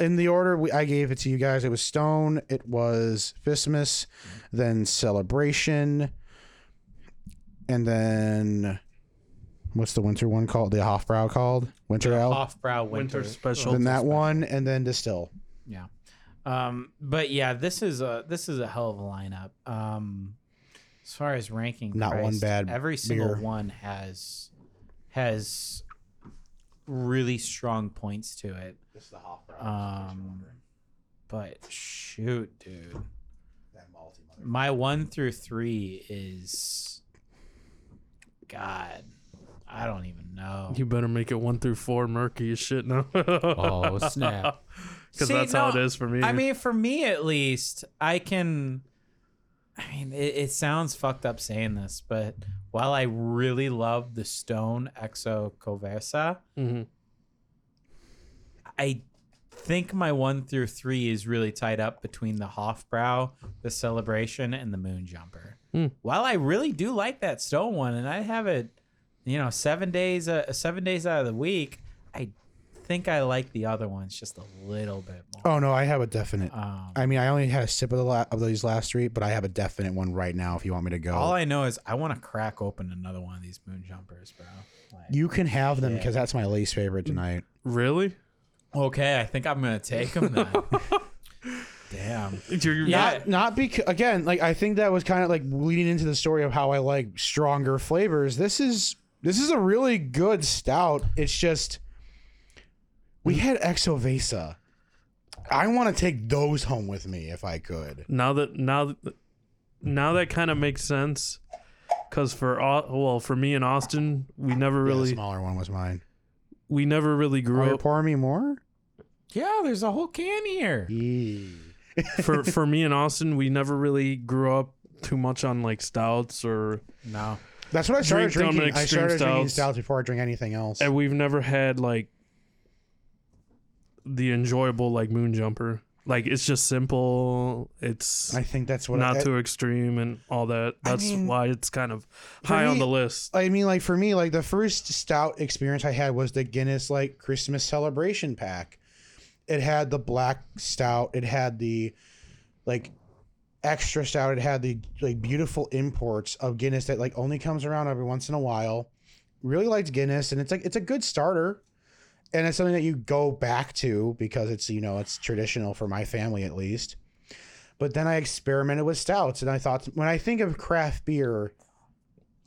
E: in the order we, I gave it to you guys. It was stone. It was Fismus, then celebration, and then what's the winter one called? The Hofbrau called winter ale.
D: Off brow winter.
F: winter special
E: then that one, and then distill.
D: Yeah. Um, but yeah, this is a this is a hell of a lineup. Um, as far as ranking,
E: Not one
D: Christ,
E: bad
D: Every single
E: beer.
D: one has has really strong points to it.
E: This is the hop
D: Um, but shoot, dude, my one through three is God. I don't even know.
F: You better make it one through four murky as shit now. oh
D: snap.
F: Because
D: See,
F: that's how it
D: no,
F: is for me.
D: I mean, for me at least, I can. I mean, it, it sounds fucked up saying this, but while I really love the Stone Exo Coversa,
F: Mhm.
D: I think my one through three is really tied up between the Hofbrow, the Celebration, and the Moon Jumper.
F: Hmm.
D: While I really do like that Stone one, and I have it, you know, seven days, uh, seven days out of the week, I think I like the other ones just a little bit more.
E: Oh no, I have a definite.
D: Um,
E: I mean, I only had a sip of the la- of these last three, but I have a definite one right now. If you want me to go,
D: All I know is I want to crack open another one of these moon jumpers, bro.
E: you can have them because that's my least favorite tonight.
F: Really?
D: Okay, I think I'm gonna take them then. Damn.
F: You're
D: yeah,
E: Not not because again, like I think that was kind of like leading into the story of how I like stronger flavors. This is this is a really good stout. It's just
D: Mm.
E: we had Exovesa. I want to take those home with me if I could.
F: now that now that now that kind of makes sense because for all well for me and austin we never
E: Really
F: really
E: smaller one was mine.
F: we never really
E: Are
F: grew
E: you
F: up
E: pouring me more?
D: yeah, there's a whole can here.
F: for for me and austin we never really grew up too much on like stouts or
D: No.
E: That's what I started
F: Drink Dominic
E: drinking. I
F: Extreme
E: started drinking
F: Stouts.
E: stouts before I drink anything else.
F: and we've never had like the enjoyable like moon jumper like it's just simple it's
E: I think that's what
F: not
E: I,
F: too extreme and all that
E: I
F: that's
E: mean,
F: why it's kind of high on
E: me- uh,
F: the list
E: I mean, like for me, like the first stout experience I had was the Guinness like Christmas celebration pack. It had the black stout. It had the like extra stout. It had the like beautiful imports of Guinness that like only comes around every once in a while. Really liked Guinness, and it's like it's a good starter, and it's something that you go back to because it's you know it's traditional for my family at least. But then I experimented with stouts, and I thought when I think of craft beer,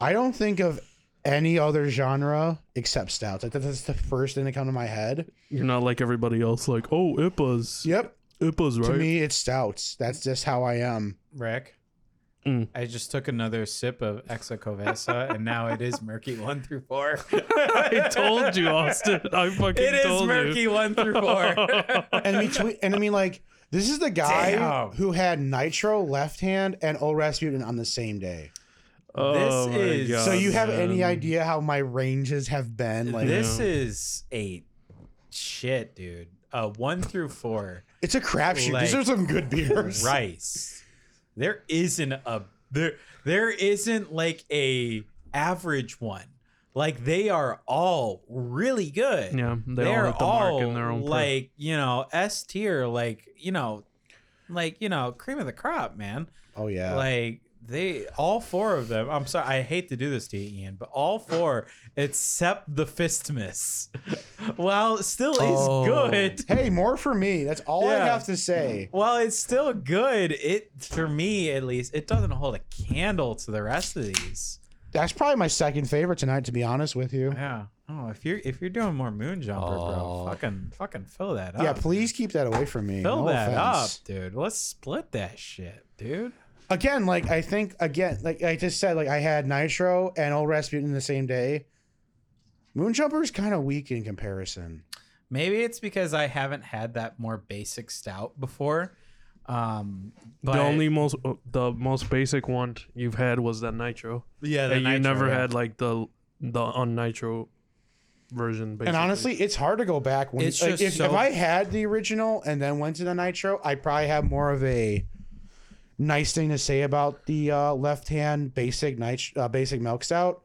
E: I don't think of any other genre except stouts. Like that's the first thing that come to my head.
F: you're not like everybody else like oh ipas
E: Yep.
F: ipas
E: To
F: right
E: me, it's stouts. That's just how I am.
D: Rick.
F: Mm.
D: I just took another sip of Exacovesa and now it is murky one through four.
F: I told you, Austin. I fucking
D: It is
F: told
D: murky
F: you.
D: one through four.
E: And between, and I mean, like this is the guy
D: Damn.
E: who had Nitro Left Hand and Old Rasputin on the same day.
F: Oh
D: This
F: my
D: is-
F: God,
E: So you have any
F: man.
E: idea how my ranges have been? Like
D: Um, this is a shit, dude. Uh, one through four.
E: it's a crapshoot.
D: Like-
E: These are some good beers.
D: rice. There isn't a there there isn't like a average one. Like they are all really good.
F: Yeah, they all
D: They're
F: hit the mark
D: all
F: in their own play.
D: like you know S tier. Like you know, like you know, cream of the crop, man.
E: Oh yeah.
D: Like they all four of them. I'm sorry, I hate to do this to you, Ian, but all four except the fist miss. While it still is
I: Oh.
D: good.
E: hey, more for me. That's all I
D: Yeah.
E: have to say.
D: While it's still good, it for me at least, it doesn't hold a candle to the rest of these.
E: That's probably my second favorite tonight. To be honest with you.
D: Yeah. Oh, if you're if you're doing more moon jumper, bro, fucking fucking fill that up.
E: Yeah, please keep that away from me.
D: fill
E: No
D: that
E: offense.
D: up, dude. Let's split that shit, dude.
E: again, like I think again, like I just said, like I had Nitro and Old Rasputin the same day. Moonjumper's kind of weak in comparison.
D: Maybe it's because I haven't had that more basic stout before. Um, but
F: the only most the most basic one you've had was that nitro,
D: yeah, the
F: and you
D: nitro,
F: never
D: yeah.
F: had like the the on nitro version. Basically.
E: And honestly, it's hard to go back when
D: It's
E: like,
D: just
E: if,
D: so-
E: if I had the original and then went to the Nitro, I probably have more of a nice thing to say about the uh, left hand basic nitro, uh, basic milk stout.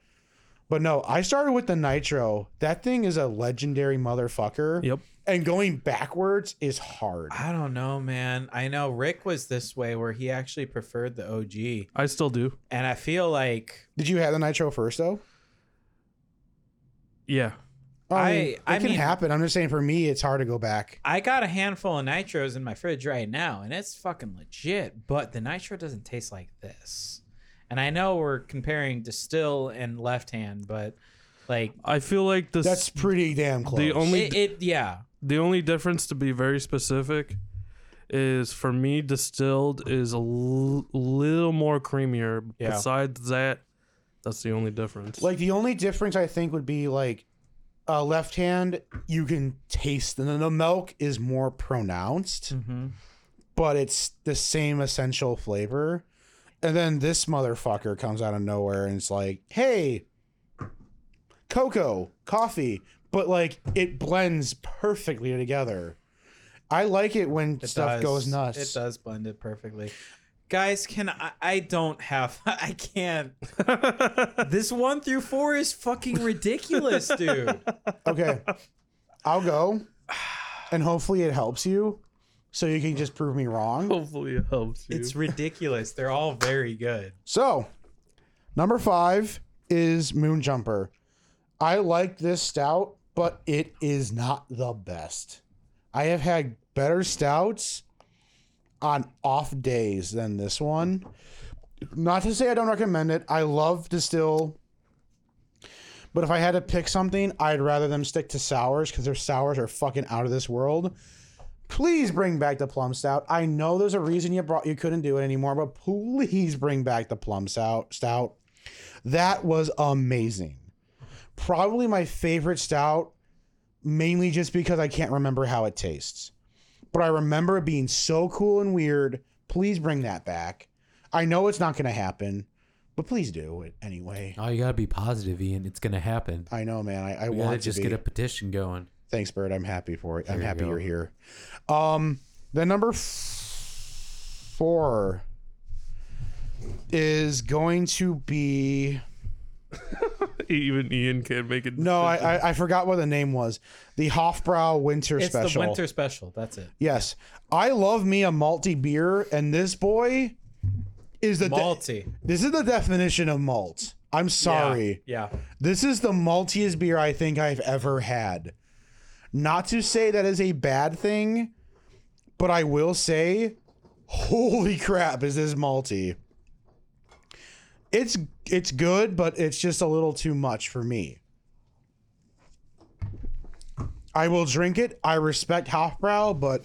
E: But no, I started with the Nitro. That thing is a legendary motherfucker.
F: Yep.
E: And going backwards is hard.
D: I don't know, man. I know Rick was this way where he actually preferred the OG,
F: I still do.
D: and I feel like
E: Did you have the Nitro first though?
F: Yeah,
E: I,
D: I-
E: mean,
D: I
E: it can
D: mean-
E: happen. I'm just saying, for me, it's hard to go back.
D: I got a handful of nitros in my fridge right now, and it's fucking legit. But the nitro doesn't taste like this. And I know we're comparing distill and left hand, but like
F: I feel like this.
E: That's pretty damn close.
F: the only
D: it, it yeah.
F: the only difference to be very specific is for me distilled is a l- little more creamier
D: Yeah.
F: besides that That's the only difference.
E: Like the only difference I think would be like uh, left hand, you can taste, and then the milk is more pronounced,
D: Mm-hmm.
E: but it's the same essential flavor. And then this motherfucker comes out of nowhere and it's like, hey, cocoa, coffee, but like it blends perfectly together. I like it when
D: It
E: stuff
D: does.
E: goes nuts.
D: It does blend it perfectly. Guys, can I? I don't have. I can't. this one through four is fucking ridiculous, dude.
E: Okay. I'll go. And hopefully it helps you so you can just prove me wrong.
F: Hopefully it helps you.
D: It's ridiculous. They're all very good.
E: So, number five is Moon Jumper. I like this stout, but it is not the best. I have had better stouts on off days than this one. Not to say I don't recommend it. I love distill. But if I had to pick something, I'd rather them stick to sours because their sours are fucking out of this world. Please bring back the plum stout. I know there's a reason you brought you couldn't do it anymore, but please bring back the plum stout. Stout. That was amazing. Probably my favorite stout, mainly just because I can't remember how it tastes. But I remember it being so cool and weird. Please bring that back. I know it's not going to happen, but please do it anyway.
L: Oh, you gotta be positive, Ian. It's gonna happen.
E: I know, man. I, I
L: we
E: want
L: gotta
E: to
L: just
E: be.
L: get a petition going.
E: Thanks, Bird. I'm happy for it. I'm
L: There you
E: happy
L: go.
E: you're here. Um, the number f- four is going to be
F: E-, Even Ian can't make it.
E: no, I, I I forgot what the name was. The Hofbrau Winter
D: it's
E: Special.
D: the winter special. That's it.
E: Yes, I love me a malty beer, and this boy is the de-
D: Malty.
E: this is the definition of malt. I'm sorry.
D: Yeah.
E: This is the maltiest beer I think I've ever had. Not to say that is a bad thing, but I will say, holy crap, is this malty. It's it's good, but it's just a little too much for me. I will drink it. I respect Hofbrau, but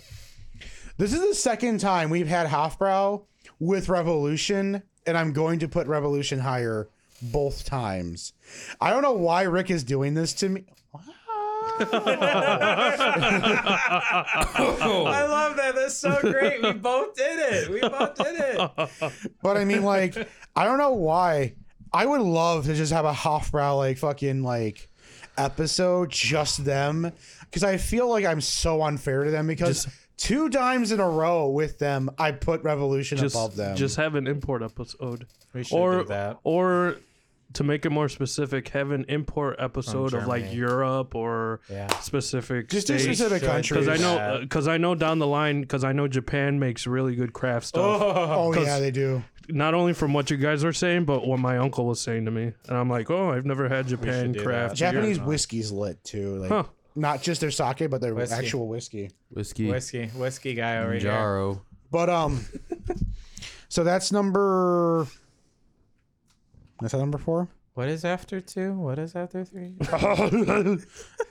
E: this is the second time we've had Hofbrau with Revolution, and I'm going to put Revolution higher both times. I don't know why Rick is doing this to me.
D: I love that. That's so great. We both did it. We both did it.
E: But I mean, like, I don't know why. I would love to just have a Hofbrau like fucking like episode, just them, because I feel like I'm so unfair to them because two times in a row with them, I put Revolution
F: just,
E: above them.
F: Just have an import episode.
D: We should
F: or,
D: do that.
F: Or to make it more specific, have an import episode of like
D: Germany.
F: Europe or
D: Yeah.
F: specific
E: Just do
F: states.
E: specific
D: should
E: countries.
F: because I know,
D: that.
F: because I know down the line, because I know Japan makes really good craft stuff.
E: Oh yeah,
F: 'Cause
E: they do.
F: Not only from what you guys are saying, but what my uncle was saying to me, and I'm like, oh, I've never had Japan
D: do
F: craft. beer."
E: Japanese whiskey's lit too. Like
F: Huh.
E: not just their sake, but their
D: Whiskey.
E: actual whiskey.
L: Whiskey.
D: Whiskey, whiskey guy over here.
L: Jaro.
E: But um, so that's number. That's that number four.
D: What is after two? What is after three? I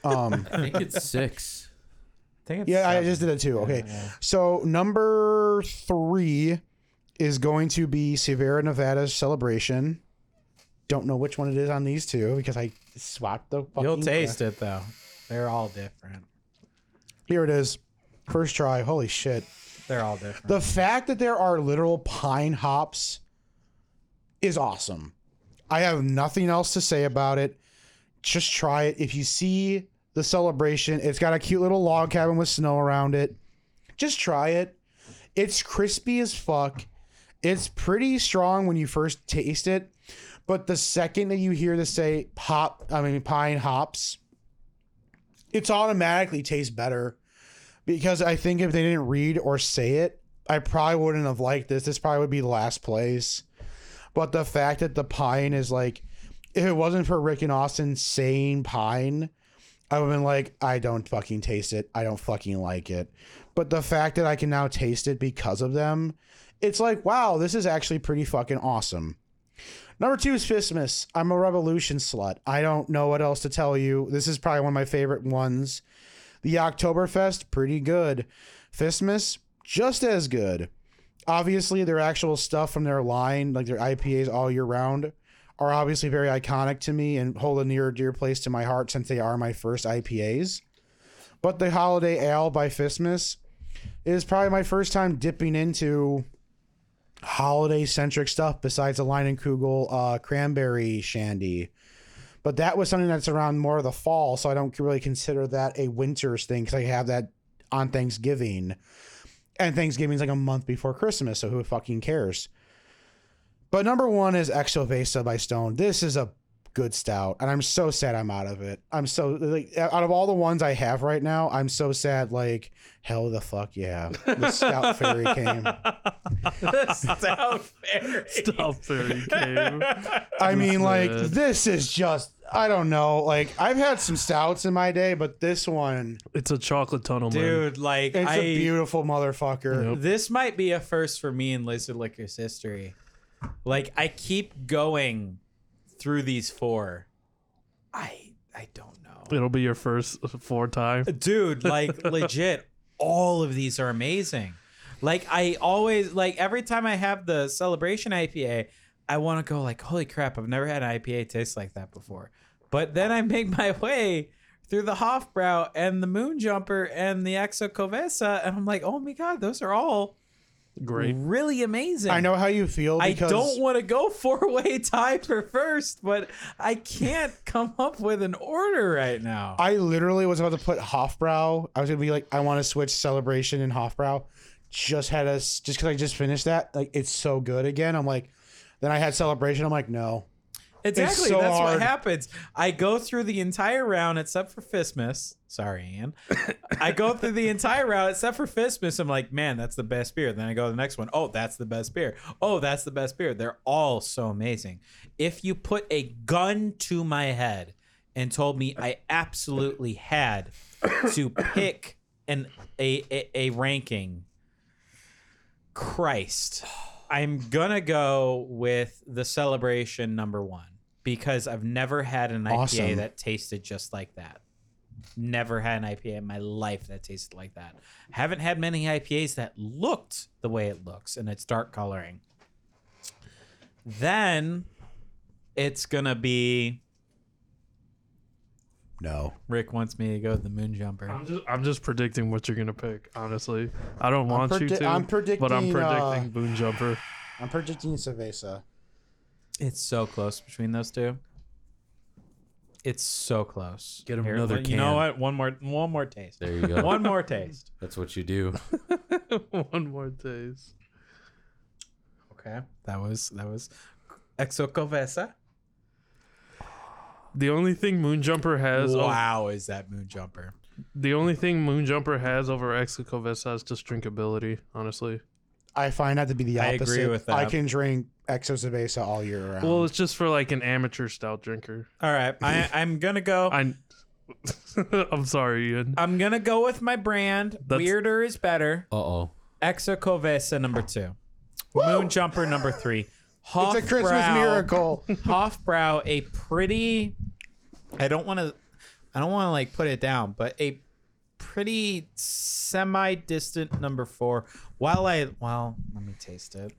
E: Um,
L: I think it's six.
D: think it's
E: yeah, I
D: seven.
E: just did it too. Okay, so number three is going to be Sierra Nevada's celebration. Don't know which one it is on these two because I swapped the. Fucking
D: You'll taste it though. They're all different.
E: Here it is, first try. Holy shit!
D: They're all different.
E: The fact that there are literal pine hops is awesome. I have nothing else to say about it. Just try it. If you see the celebration, it's got a cute little log cabin with snow around it. Just try it. It's crispy as fuck. It's pretty strong when you first taste it, but the second that you hear the say pop, I mean pine hops, it's automatically tastes better because I think if they didn't read or say it, I probably wouldn't have liked this. This probably would be last place. But the fact that the pine is like, if it wasn't for Rick and Austin saying pine, I would have been like, I don't fucking taste it. I don't fucking like it. But the fact that I can now taste it because of them, it's like, wow, this is actually pretty fucking awesome. Number two is Fismus. I'm a revolution slut. I don't know what else to tell you. This is probably one of my favorite ones. The Oktoberfest, pretty good. Fismus, just as good. Obviously, their actual stuff from their line, like their IPAs all year round, are obviously very iconic to me and hold a near dear place to my heart since they are my first IPAs. But the Holiday Ale by Fismus is probably my first time dipping into holiday centric stuff besides the Line and Kugel uh, cranberry shandy. But that was something that's around more of the fall, so I don't really consider that a winter's thing because I have that on Thanksgiving. And Thanksgiving's like a month before Christmas, so who fucking cares? But number one is Exo Vesa by Stone. This is a good stout, and I'm so sad I'm out of it. I'm so like out of all the ones I have right now, I'm so sad. Like hell, the fuck yeah, the stout fairy came.
D: Stout fairy.
F: Stout fairy came.
E: I mean, like this is just I don't know. Like I've had some stouts in my day, but this one,
F: It's a chocolate tunnel, man.
D: Dude, like
E: it's
D: I
E: a beautiful motherfucker.
D: This might be a first for me in Lizard Liquor's history. Like I keep going through these four. I I don't know.
F: It'll be your first four time.
D: Dude, like legit, all of these are amazing. Like I always like every time I have the celebration IPA, I want to go like, holy crap, I've never had an IPA taste like that before. But then I make my way through the Hofbrau and the Moon Jumper and the Exo Covesa, and I'm like, oh my god, those are all
F: Great.
D: really amazing.
E: I know how you feel.
D: I
E: Because
D: don't want to go four way tie for first, but I can't come up with an order right now.
E: I literally was about to put Hofbrau. I was gonna be like, I want to switch celebration and Hofbrau. Just had us just because I just finished that. Like it's so good again. I'm like, then I had celebration. I'm like, no,
D: Exactly.
E: so
D: That's
E: hard.
D: what happens. I go through the entire round except for Fismus. Sorry, Ann. I go through the entire round except for Fismus. I'm like, man, that's the best beer. Then I go to the next one. Oh, that's the best beer. Oh, that's the best beer. They're all so amazing. If you put a gun to my head and told me I absolutely had to pick an a a, a ranking, Christ. I'm gonna go with the celebration number one because I've never had an IPA
E: Awesome.
D: that tasted just like that. Never had an IPA in my life that tasted like that. Haven't had many IPAs that looked the way it looks and its dark coloring. Then it's gonna be
E: no.
D: Rick wants me to go with the moon jumper.
F: I'm just, I'm just predicting what you're gonna pick. Honestly, I don't want you
E: predi-
F: to. but
E: I'm
F: I'm
E: predicting,
F: predicting
E: uh,
F: Boon Jumper.
E: I'm predicting Cerveza.
D: It's so close between those two. It's so close. Get
L: him another
D: You know
L: can.
D: what? One more, one more taste.
L: There you go.
D: one more taste.
L: That's what you do.
F: One more taste.
D: Okay, that was that was Exocovesa.
F: The only thing Moon Jumper has. o-
D: Wow, is that moon jumper?
F: the only thing Moon Jumper has over Excavesa is just drinkability. Honestly.
E: I find that to be the
D: I
E: opposite.
D: agree with
E: I
D: that.
E: can drink Exo Cerveza all year round.
F: Well, it's just for like an amateur stout drinker.
D: All right, I, I'm gonna go.
F: I. I'm sorry, Ian.
D: I'm gonna go with my brand.
F: That's-
D: Weirder is better.
L: Uh oh.
D: Exocovesa number two. Moon jumper number three.
E: it's a Christmas
D: Hofbrau-
E: miracle.
D: Hofbrau, a pretty. I don't want to. I don't want to like put it down, but a pretty semi-distant number four. While I, well, let me taste it.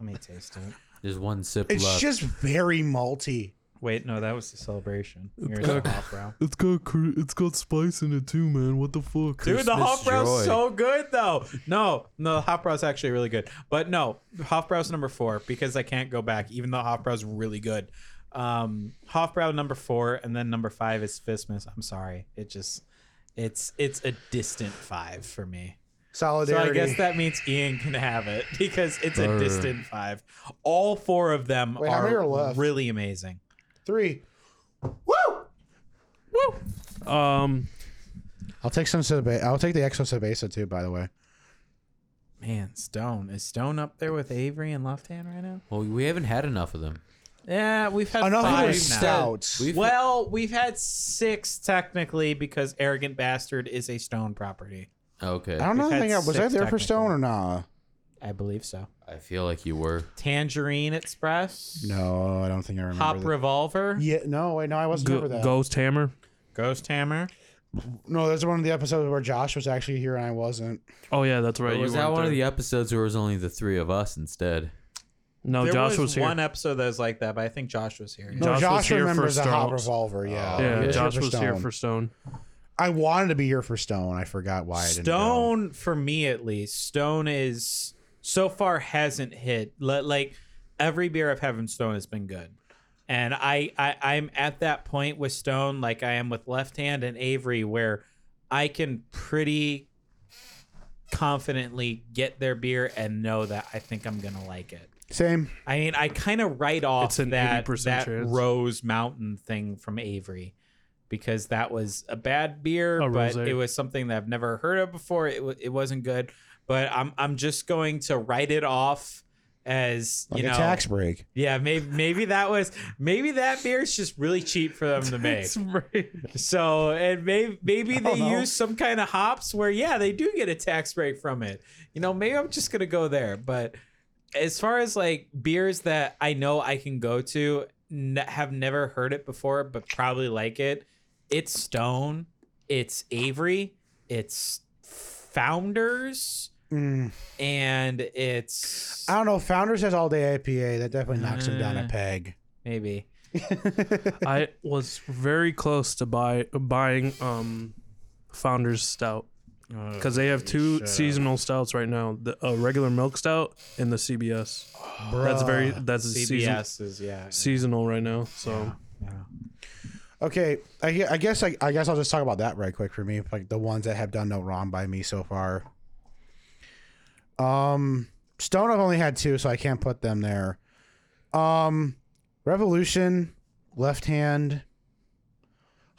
D: Let me taste it.
L: There's one sip
E: It's
L: left.
E: just very malty.
D: Wait, no, that was the celebration. Here's the Hofbrau.
G: It's got cr- it's got spice in it too, man. What the fuck?
D: Dude, the
L: Christmas
D: Hofbrau's
L: joy.
D: so good though. No, no, the Hofbrau's actually really good. But no, Hofbrau's number four because I can't go back, even though Hofbrau's really good. Um, Hofbrau number four, and then number five is Fismus. I'm sorry, it just, it's it's a distant five for me. So I
E: Solidarity.
D: guess that means Ian can have it because it's a
L: Brr.
D: distant five. All four of them
E: Wait, how
D: are,
E: many are left?
D: really amazing.
E: Three.
F: Um,
E: I'll take some Cerveza. I'll take the Exo Cerveza too. By the way,
D: Man, Stone is Stone up there with Avery and Left Hand right now.
L: well, we haven't had enough of them.
D: Yeah, we've had
E: enough
D: five
E: of the
D: now.
E: stouts.
L: We've
D: Well, we've had six technically because Arrogant Bastard is a stone property.
L: okay.
E: I don't know.
D: We've
E: I
D: had
E: think I was I
D: six
E: there for
D: technically.
E: Stone or nah?
D: I believe so.
L: I feel like you were.
D: Tangerine Express.
E: No, I don't think I remember.
D: Hop
E: that.
D: Revolver.
E: Yeah, no, wait, no, I wasn't over
F: Go-
E: that.
F: Ghost Hammer.
D: Ghost Hammer.
E: No, there's one of the episodes where Josh was actually here and I wasn't.
F: Oh yeah, that's right.
L: Or
F: you
L: was that
F: weren't
L: one of
F: there.
L: the episodes where it was only the three of us instead?
F: No,
D: there
F: Josh
D: Oh, was,
F: was here.
D: one episode that was like that, but I think Josh was here. Oh,
E: No, Josh, remembers the hot revolver. Yeah,
F: Yeah,
E: He
F: Josh was here for Stone.
E: I wanted to be here for Stone. I forgot why. I didn't go.
D: Stone, for me at least, Stone is so far hasn't hit. Li- Like every beer I've had from Stone has been good, and I, I I'm at that point with Stone, like I am with Left Hand and Avery, where I can pretty confidently get their beer and know that I think I'm gonna like it.
E: Same.
D: I mean, I kind of write off
F: It's an
D: that
F: 80%
D: that
F: chance.
D: Rose Mountain thing from Avery because that was a bad beer,
F: A
D: but
F: rosé.
D: it was something that I've never heard of before. It wa- it wasn't good, but I'm I'm just going to write it off as
E: like
D: you know
E: a tax break.
D: Yeah, maybe maybe that was maybe that beer is just really cheap for them to make. So and maybe maybe they
F: know.
D: use some kind of hops where yeah they do get a tax break from it. You know maybe I'm just gonna go there. But as far as like beers that I know I can go to, n- have never heard it before, but probably like it. It's Stone. It's Avery. It's Founders,
E: Mm.
D: and it's
E: I don't know. Founders has all day IPA. That definitely knocks him down a
D: Uh,
E: peg.
D: maybe.
F: I was very close to buy buying um Founders Stout
D: Oh,
F: because they have two seasonal stouts right now: the a regular milk stout and the CBS. That's very
E: Bruh.
F: that's a season-
D: CBS is- yeah, yeah.
F: seasonal right now. So
E: Okay, I, gue- I guess I, I guess I'll just talk about that right quick for me, like the ones that have done no wrong by me so far. Um, Stone I've only had two, so I can't put them there. Um, Revolution, Left Hand,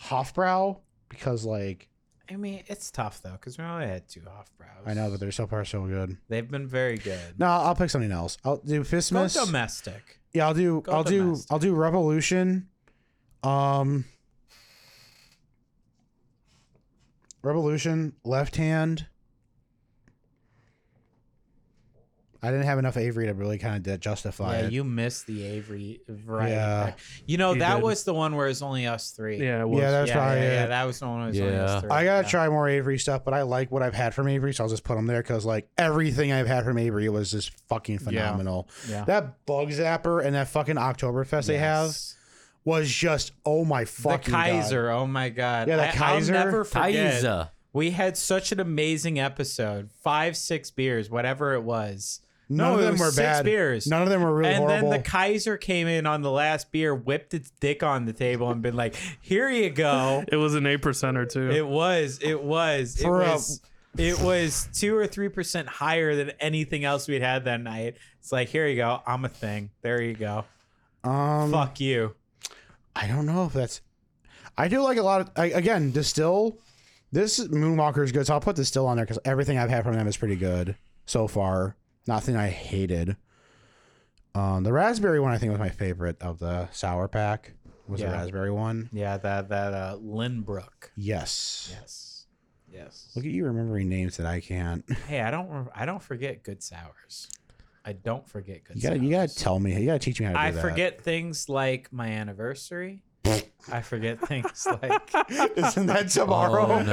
E: Hofbrow, because like
D: I mean, it's tough though because we only had two off brows.
E: I know, but they're so far so good.
D: They've been very good.
E: No, I'll pick something else. I'll do Fistmas.
D: Go domestic.
E: Yeah, I'll do.
D: Go
E: I'll
D: domestic.
E: do. I'll do Revolution. Um, Revolution left hand. I didn't have enough Avery to really kind of justify
D: Yeah,
E: it.
D: you missed the Avery variety.
E: Yeah.
D: pack. You know,
E: You
D: that
E: did.
D: was the one where it's only us three.
E: Yeah, it was. Yeah, that's probably
D: yeah, yeah,
E: it.
D: that was the one where it was only us three.
E: I gotta try more Avery stuff, but I like what I've had from Avery, so I'll just put them there because like everything I've had from Avery was just fucking phenomenal.
D: Yeah.
E: That bug zapper and that fucking Oktoberfest they have was just oh my
D: the
E: fucking God.
D: Kaiser. Oh my god.
E: Yeah, the
D: I,
E: Kaiser.
D: I'll never forget.
E: Kaiser.
D: We had such an amazing episode. Five, six beers, whatever it was.
E: None
D: no,
E: of
D: it
E: them
D: was
E: were
D: six
E: bad.
D: beers.
E: None of them were really
D: and
E: horrible.
D: then the Kaiser came in on the last beer, whipped its dick on the table, and been like, "Here you go."
F: it was an eight percenter too.
D: It was. It was. It
F: For a-
D: was. It was two or three percent higher than anything else we'd had that night. It's like, here you go. I'm a thing. There you go.
E: Um,
D: Fuck you.
E: I don't know if that's. I do like a lot of I, again distill. This Moonwalker is good, so I'll put distill on there because everything I've had from them is pretty good so far. Nothing I hated. Um, the raspberry one I think was my favorite of the sour pack. Was
D: Yeah.
E: the raspberry one?
D: Yeah, that that uh, Lynbrook.
E: Yes.
D: Yes. Yes.
E: Look at you remembering names that I can't.
D: Hey, I don't. rem- I don't forget good sours. I don't forget good.
E: You gotta, you gotta tell me. You gotta teach me how to do
D: I
E: that.
D: forget things like my anniversary. I forget things like
E: Isn't that tomorrow? Oh,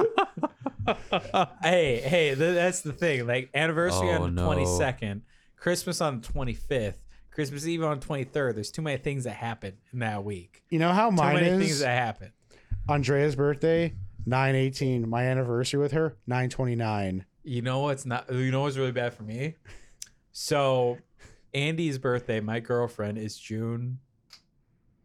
E: no.
D: hey, hey, th- that's the thing. Like anniversary
L: Oh,
D: on the
L: no.
D: twenty second, Christmas on the twenty fifth, Christmas Eve on twenty third. There's too many things that happen in that week.
E: You know how
D: Too
E: mine
D: many
E: is?
D: things that happen.
E: Andrea's birthday, nine eighteen. My anniversary with her, nine twenty nine.
D: You know what's not? You know what's really bad for me? So, Andy's birthday, my girlfriend, is June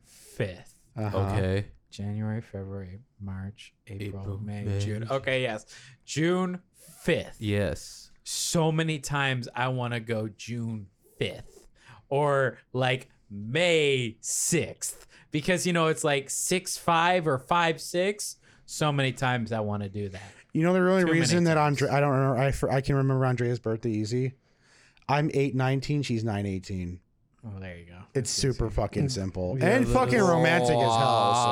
D: fifth.
E: Uh-huh.
L: Okay.
D: January, February, March, April,
L: April,
D: May,
L: May.
D: June. Okay, yes, June fifth.
L: Yes.
D: So many times I want to go June fifth or like May sixth because you know it's like six five or five six. So many times I want to do that.
E: You know the only
D: Too many
E: reason that Andre I don't remember I, for, I can remember Andrea's birthday easy. I'm eight nineteen, she's nine eighteen.
D: Oh, there you go.
E: It's super fucking simple
D: Yeah,
E: and
D: that
E: fucking
D: is-
E: romantic as hell. So.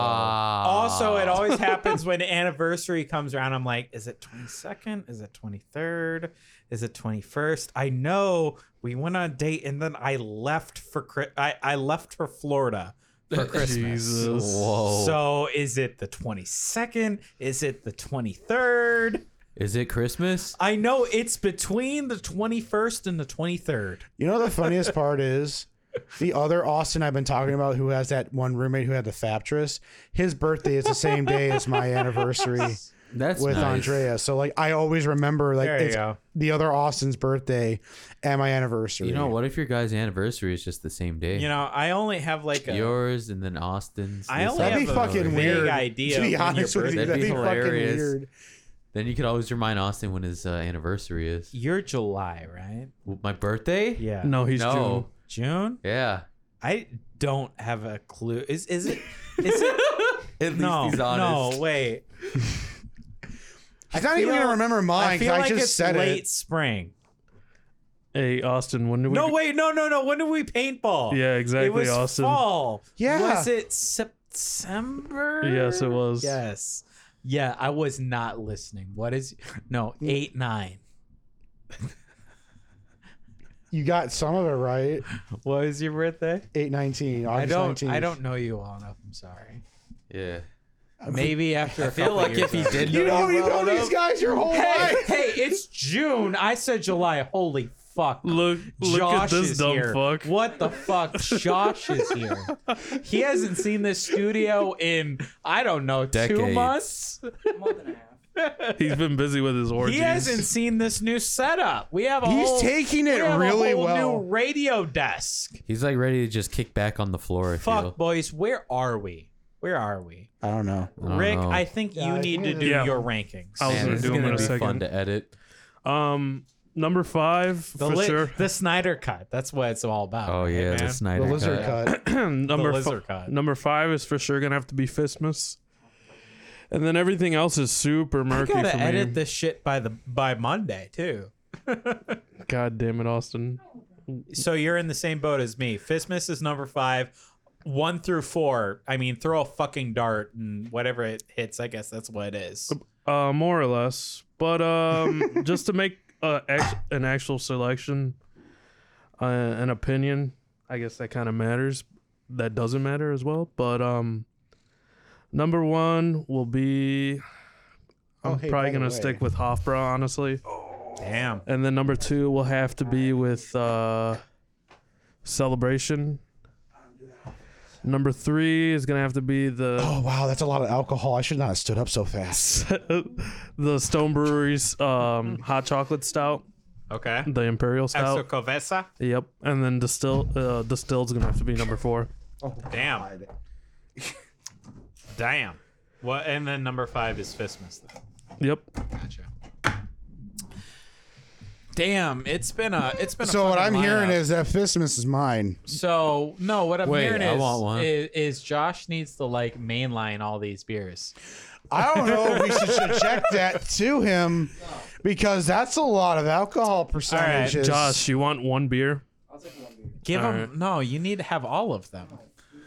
D: Also, it always happens when anniversary comes around. I'm like, is it 22nd? Is it 23rd? Is it 21st? I know we went on a date and then I left for Chri- I, I left for Florida for Christmas.
L: Jesus. Whoa.
D: So is it the 22nd? Is it the 23rd?
L: Is it Christmas?
D: I know it's between the 21st and the 23rd.
E: You know the funniest part is the other Austin I've been talking about who has that one roommate who had the Faptress, his birthday is the same day as my anniversary.
L: That's
E: with
L: nice.
E: Andrea. So like I always remember like
L: There you
E: it's
L: go.
E: the other Austin's birthday and my anniversary.
L: You know, what if your guy's anniversary is just the same day?
D: You know, I only have like a
L: yours and then Austin's.
D: I
L: this
D: only
L: and
D: have
L: that.
D: a That'd be fucking vague weird, idea to be of when your honest with you. birthday
L: That'd be
D: is. That'd be fucking
L: hilarious.
D: weird.
L: Then you could always remind Austin when his uh, anniversary is.
D: You're July, right?
L: W- My birthday?
D: Yeah.
L: no.
D: June.
L: Yeah.
D: I don't have a clue. Is is it? Is it?
L: At least
D: no,
L: he's honest.
D: no, wait.
E: I'm not even gonna remember mine
D: I feel
E: because I,
D: like
E: just
D: it's
E: said
D: late
E: it.
D: spring.
F: Hey, Austin, when do we?
D: No, wait, no, no, no. When did we paintball?
F: Yeah, exactly,
D: It was
F: Austin.
D: fall.
F: Yeah.
D: Was it September?
F: Yes, it was.
D: Yes. Yeah, I was not listening. What is? No, eight nine.
E: You got some of it right.
D: What was your birthday?
E: Eight nineteen.
D: I
E: August
D: don't.
E: 19th.
D: I don't know you well enough. I'm sorry.
L: Yeah.
D: Maybe after. a
L: I feel
D: couple
L: like
D: years
L: if he
D: after.
L: did You know know you you well know these enough- guys your whole
D: hey,
L: life.
D: Hey, it's June. I said July. Holy fuck!
F: Look, look at
D: Josh
F: this
D: is
F: dumb
D: here.
F: fuck.
D: What the fuck? Josh is here. He hasn't seen this studio in I don't know two
F: Decades.
D: months.
F: He's been busy with his orgies.
D: He hasn't seen this new setup. We have a
E: He's
D: whole-
E: taking it
D: we have a
E: really
D: whole
E: well.
D: New radio desk.
L: He's like ready to just kick back on the floor. I
D: Fuck,
L: feel.
D: boys, where are we? Where are we?
E: I don't know.
L: I don't
D: Rick,
L: know.
D: I think you need to do
F: Yeah.
D: your rankings.
F: I was
L: Man,
F: gonna
L: this
F: do
L: is
F: them in
L: gonna
F: a
L: be
F: second.
L: fun to edit.
F: Um, number five
D: The,
F: for
D: li-
F: sure.
D: the Snyder cut. That's what it's all about.
L: Oh
D: right,
L: yeah, the
D: man?
L: Snyder
F: number
D: The
F: fi-
D: lizard cut.
F: Number five is for sure gonna have to be Fistmas. And then everything else is super
D: I
F: murky
D: gotta
F: for me.
D: edit this shit by the by Monday too.
F: God damn it, Austin.
D: So you're in the same boat as me. Fistmas is number five. One through four. I mean, throw a fucking dart and whatever it hits. I guess that's what it is.
F: Uh, more or less. But um, just to make uh, act- an actual selection, uh, an opinion, I guess that kind of matters. That doesn't matter as well. But um, number one will be. I'm
E: Oh, hey,
F: probably
E: by the
F: gonna
E: way.
F: stick with Hofbra, honestly.
D: Damn.
F: And then number two will have to be with uh, Celebration. Number three is gonna have to be the
E: Oh wow, that's a lot of alcohol. I should not have stood up so fast.
F: the Stone Brewery's um, hot chocolate stout.
D: Okay.
F: The Imperial
E: Oh.
D: Exo
F: stout.
D: Covesa.
F: Yep. And then distill uh, distilled's gonna have to be number four.
D: Damn. Damn. What? And then number five is Fistmas. Then.
F: Yep.
D: Damn, it's been a it's been. A
E: So what I'm
D: fucking
E: hearing
D: lineup.
E: is that Fistmas is mine.
D: So no, what I'm
E: Wait,
D: hearing
E: I
D: is,
E: want one.
D: is is Josh needs to like mainline all these beers.
E: I don't know if we should subject that to him because that's a lot of alcohol percentages.
F: Josh, you want one beer?
D: Give
F: All
D: them no. You need to have all of them.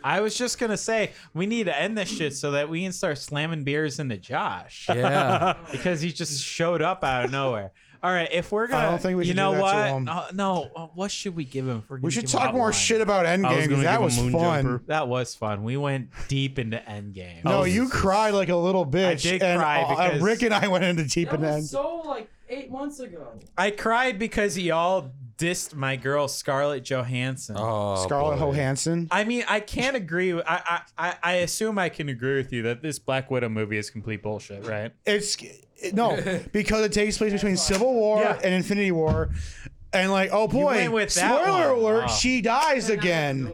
D: I was just gonna say we need to end this shit so that we can start slamming beers into Josh.
L: Yeah.
D: because he just showed up out of nowhere. All right, if we're gonna,
E: I don't think we
D: you
E: should
D: know
E: do that
D: what?
E: to him.
D: Uh, no, uh, what should we give him? If we're
E: We
D: gonna
E: should
D: give him
E: talk more
D: outline?
E: shit about Endgame because that was fun.
D: That was fun. We went deep into Endgame.
E: No, you cried like a little bitch.
D: did
E: and
D: cry
E: uh,
D: because-
E: Rick and I went into deep in end.
J: so like eight months ago.
D: I cried because y'all dissed my girl Scarlett Johansson. Oh,
E: Scarlett Johansson.
D: I mean, I can't agree. With, I, I, I- I assume I can agree with you that this Black Widow movie is complete bullshit, right?
E: It's no, because it takes place between Civil War and Infinity War, and like, oh boy,
D: went with that
E: spoiler
D: one.
E: alert,
D: Wow.
E: she dies again.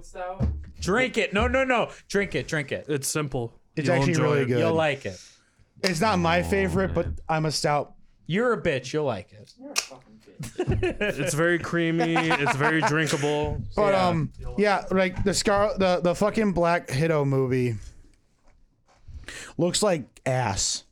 D: Drink it. No, no, no. Drink it. Drink it.
F: It's simple.
E: It's actually really good.
D: You'll like it.
E: It's
D: Oh,
E: not my favorite, but I'm a stout.
D: You're a bitch. You'll like it.
F: It's very creamy. It's very drinkable.
E: But um, yeah, like the scar, the the fucking Black Widow movie looks like ass.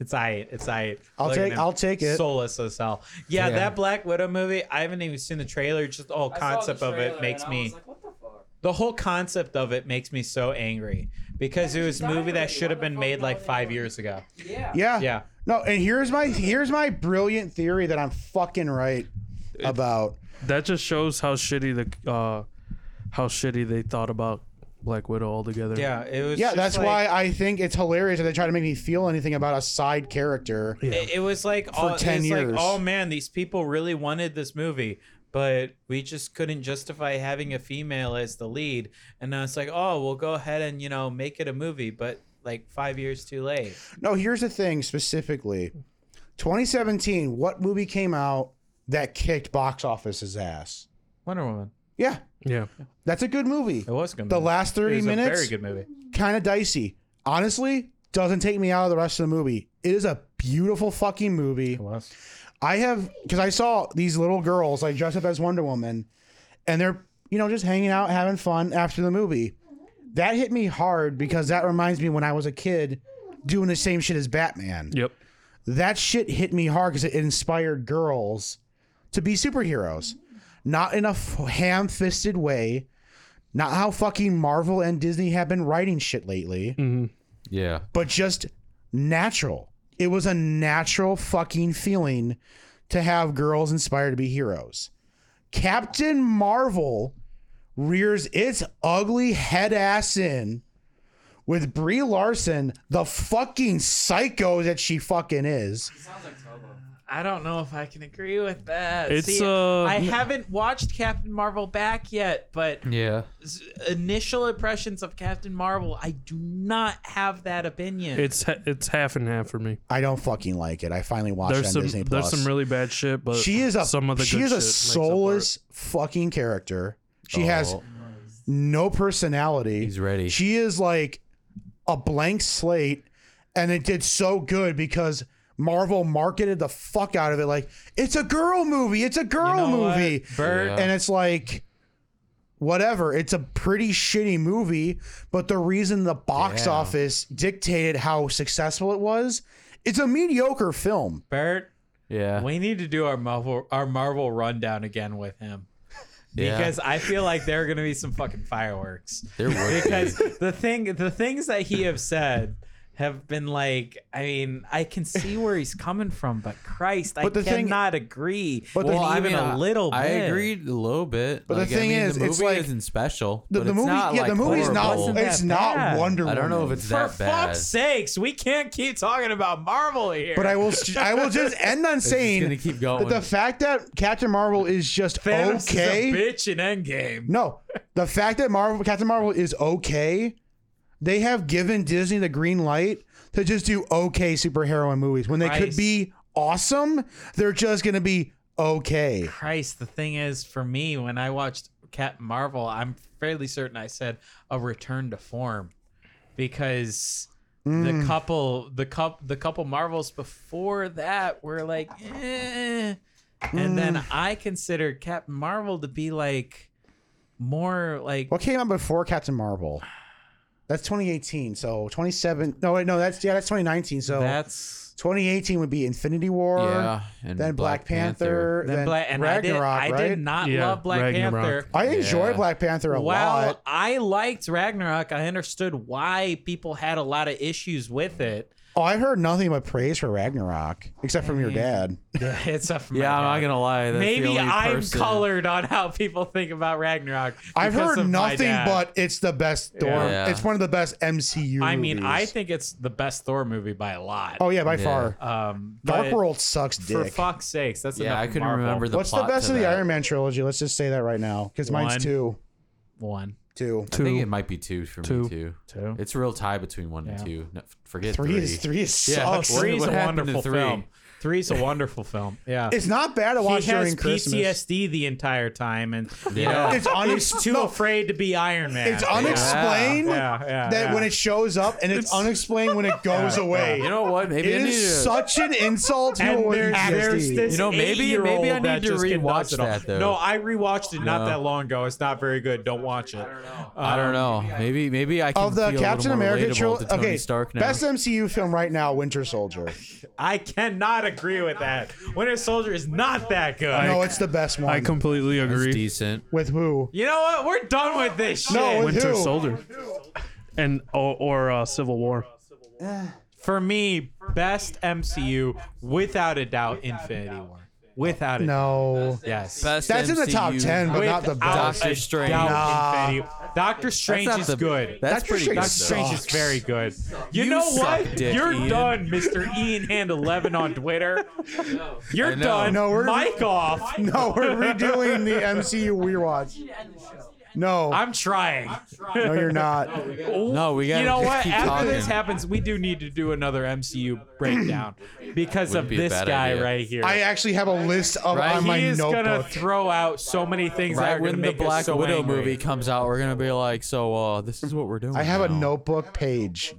D: It's aight. It's aight.
E: I'll
D: Look at
E: take-
D: him.
E: I'll take it.
D: Solace us all. Yeah,
E: Yeah.
D: that Black Widow movie. I haven't even seen the trailer. Just the whole
J: I saw the
D: concept of
J: trailer
D: it makes
J: and I
D: me.
J: was like, what the fuck?
D: The whole concept of it makes me so angry because it was a movie that should have been made like five years ago.
J: Yeah.
E: Yeah.
D: Yeah.
E: No, and here's my here's my brilliant theory that I'm fucking right about.
F: That just shows how shitty the uh, how shitty they thought about Black Widow altogether.
D: Yeah, it was.
E: yeah,
D: just
E: that's
D: like-
E: why I think it's hilarious that they try to make me feel anything about a side character.
D: It, it was like
E: For
D: all,
E: 10
D: it's
E: years.
D: Like, oh man, these people really wanted this movie, but we just couldn't justify having a female as the lead. And now it's like, oh, we'll go ahead and you know make it a movie, but like five years too late.
E: No, here's the thing specifically 2017, what movie came out that kicked box office's ass?
D: Wonder Woman.
E: Yeah,
F: Yeah.
E: that's a good movie. It
D: was good.
E: The last 30
D: It was a
E: minutes,
D: very good movie.
E: kind of dicey. Honestly, doesn't take me out of the rest of the movie. It is a beautiful fucking movie. I have because I saw these little girls like dressed up as Wonder Woman, and they're you know just hanging out having fun after the movie. That hit me hard because that reminds me when I was a kid doing the same shit as Batman.
F: Yep.
E: That shit hit me hard because it inspired girls to be superheroes. Not in a f- ham fisted way, not how fucking Marvel and Disney have been writing shit lately,
L: Yeah.
E: but just natural. It was a natural fucking feeling to have girls inspired to be heroes. Captain Marvel rears its ugly head ass in with Brie Larson, the fucking psycho that she fucking is.
D: I don't know if I can agree with that.
E: It's,
D: See,
E: uh,
D: I haven't watched Captain Marvel back yet, but
L: Yeah.
D: s- initial impressions of Captain Marvel, I do not have that opinion.
F: It's ha- it's half and half for me.
E: I don't fucking like it. I finally watched it
F: There's
E: on
F: some
E: Disney
F: there's
E: Plus.
F: some really bad shit, but
E: she is a
F: some of the
E: she
F: good
E: is
F: shit
E: a
F: makes up
E: soulless fucking character. She has
L: Oh.
E: no personality. He's
L: ready.
E: She is like a blank slate, and it did so good because Marvel marketed the fuck out of it. Like it's a girl movie. It's a girl movie.
D: Bert- Yeah.
E: and it's like. Whatever, it's a pretty shitty movie, but the reason the box
D: Yeah.
E: office dictated how successful it was, it's a mediocre film.
D: Bert.
L: Yeah.
D: We need to do our Marvel our Marvel rundown again with him.
L: Yeah.
D: Because I feel like there are going to be some fucking fireworks.
L: There would be.
D: because the thing the things that he have said have been like I mean I can see where he's coming from but Christ
E: But
D: I
E: the thing-
D: cannot agree
E: But
D: but
E: the-
D: well, even
L: mean,
D: a little bit
L: I agreed a little bit.
E: But the
L: Like, I
E: thing
L: mean,
E: is,
L: the movie
E: it's like-
L: isn't special.
E: the-
L: but
E: the
L: it's
E: movie-
L: not,
E: yeah,
L: like,
E: the movie's not-
L: horrible.
E: It wasn't it's that not bad. Wonder
L: I don't know if
E: Woman.
L: it's
D: for
L: that bad.
D: fuck's sakes we can't keep talking about Marvel here
E: But I will, I will just end on
L: It's just
E: saying
L: gonna keep
E: that
L: going.
E: the fact that Captain Marvel is just
D: Thanos
E: okay.
D: is a bitch in Endgame
E: No, the fact that Marvel Captain Marvel is okay, they have given Disney the green light to just do okay superhero movies when they could
D: Christ.
E: be awesome. They're just gonna be okay.
D: Christ, the thing is, for me, when I watched Captain Marvel, I'm fairly certain I said a return to form because
E: Mm.
D: the couple, the cup, the couple Marvels before that were like, eh. and
E: Mm.
D: then I considered Captain Marvel to be like more like
E: What came out before Captain Marvel? That's 2018. So 27. No, wait, no, that's yeah, that's 2019. So
D: that's
E: 2018 would be Infinity War.
L: Yeah, and
E: then Black,
L: Black
E: Panther.
L: Panther.
E: Then,
D: Bla- and
E: Ragnarok.
D: I did, I
E: right?
D: did not
F: Yeah,
D: love Black
F: Ragnarok.
D: Panther.
E: I enjoy
L: Yeah.
E: Black Panther a
D: While
E: lot.
D: I liked Ragnarok, I understood why people had a lot of issues with it.
E: Oh, I heard nothing but praise for Ragnarok, except from your dad.
D: it's a
L: Yeah, I'm not gonna lie. That's the
D: Maybe
L: only
D: I'm
L: person-
D: colored on how people think about Ragnarok.
E: I've
D: because
E: heard
D: of my
E: nothing
D: dad.
E: but it's the best Thor.
L: Yeah.
E: It's one of the best MCU.
D: I mean, I
E: movies.
D: think it's the best Thor movie by a lot.
E: Oh yeah, by
L: Yeah.
E: far.
D: Um,
E: Dark
D: but
E: World sucks
D: For
E: dick.
D: fuck's sakes, that's
L: Yeah,
D: enough
L: I
D: of
L: couldn't
D: Marvel.
L: remember the
E: What's the
L: plot
E: best
L: to
E: of the
L: that.
E: Iron Man trilogy? Let's just say that right now, because
D: One.
E: mine's two,
D: one.
E: two,
L: I think it might be two for
F: Two.
L: me too.
D: Two.
L: It's a real tie between one and two. No, f- forget
E: three
L: three.
E: is three is
L: Yeah,
E: sucks.
L: what-
D: Three's
L: what
D: a
L: happened to
D: wonderful
L: three?
D: film. Three's a wonderful film. Yeah.
E: It's not bad to
D: he
E: watch
D: has
E: during
D: PTSD
E: Christmas.
D: the entire time, and you
L: Yeah.
D: know,
E: It's un-
D: he's too
E: no.
D: afraid to be Iron Man.
E: It's
D: Yeah.
E: unexplained
D: Yeah, yeah,
E: that
D: yeah.
E: when it shows up, and it's, unexplained when it goes away.
L: You know what? Maybe
E: it
L: I need
E: is
L: to.
E: such an insult to
D: And
E: a
D: there's-
E: PTSD.
D: there's this
L: You know, maybe
D: eight-year-old
L: maybe I
D: that
L: need to
D: just can
L: rewatch
D: nuts it all.
L: that though.
D: No, I rewatched it not
L: No.
D: that long ago. It's not very good. Don't watch it. Uh, I don't know.
L: I don't know. Maybe maybe I can
E: of the
L: feel
E: Captain
L: a little more
E: America
L: relatable
E: trilogy.
L: to Tony
E: Okay,
L: Stark now.
E: best MCU film right now, Winter Soldier.
D: I cannot agree with that. Winter Soldier is not that good.
E: no, it's the best one.
F: I completely
L: That's
F: agree.
L: decent.
E: with who?
D: you know what? We're done with this shit.
E: No, with
F: Winter
E: who?
F: Soldier, and or, or uh, Civil War.
D: For me, best MCU without a doubt, Infinity War. Without it.
E: No.
D: Yes.
E: Best That's in the top MCU. 10, but not the best.
D: Doctor Strange.
E: Nah.
D: Doctor Strange
E: not
D: is
E: the-
D: good.
E: that's
D: Doctor
E: pretty
D: Strange, Doctor
E: good,
D: Strange
E: though.
D: is very good. You,
E: You
D: know
E: suck,
D: what?
E: Dick
D: You're
E: Ian.
D: done, Mr. Ian Hand 11 on Twitter. You're
E: I know.
D: done.
E: No, we're-
D: Mic off.
E: No, we're redoing the MCU rewatch. No.
D: I'm trying.
E: No, you're not.
D: No,
E: we
D: You
E: gotta
D: know
E: just
D: what?
E: keep
D: After
E: talking.
D: this happens, we do need to do another MCU breakdown because
E: Wouldn't
D: of
E: be a
D: this
E: bad
D: guy
E: idea.
D: right here.
E: I actually have a list of
D: Right?
E: on
D: he
E: my
D: is gonna
E: notebook.
D: throw out so many things that
L: right
D: are
L: when
D: gonna
L: the
D: make us
L: Black
D: so
L: Widow
D: angry.
L: movie comes out, we're gonna be like, so uh, this is what we're doing.
E: I have a
L: now.
E: notebook page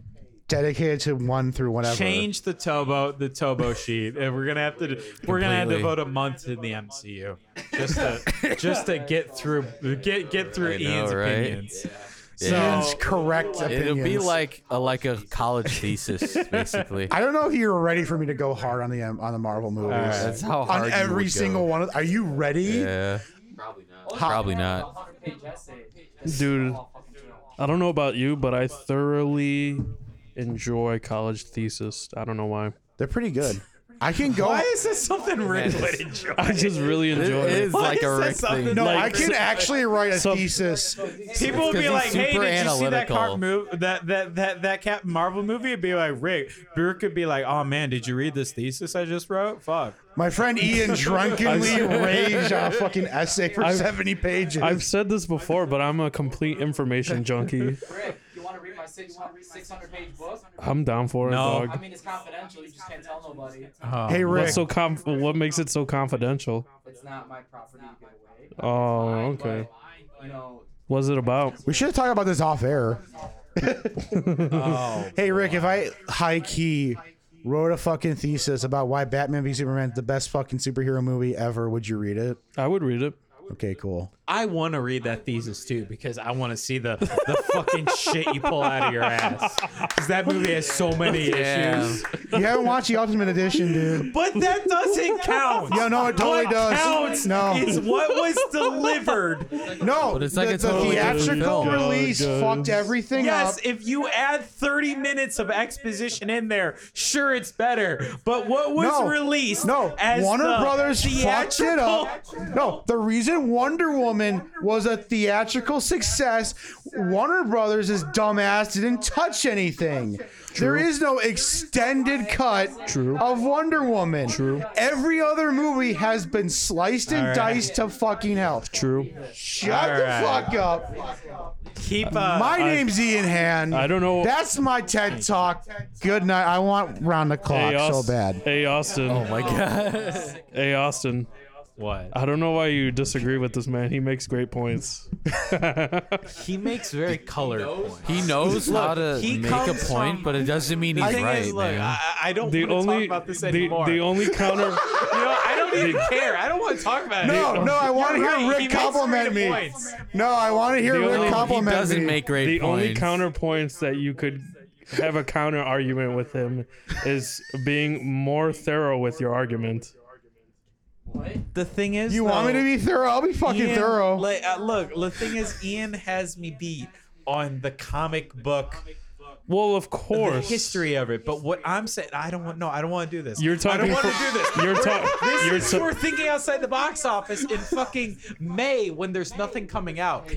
E: dedicated to one through whatever.
D: Change the Tobo the Tobo sheet, and we're gonna have to we're gonna have to
E: Completely.
D: vote a month in the MCU just to just to get through get get through
L: I know,
D: Ian's
L: right?
D: opinions.
L: Yeah.
D: So
E: correct
L: It'll be
E: opinions.
L: like a like a college thesis, basically.
E: I don't know if you're ready for me to go hard on the um, on the Marvel movies.
L: right. That's how hard
E: on
L: you
E: every
L: would go.
E: single one of. Are you ready?
L: Yeah.
F: Probably
L: not.
F: Dude, I don't know about you, but I thoroughly enjoy college thesis. I don't know why.
E: They're pretty good. I can go.
D: Why is this something Rick would enjoy?
F: I just really enjoy it.
E: Why is that something- No, I can actually write a
F: some-
E: thesis.
D: People would be like, "Hey, did you see that
E: car
D: Clark move that that that that Captain Marvel movie?" It'd be like Rick. Rick could be like, "Oh man, did you read this thesis I just wrote? Fuck."
E: My friend Ian drunkenly raged on a fucking essay for
F: I've-
E: 70 pages.
F: I've said this before, but I'm a complete information junkie.
M: Rick, you want to read my six- 600 page book?
F: I'm down for it,
M: No.
F: dog.
M: I mean, it's confidential. You just can't tell nobody.
E: Hey, Rick.
F: What's so conf- what makes it so confidential?
M: It's not my property to give away.
F: Oh, okay.
M: You know,
F: What's it about?
E: we should have talked about this off air.
F: Oh,
E: hey, Rick, if I high key wrote a fucking thesis about why Batman v Superman is the best fucking superhero movie ever, would you read it?
F: I would read it.
E: Okay, cool.
D: I want to read that thesis too because I want to see the the fucking shit you pull out of your ass. Because that movie has so many
E: Damn.
D: issues.
E: You haven't watched the Ultimate Edition, dude.
D: But that doesn't count.
E: Yeah, no, it totally
D: what
E: does.
D: Counts
E: No.
D: is what was delivered.
E: No,
D: But it's
E: the,
D: like a
E: the
D: totally different
E: theatrical
D: film.
E: release
D: Guys.
E: fucked everything
D: yes,
E: up.
D: if you add 30 minutes of exposition in there, sure it's better. But what was
E: No.
D: released? No, as
E: Warner
D: the
E: Brothers fucked it
D: theatrical-
E: up. No, the reason Wonder Woman was a theatrical success, Warner Brothers is dumbass didn't touch anything. There is no extended cut of Wonder Woman. True. Every other movie has been sliced and
D: All right.
E: diced to fucking health.
F: True.
E: Shut
D: All
E: the
D: right.
E: fuck up.
D: Keep. Uh,
E: my
D: I-
E: name's Ian Hand. I
F: don't know.
E: That's my TED talk. Good night. I want round the clock
F: Hey,
E: so
F: Aust-
E: bad.
F: Hey, Austin. Oh
L: my God.
F: hey, Austin.
D: What?
F: I don't know why you disagree with this man. He makes great points.
D: he makes very colored points.
L: He knows
D: Look,
L: how to
D: he
L: make a
D: comes
L: point,
D: from-
L: but it doesn't mean
D: The
L: he's
D: thing
L: right,
D: is, look,
L: man.
D: I, I don't
F: The
D: want to talk
F: only-
D: about this
F: the-
D: anymore.
F: the only counter-
D: you know, I don't even care. I don't want to talk about it.
E: No,
D: anymore.
E: no, I want to
D: You're
E: hear
D: right, he
E: Rick
D: makes
E: compliment
D: great
E: me.
D: points.
E: No, I want to hear
F: The
E: Rick
F: only-
E: compliment me.
F: The only counterpoints that you could have a counter argument with him is being more thorough with your argument.
D: The thing is,
E: You want me to be thorough? I'll be fucking
D: Ian-
E: thorough.
D: like, uh, look, the thing is, Ian has me beat on the comic book.
F: Well, of
D: course, the history of it. But what I'm saying, I don't want. No, I don't want to do this.
F: You're
D: I don't
F: talking
D: want to
F: for-
D: do this.
F: you're
D: We're-
F: ta-
D: This
F: you're
D: is
F: ta-
D: we're thinking outside the box office in fucking May when there's nothing coming out.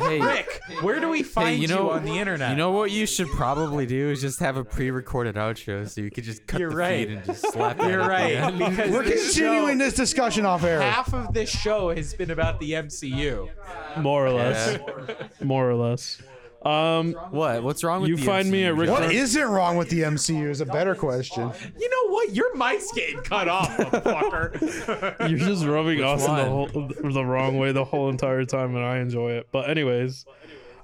D: Rick, where do we find you, on the internet?
L: You know what you should probably do is just have a pre-recorded outro so you could just cut
D: You're
L: the
D: right.
L: feed and just slap
D: You're right, because
E: We're
D: this
E: continuing
D: show-
E: this discussion off air.
D: Half of this show has been about the MCU.
F: More or less. More or less. Um,
L: what? What's wrong
F: You find me at Rick.
E: What isn't wrong with the MCU is a better question.
D: You know what? Your mic's getting cut off, motherfucker.
F: You're just rubbing
D: Which
F: Austin the, whole,
D: one?
F: the wrong way the whole entire time, and I enjoy it. But anyways,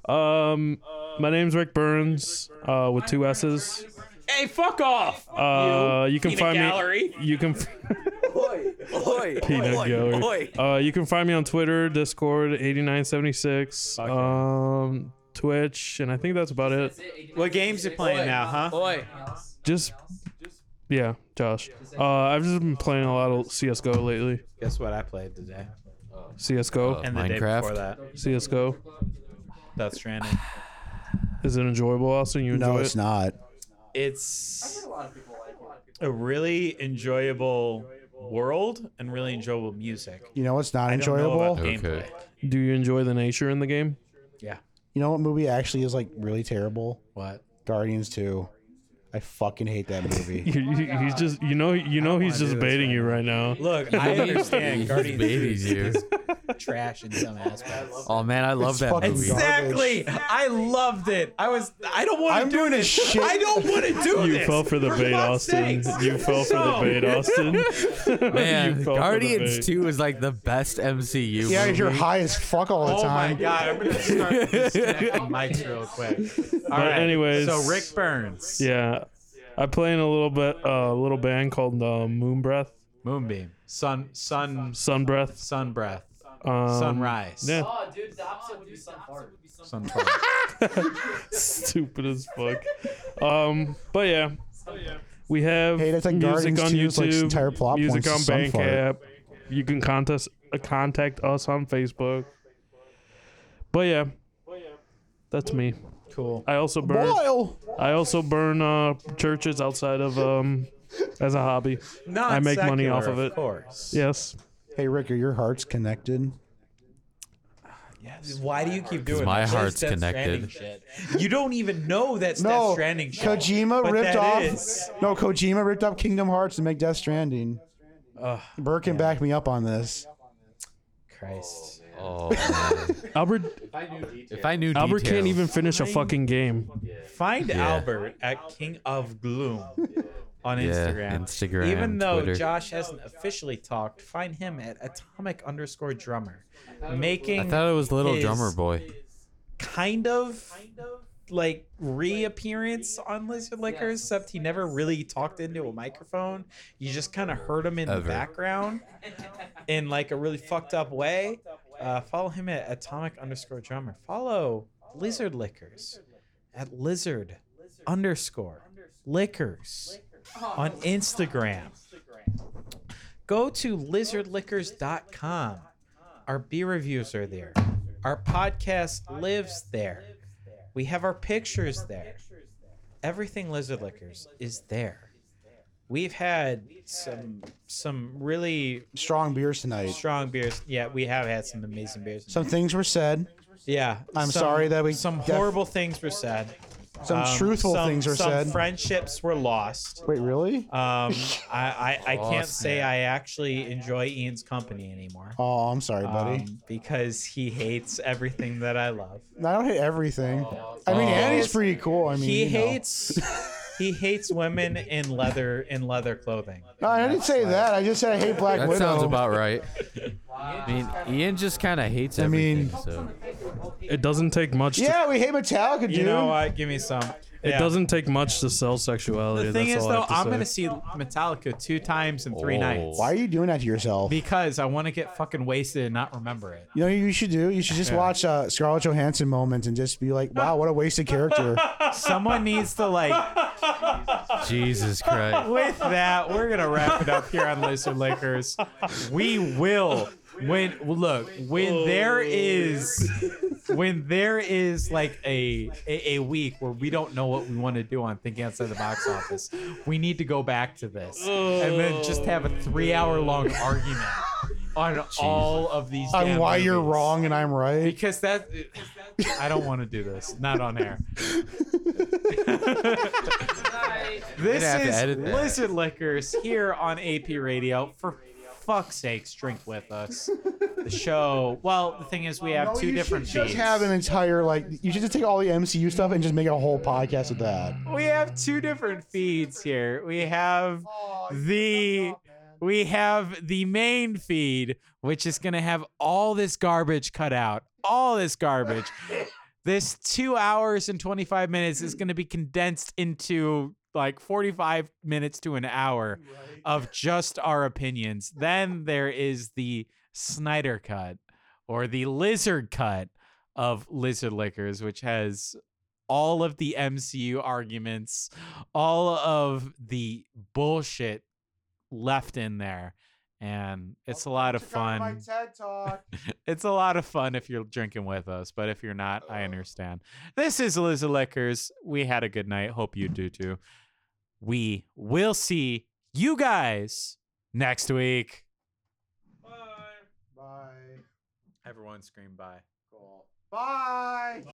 F: um, my name's Rick Burns uh, with two S's.
D: hey, fuck off.
F: Uh, you can
D: peanut
F: find
D: gallery.
F: me. You can. f-
D: Oi,
F: Peanut gallery. Uh, you can find me on Twitter, Discord, eighty nine seventy six, um, Twitch, and I think that's about it.
D: What games you playing now, huh? Oi.
F: Just, yeah, Josh. Uh, I've just been playing a lot of CS:GO lately.
D: Guess what I played today?
F: CS:GO
I: Uh,
D: And the day before Minecraft. that.
F: CS:GO.
D: Death Stranding.
F: Is it enjoyable, Austin? You enjoy
E: No,
F: it?
E: it's not.
D: It's a really enjoyable world and really enjoyable music.
E: You know what's not
D: I don't know
E: enjoyable?
D: about gameplay.
F: Do you enjoy the nature in the game?
D: Yeah.
E: You know what movie actually is like really terrible?
D: What?
E: Guardians 2. I fucking hate that movie.
F: You- you- he's just, you know, you know, he's just baiting you right now.
D: Look, I understand Guardians
I: babies
D: is-
I: you.
D: is trash in some aspects.
I: Oh man, I love
D: It's
I: that
D: fucking
I: movie.
D: Exactly. I loved it. I was. I don't want to do this.
E: Shit.
D: I don't want to do
F: you
D: this.
F: fell for the
D: for
F: bait,
D: fuck's
F: Austin.
D: sakes.
F: You fell for the
D: So-
F: bait, Austin.
I: Man,
F: You fell for the
I: Guardians
F: bait.
I: 2 is like the best MCU.
E: yeah,
I: movie.
E: you're high as fuck all the
D: Oh my
E: time.
D: god, I'm gonna start disconnecting mics real quick. All
F: But
D: right.
F: anyways-
D: so Rick Burns,
F: Yeah, I play in a little bit, a little band called uh, Moon Breath,
D: Moonbeam, Sun, Sun,
F: Sun Breath,
D: Sun Breath,
F: um,
D: Sunrise.
F: Yeah,
M: Oh, dude, the opposite would be some fart.
D: Sun
F: stupid as fuck. Um, but yeah, we have
E: Hey, that's like
F: music
E: Guardians
F: on
E: 2's, like,
F: YouTube,
E: entire plot
F: music on
E: point's Sun Fart.
F: Bandcamp. You can contest, uh, contact us on Facebook. But yeah, that's me.
D: Cool.
F: I also burn.
E: Boil!
F: I also burn uh, churches outside of um, as a hobby. I make money off of
D: Non-secular,
F: it.
D: of course.
F: Yes.
E: Hey, Rick, are your hearts connected?
D: Why do you keep doing
I: my
D: that? That's
I: heart's
D: Death
I: connected.
D: Stranding shit. You don't even know that's Death
E: No,
D: Stranding shit.
E: Kojima
D: but
E: ripped
D: that
E: off.
D: is-
E: No, Kojima ripped up Kingdom Hearts to make Death Stranding.
D: Ugh,
E: Burke can back me up on this.
D: Christ.
I: Oh, man.
F: Albert
I: if I knew
F: Albert can't
I: details-
F: even finish a fucking game.
D: Find
I: Yeah.
D: Albert at King of Gloom on
I: Yeah,
D: Instagram.
I: Instagram,
D: Even though
I: Twitter.
D: Josh hasn't officially talked, find him at Atomic underscore Drummer, making.
I: I thought it was Little
D: his
I: Drummer Boy.
D: Kind of, like reappearance on Lizard Lickers, except he never really talked into a microphone. You just kind of heard him in the
I: Ever.
D: background, in like a really fucked up way. Uh, follow him at Atomic underscore Drummer. Follow Lizard Lickers at Lizard underscore Lickers Oh, on Instagram. Go to lizardlickers.com. Our beer reviews are there. Our podcast lives there. We have our pictures there. Everything Lizard Lickers is there. We've had some some really
E: Strong beers tonight.
D: strong beers. Yeah, we have had some amazing beers.
E: Some things were said.
D: Yeah.
E: I'm
D: some-
E: sorry that we-
D: some
E: that-
D: horrible things were said. Um,
E: Some truthful
D: some-
E: things were
D: some
E: said.
D: Friendships were lost.
E: Wait, really?
D: Um, I, I, I can't
I: Lost,
D: say I actually enjoy Ian's company anymore.
E: Oh, I'm sorry, buddy.
D: um, because he hates everything that I love.
E: I don't hate everything. I mean,
I: Oh.
E: Annie's pretty cool. I mean,
D: um, uh, he
E: you know.
D: hates he hates women in leather in leather clothing.
E: No, I didn't say that. I just said I hate Black
I: That
E: Widow.
I: sounds about right. I mean, Ian just kind of hates
E: I
I: everything.
E: mean-
I: so.
F: It doesn't take much. To,
E: yeah, we hate Metallica, dude.
D: You know what? Give me some.
F: It
D: Yeah.
F: doesn't take much to sell sexuality.
D: The thing
F: That's
D: is,
F: all I
D: though,
F: have
D: I'm
F: to
D: gonna
F: say.
D: see Metallica two times in three
I: Oh.
D: nights.
E: Why are you doing that to yourself?
D: Because I want to get fucking wasted and not remember it.
E: You know, what you should do. You should just watch uh, Scarlett Johansson moments and just be like, "Wow, what a wasted character."
D: Someone needs to like.
I: Jesus Christ.
D: With that, we're gonna wrap it up here on Lizard Lakers. We will when look when there is when there is like a a, a week where we don't know what we want to do on Thinking Outside the Box Office. We need to go back to this and then just have a three hour long argument on all of these.
E: on
D: damn
E: why you're
D: movies.
E: wrong and I'm right.
D: Because that, I don't want to do this. Not on air. this
I: have to
D: is
I: edit that.
D: Lizard Liquors here on AP Radio. For fuck's sakes, drink with us. The show. Well, the thing is, we have
E: No,
D: two
E: you
D: different
E: should
D: feeds.
E: just have an entire like. You should just take all the MCU stuff and just make a whole podcast with that.
D: We have two different feeds here. We have the we have the main feed, which is gonna have all this garbage cut out. All this garbage. this two hours and 25 minutes is gonna be condensed into like 45 minutes to an hour of just our opinions. Then there is the Snyder cut or the lizard cut of Lizard Lickers, which has all of the MCU arguments, all of the bullshit left in there. And it's a lot of fun. It's a lot of fun if you're drinking with us, but if you're not, I understand. This is Liza Liquors. We had a good night. Hope you do too. We will see you guys next week.
E: Bye.
D: Everyone scream bye. Cool.
E: Bye.